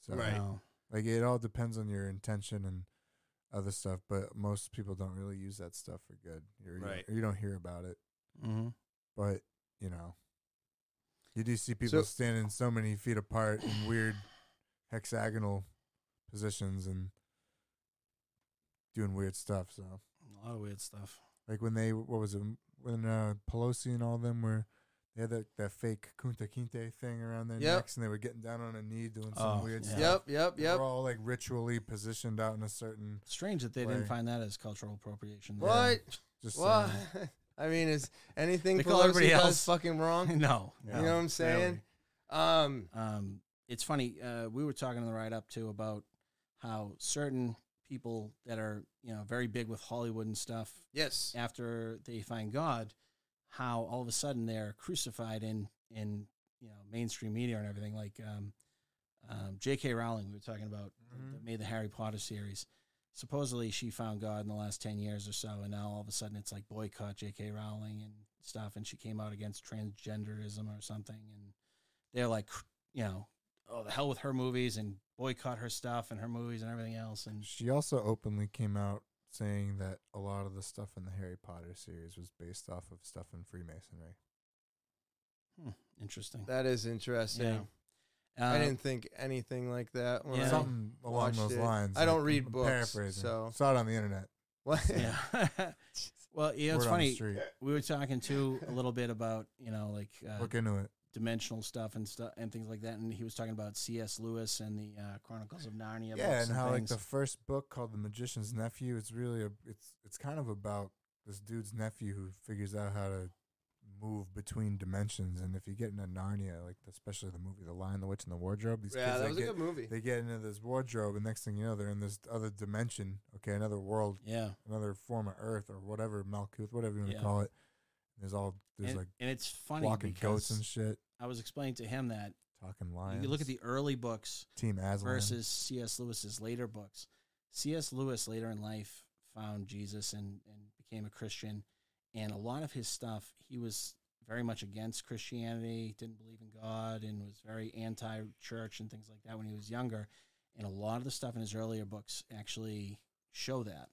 So Right. No. like it all depends on your intention and other stuff. But most people don't really use that stuff for good. You're, Right. You, you don't hear about it, Mm-hmm. but you know, you do see people So- standing so many feet apart in weird hexagonal positions and doing weird stuff. So. A lot of weird stuff. Like when they, what was it? When uh, Pelosi and all them were, they had that, that fake Kunta Kinte thing around their Yep. necks and they were getting down on a knee doing some Oh, weird yeah. stuff. Yep, yep, They yep. were all like ritually positioned out in a certain. Strange that they Way. didn't find that as cultural appropriation. What? Just What? saying. uh, I mean, is anything They Pelosi call everybody does else- fucking wrong? no, You know what I'm saying? Um, um, it's funny. Uh, we were talking on the ride up too about how certain people that are you know very big with Hollywood and stuff yes. after they find God, how all of a sudden they're crucified in in you know mainstream media and everything. Like um, um, J.K. Rowling, we were talking about that Mm-hmm. made the Harry Potter series. Supposedly, she found God in the last ten years or so, and now all of a sudden it's like boycott J.K. Rowling and stuff, and she came out against transgenderism or something, and they're like, you know, oh the hell with her movies and boycott her stuff and her movies and everything else, and She also openly came out saying that a lot of the stuff in the Harry Potter series was based off of stuff in Freemasonry. hmm, interesting. That is interesting. Yeah. I Uh, didn't think anything like that when Yeah. I Something along watched those it. lines. I don't read books, paraphrasing. so- saw it on the internet. what? yeah. well, you know, it's word on the funny. street. We were talking too a little bit about you know like uh, Look into it. dimensional stuff and stuff and things like that, and he was talking about C.S. Lewis and the uh, Chronicles of Narnia. yeah books and how like things. the first book called the magician's nephew it's really a it's it's kind of about this dude's nephew who figures out how to move between dimensions and if you get into narnia like especially the movie the lion the witch and the wardrobe these Yeah, kids that they was a get, good movie. they get into this wardrobe and next thing you know they're in this other dimension okay another world yeah, another form of earth or whatever malkuth whatever you want to Yeah. call it there's all there's and, like and it's funny walking goats because and shit I was explaining to him that talking lions you look at the early books team aslan versus C.S. Lewis's later books. C.S. Lewis later in life found Jesus and, and became a Christian. And a lot of his stuff, he was very much against Christianity, didn't believe in God, and was very anti church and things like that when he was younger. And a lot of the stuff in his earlier books actually show that.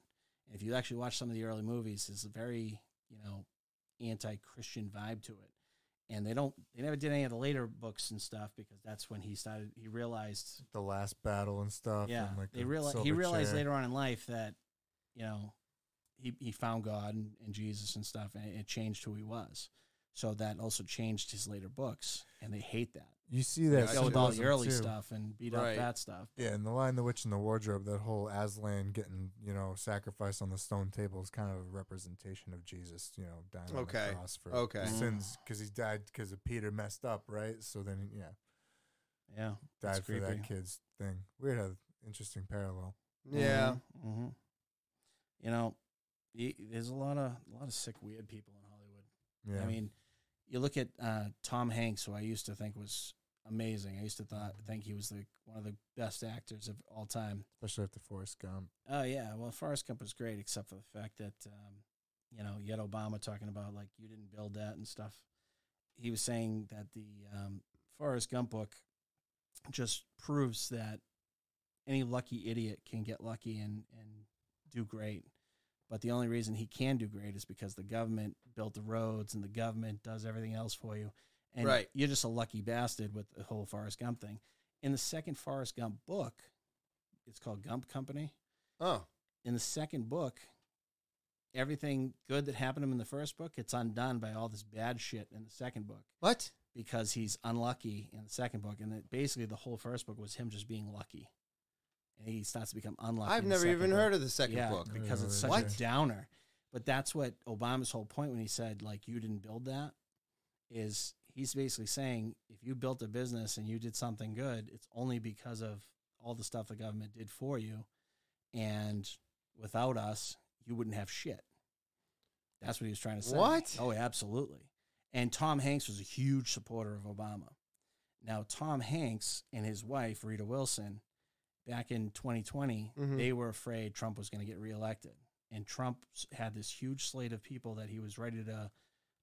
And if you actually watch some of the early movies, there's a very, you know, anti Christian vibe to it and they don't they never did any of the later books and stuff because that's when he started he realized the last battle and stuff yeah and like they the realized he silver realized chair. later on in life that you know he he found God and, and Jesus and stuff and it changed who he was so that also changed his later books and they hate that You see Yeah, that I they go with all the symbolism, early too. stuff and beat Right. up that stuff Yeah, in the Lion, the Witch, and the Wardrobe, that whole Aslan getting you know sacrificed on the stone table is kind of a representation of Jesus, you know, dying on Okay, the cross for okay. his sins Mm. because he died because of Peter messed up, right? So then, yeah, yeah died for that kid's thing. Weird, how interesting parallel. Yeah. hmm you know y there's a lot of a lot of sick weird people in Hollywood Yeah, I mean, you look at uh, Tom Hanks, who I used to think was amazing. I used to thought, think he was the, one of the best actors of all time. especially after Forrest Gump. Oh yeah, well, Forrest Gump was great, except for the fact that um, you know you had Obama talking about like you didn't build that and stuff. He was saying that the um, Forrest Gump book just proves that any lucky idiot can get lucky and and do great. But the only reason he can do great is because the government built the roads and the government does everything else for you. And Right. you're just a lucky bastard with the whole Forrest Gump thing. In the second Forrest Gump book, it's called Gump Company Oh, in the second book, everything good that happened to him in the first book gets undone by all this bad shit in the second book what? because he's unlucky in the second book. And that basically the whole first book was him just being lucky. And he starts to become unlucky. I've in the never second even book. heard of the second yeah, book. Because it's such What? a downer. But that's what Obama's whole point when he said, like, you didn't build that is he's basically saying if you built a business and you did something good, it's only because of all the stuff the government did for you. And without us, you wouldn't have shit. That's what he was trying to say. What? Oh, absolutely. And Tom Hanks was a huge supporter of Obama. Now, Tom Hanks and his wife, Rita Wilson, back in 2020, Mhm. they were afraid Trump was going to get reelected. And Trump s- had this huge slate of people that he was ready to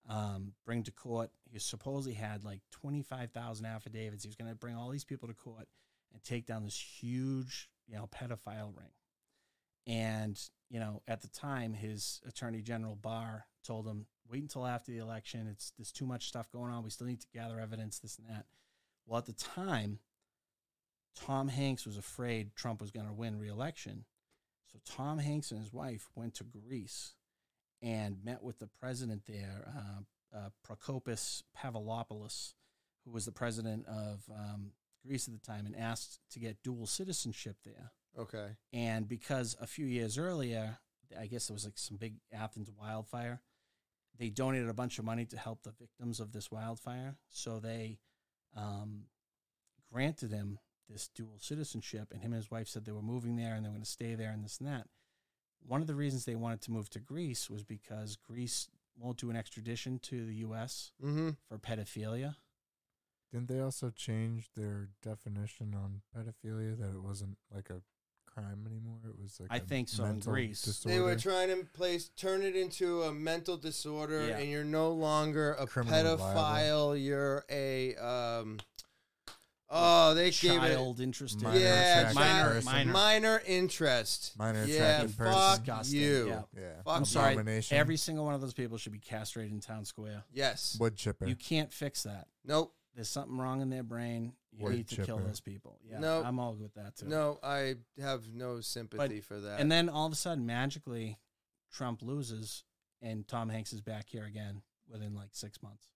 um, bring to court. He supposedly had like 25,000 affidavits. He was going to bring all these people to court and take down this huge, you know, pedophile ring. And, you know, at the time, his attorney general Barr told him, wait until after the election. It's there's too much stuff going on. We still need to gather evidence, this and that. Well, at the time, Tom Hanks was afraid Trump was going to win re-election. So Tom Hanks and his wife went to Greece and met with the president there, uh, uh, Prokopis Pavlopoulos, who was the president of um, Greece at the time, and asked to get dual citizenship there. Okay. And because a few years earlier, I guess there was like some big Athens wildfire, they donated a bunch of money to help the victims of this wildfire. So they um, granted him this dual citizenship, and him and his wife said they were moving there and they were going to stay there and this and that. One of the reasons they wanted to move to Greece was because Greece won't do an extradition to the U.S. Mm-hmm. for pedophilia. Didn't they also change their definition on pedophilia that it wasn't like a crime anymore? It was like I a think so in mental Greece. Disorder. They were trying to place turn it into a mental disorder, Yeah. and you're no longer a Criminally pedophile. liable. You're a um. Oh, they gave it Child interest in- Minor yeah, attracted minor, person. minor, Minor- minor interest. Minor yeah, attracted person. fuck Disgusting. you. Yeah. Fuck I'm sorry. Abomination. Every single one of those people should be castrated in town square. Yes. Wood chipper. You can't fix that. Nope. There's something wrong in their brain. You Wood need to kill chipper. those people. Yeah. Nope. I'm all with that too. No, I have no But- sympathy for that. And then all of a sudden, magically, Trump loses and Tom Hanks is back here again within like six months.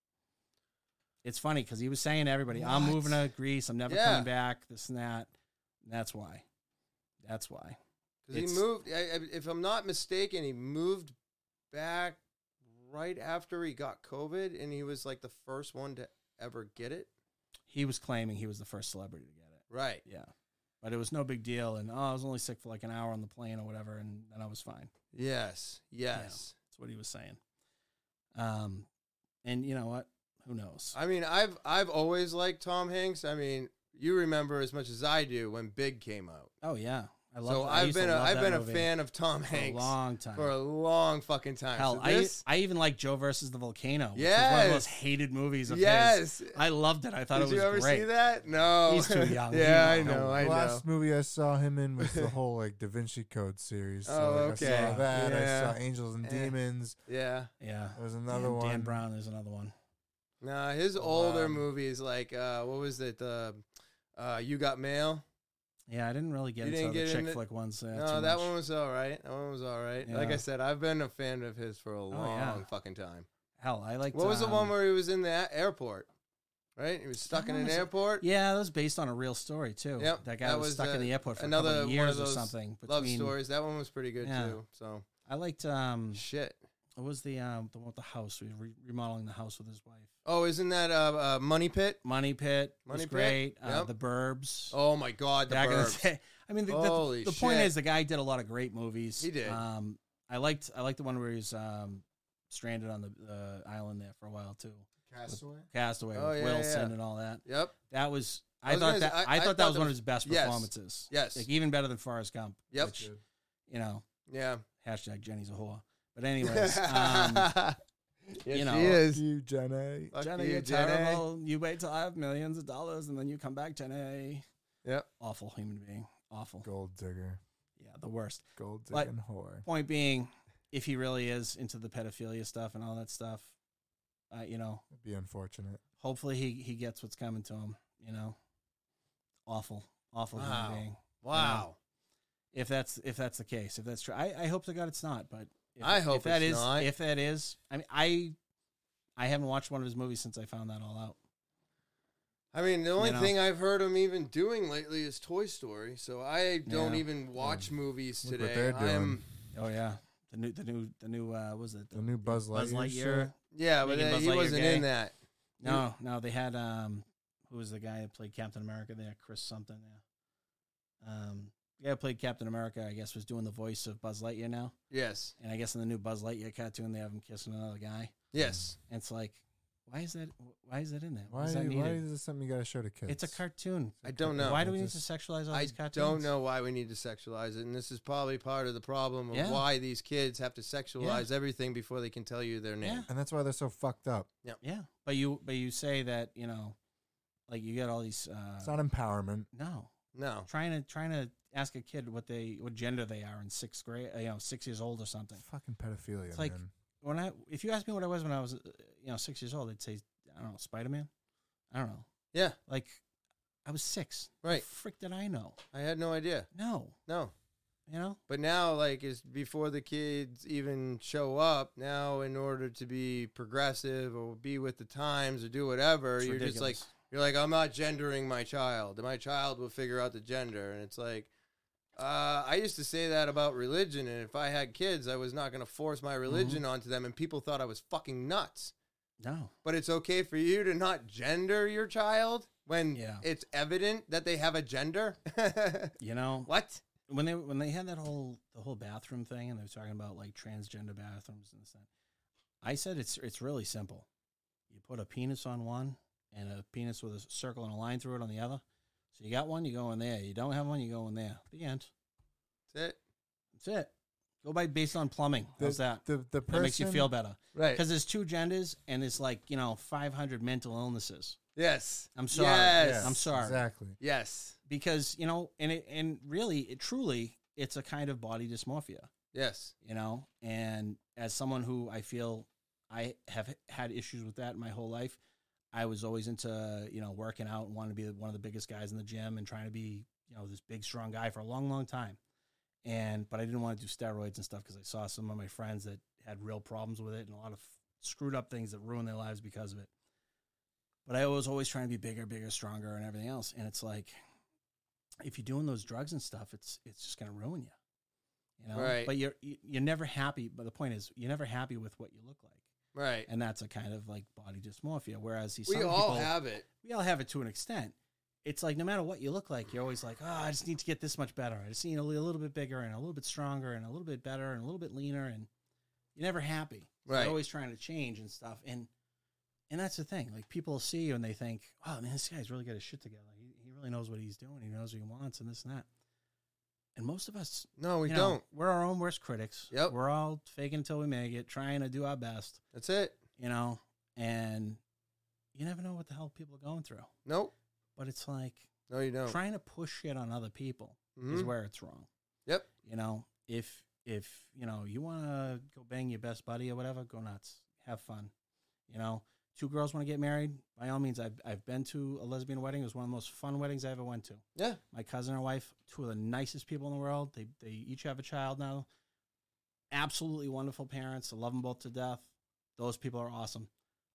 It's funny because he was saying to everybody, I'm What? moving to Greece. I'm never Yeah. coming back, this and that. And that's why. That's why. Because he It's- moved, I, I- if I'm not mistaken, he moved back right after he got COVID, and he was like the first one to ever get it. He was claiming he was the first celebrity to get it. Right. Yeah. But it was no big deal. And oh, I was only sick for like an hour on the plane or whatever. And then I was fine. Yes. Yeah, Yes. that's what he was saying. Um, and you know what? Who knows? I mean, I've I've always liked Tom Hanks. I mean, you remember as much as I do when Big came out. oh yeah. I love so I I've used to been a, love I've that been a movie fan of Tom for Hanks a long time. for a long fucking time. Hell, So I, this- I even like Joe versus the volcano. Which is one of the most Yes. hated movies of Yes. his. I loved it. I thought did it was you ever great. see that? No, He's too young. yeah, He- I know. I the know. last movie I saw him in was the whole like Da Vinci Code series. So, Oh, like, I okay. saw that. Yeah. I saw Angels and Eh. Demons. Yeah. Yeah, There's another Dan, one. Dan Brown is another one. Nah, his older Um, movies like uh, what was it? The uh, You Got Mail. Yeah, I didn't really get You into didn't the get chick into- flick ones. Uh, no, too that much. one was all right. That one was all right. Like I Yeah. Oh, said, I've been a fan of his for a long yeah. fucking time. Hell, I um, like. What was the one where he was in the a- airport? Right, he was stuck in an airport. Yeah, that was based on a real story too. Yep, that guy was, stuck in uh, the airport for another a couple of one years of those or something. Love between- stories. That one was pretty good Yeah. too. So I liked um shit. What was the um the one with the house? We were re- remodeling the house with his wife. Oh, isn't that uh, uh Money Pit? Money Pit Money was Pit, great. Uh, yep. The Burbs. Oh my God, the Back in the Burbs. day. I mean, the, Holy the, the point shit. is the guy did a lot of great movies. He did. Um, I liked I liked the one where he was um stranded on the the island there for a while too. Castaway? With Castaway Oh, with yeah, Wilson yeah. and all that. Yep. That was. I I, was thought gonna that say- I- I, I thought thought that was that one of was- his best yes. performances. Yes. Like even better than Forrest Gump. Yep. which, you know, Yeah. hashtag Jenny's a whore. But anyways, um, Yes, you know, she is. You Jenny. Fuck Jenny, you, you, are Jenny. terrible. You wait till I have millions of dollars and then you come back, Jenny. Yep. Awful human being. Awful. Gold digger. Yeah, the worst. Gold But- digging whore. Point being, if he really is into the pedophilia stuff and all that stuff, uh, you know, It'd be unfortunate. hopefully he, he gets what's coming to him, you know. Awful. Awful Wow. human being. you know? Wow. If that's if that's the case, if that's true. I, I hope to God it's not, but if, I if hope that it's is- not. if that is I mean I I haven't watched one of his movies since I found that all out. I mean, the only know? thing I've heard him even doing lately is Toy Story. So I don't Yeah. Mm. even watch movies Look what today. they're doing. I'm Oh yeah. The new the new the new uh what was it The new Buzz Lightyear. Buzz Lightyear. shit? yeah, but Making uh, Buzz he Lightyear wasn't gay. in that. No, no, they had um, who was the guy that played Captain America there? Chris something there. Um, the guy who played Captain America, I guess, was doing the voice of Buzz Lightyear now, Yes, and I guess in the new Buzz Lightyear cartoon, they have him kissing another guy. yes. And it's like, Why is that? Why is that in there? Why, is that do- why needed? is this something you got to show to kids? It's a cartoon. I don't know. Why do we need to sexualize all I these cartoons? don't know why we need to sexualize it, and this is probably part of the problem of Yeah. why these kids have to sexualize everything before they can tell you their name. And that's why they're so fucked up. Yep. Yeah, but you but you say that you know, like you got all these. Uh, It's not empowerment. no, No. trying to trying to ask a kid what they what gender they are in sixth grade, uh, you know, six years old or something. Fucking pedophilia, It's like man. when I if you asked me what I was when I was uh, you know six years old, I'd say I don't know Spider Man. I don't know. Yeah. Like I was six. Right. The frick did I know? I had no idea. No. No. You know. But now, like, is before the kids even show up. Now, in order to be progressive or be with the times or do whatever, It's you're just like ridiculous. you're like I'm not gendering my child. My child will figure out the gender, and it's like. Uh, I used to say that about religion, and if I had kids, I was not going to force Mm-hmm. my religion onto them, and people thought I was fucking nuts. No. But it's okay for you to not gender your child when Yeah. it's evident that they have a gender. You know what? when they when they had that whole the whole bathroom thing and they were talking about like transgender bathrooms and this and that. I said it's it's really simple. You put a penis on one and a penis with a circle and a line through it on the other. So you got one, you go in there. You don't have one, you go in there. The end. That's it. That's it. Go by based on plumbing. The- How's that? the- the that makes you feel person- better, Right. Because there's two genders and there's like you know 500 mental illnesses. Yes. I'm sorry. Yes. I'm sorry. Exactly. Yes. Because you know, and it and really, it truly, it's a kind of body dysmorphia. Yes. You know, and as someone who I feel I have had issues with that my whole life, I was always into you know working out and wanted to be one of the biggest guys in the gym and trying to be you know this big strong guy for a long long time. And but I didn't want to do steroids and stuff because I saw some of my friends that had real problems with it and a lot of screwed up things that ruined their lives because of it. But I was always trying to be bigger, bigger, stronger, and everything else. And it's like, if you're doing those drugs and stuff, it's it's just going to ruin you, you know. Right. But you're you- you're never happy. But the point is, you're never happy with what you look like, Right. and that's a kind of like body dysmorphia. Whereas these we some all people, have it. we all have it to an extent. It's like no matter what you look like, you're always like, oh, I just need to get this much better. I just need to be a little bit bigger and a little bit stronger and a little bit better and a little bit leaner, and you're never happy. So Right. You're always trying to change and stuff, and and that's the thing. Like people see you and they think, oh man, this guy's really got his shit together. He, he really knows what he's doing. He knows what he wants and this and that. And most of us, No, we you know, don't. we're our own worst critics. Yep. We're all faking until we make it, trying to do our best, That's it. you know. And you never know what the hell people are going through Nope. but it's like No, you don't. trying to push it on other people is Mhm. where it's wrong. Yep. You know, if if you know you want to go bang your best buddy or whatever, go nuts, have fun. You know, two girls want to get married. By all means, I've I've been to a lesbian wedding. It was one of the most fun weddings I ever went to. Yeah. My cousin and her wife, two of the nicest people in the world. They they each have a child now. Absolutely wonderful parents. I love them both to death. Those people are awesome.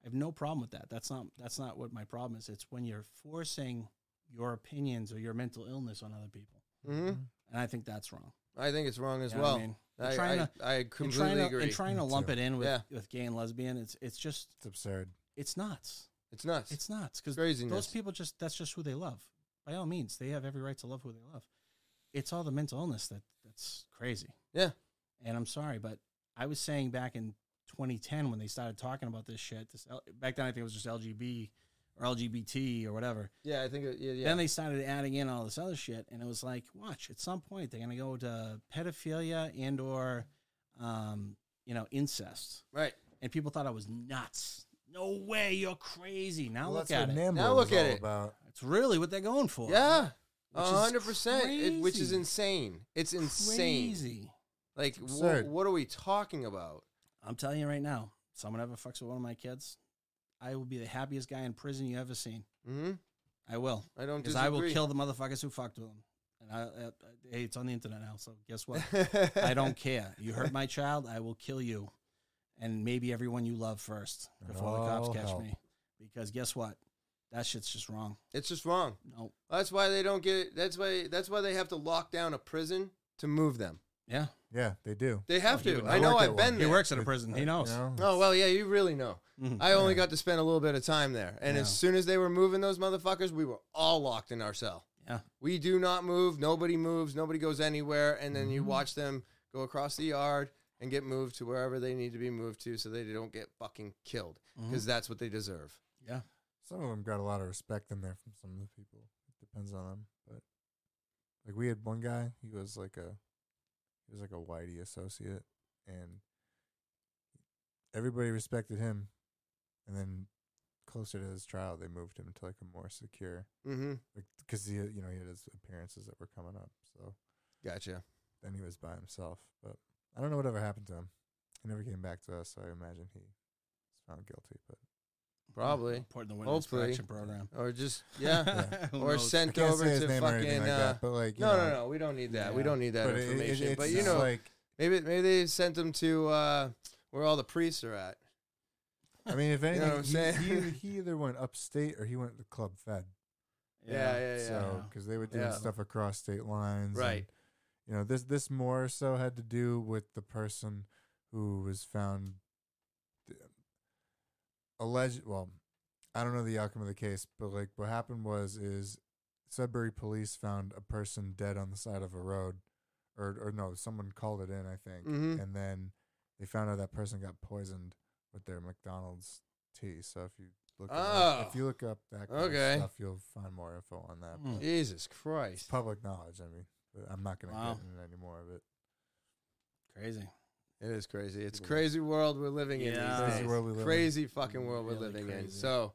I have no problem with that. That's not that's not what my problem is. It's when you're forcing your opinions or your mental illness on other people, hmm and I think that's wrong. I think it's wrong as You know what well. I, Mm-hmm. I mean? They're I, trying to- I And completely trying to, agree. And trying to Me lump too. it in with Yeah. with gay and lesbian, it's it's just It's absurd. it's nuts. it's nuts. It's nuts because Craziness. those people just that's just who they love. By all means, they have every right to love who they love. It's all the mental illness that that's crazy. yeah. And I'm sorry, but I was saying back in 2010 when they started talking about this shit. This L- back then I think it was just LGB or LGBT or whatever. Yeah. I think. It, yeah. Yeah. Then they started adding in all this other shit, and it was like, watch, at some point they're gonna go to pedophilia and or, um, you know, incest. right. And people thought I was nuts. No way, you're crazy. Now Well, look that's at what it. NAMBLA Now was look at all it. about. It's really what they're going for. Yeah. Which is A hundred percent. It- Which is crazy. insane. It's insane. crazy. Like, wh- absurd. what are we talking about? I'm telling you right now, someone ever fucks with one of my kids, I will be the happiest guy in prison you ever seen. hmm I will. I don't Because I will disagree. kill the motherfuckers who fucked with them. And I, I, I- hey, it's on the internet now, so guess what? I don't care. You hurt my child, I will kill you, and maybe everyone you love first And before the cops all catch help. me. Because guess what? That shit's just wrong. It's just wrong. No. That's why they don't get. That's why. That's why they have to lock down a prison to move them. Yeah. Yeah, they do. They have he to. would I know. know. Work I've Hmm. at been one. He there. works at a prison. He You knows. know? Oh well, yeah, you really know. Mhm. I only got to spend a little bit of time there, and Yeah. as soon as they were moving those motherfuckers, we were all locked in our cell. Yeah. We Mm-hmm. do not move. Nobody moves. Nobody goes anywhere. And then you watch them go across the yard, and get moved to wherever they need to be moved to so they don't get fucking killed Mm-hmm. because Mhm. that's what they deserve. Yeah. Some of them got a lot of respect in there from some of the people. It depends on them, but like we had one guy, he was like a he was like a whitey associate, and everybody respected him. And then closer to his trial, they moved him to like a more secure, Mhm. because he had- you know he had his appearances that were coming up, so Gotcha. then he was by himself. But I don't know whatever happened to him. He never came back to us, so I imagine he was found guilty. But Probably. Put in the Women's Protection Program. Or just, yeah. Who or knows? sent I can't over say his to name or fucking. anything like uh, that, but, like, you no, know, no, no. We don't need that. We yeah. don't need that But it- it- information. it's but, you just know, like- maybe, maybe they sent them to uh, where all the priests are at. I mean, if You know anything, what I'm saying? he, he, he either went upstate or he went to Club Fed. Yeah, yeah, yeah. So because they were doing Yeah. stuff across state lines, and, Right. you know, this this more so had to do with the person who was found th- alleged. Well, I don't know the outcome of the case, but like what happened was is Sudbury police found a person dead on the side of a road, or or no, someone called it in, I think, Mhm. and then they found out that person got poisoned with their McDonald's tea. So if you look, it up- Oh. if you look up that kind Okay. of stuff, you'll find more info on that. Mm. but Jesus It's Christ. public knowledge. I mean, but I'm not going to Wow. get into any more of it. Crazy. It is crazy. It's People- crazy world we're living in. Yeah. These Crazy days. world we live in. crazy fucking world we're Really living in. crazy. So,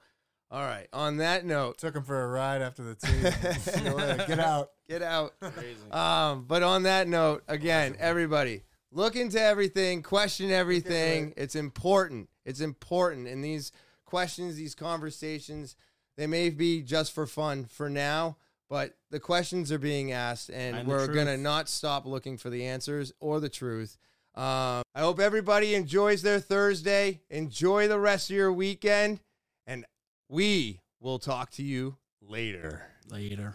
all right. On that note, Took him for a ride after the tea. See you later. Get out. get out. Crazy. Um, but on that note, again, everybody, look into everything, question everything. It's important. It's important. And these questions, these conversations, they may be just for fun for now, but the questions are being asked, and, And the we're truth. going to not stop looking for the answers or the truth. Um, I hope everybody enjoys their Thursday. Enjoy the rest of your weekend, and we will talk to you later. Later.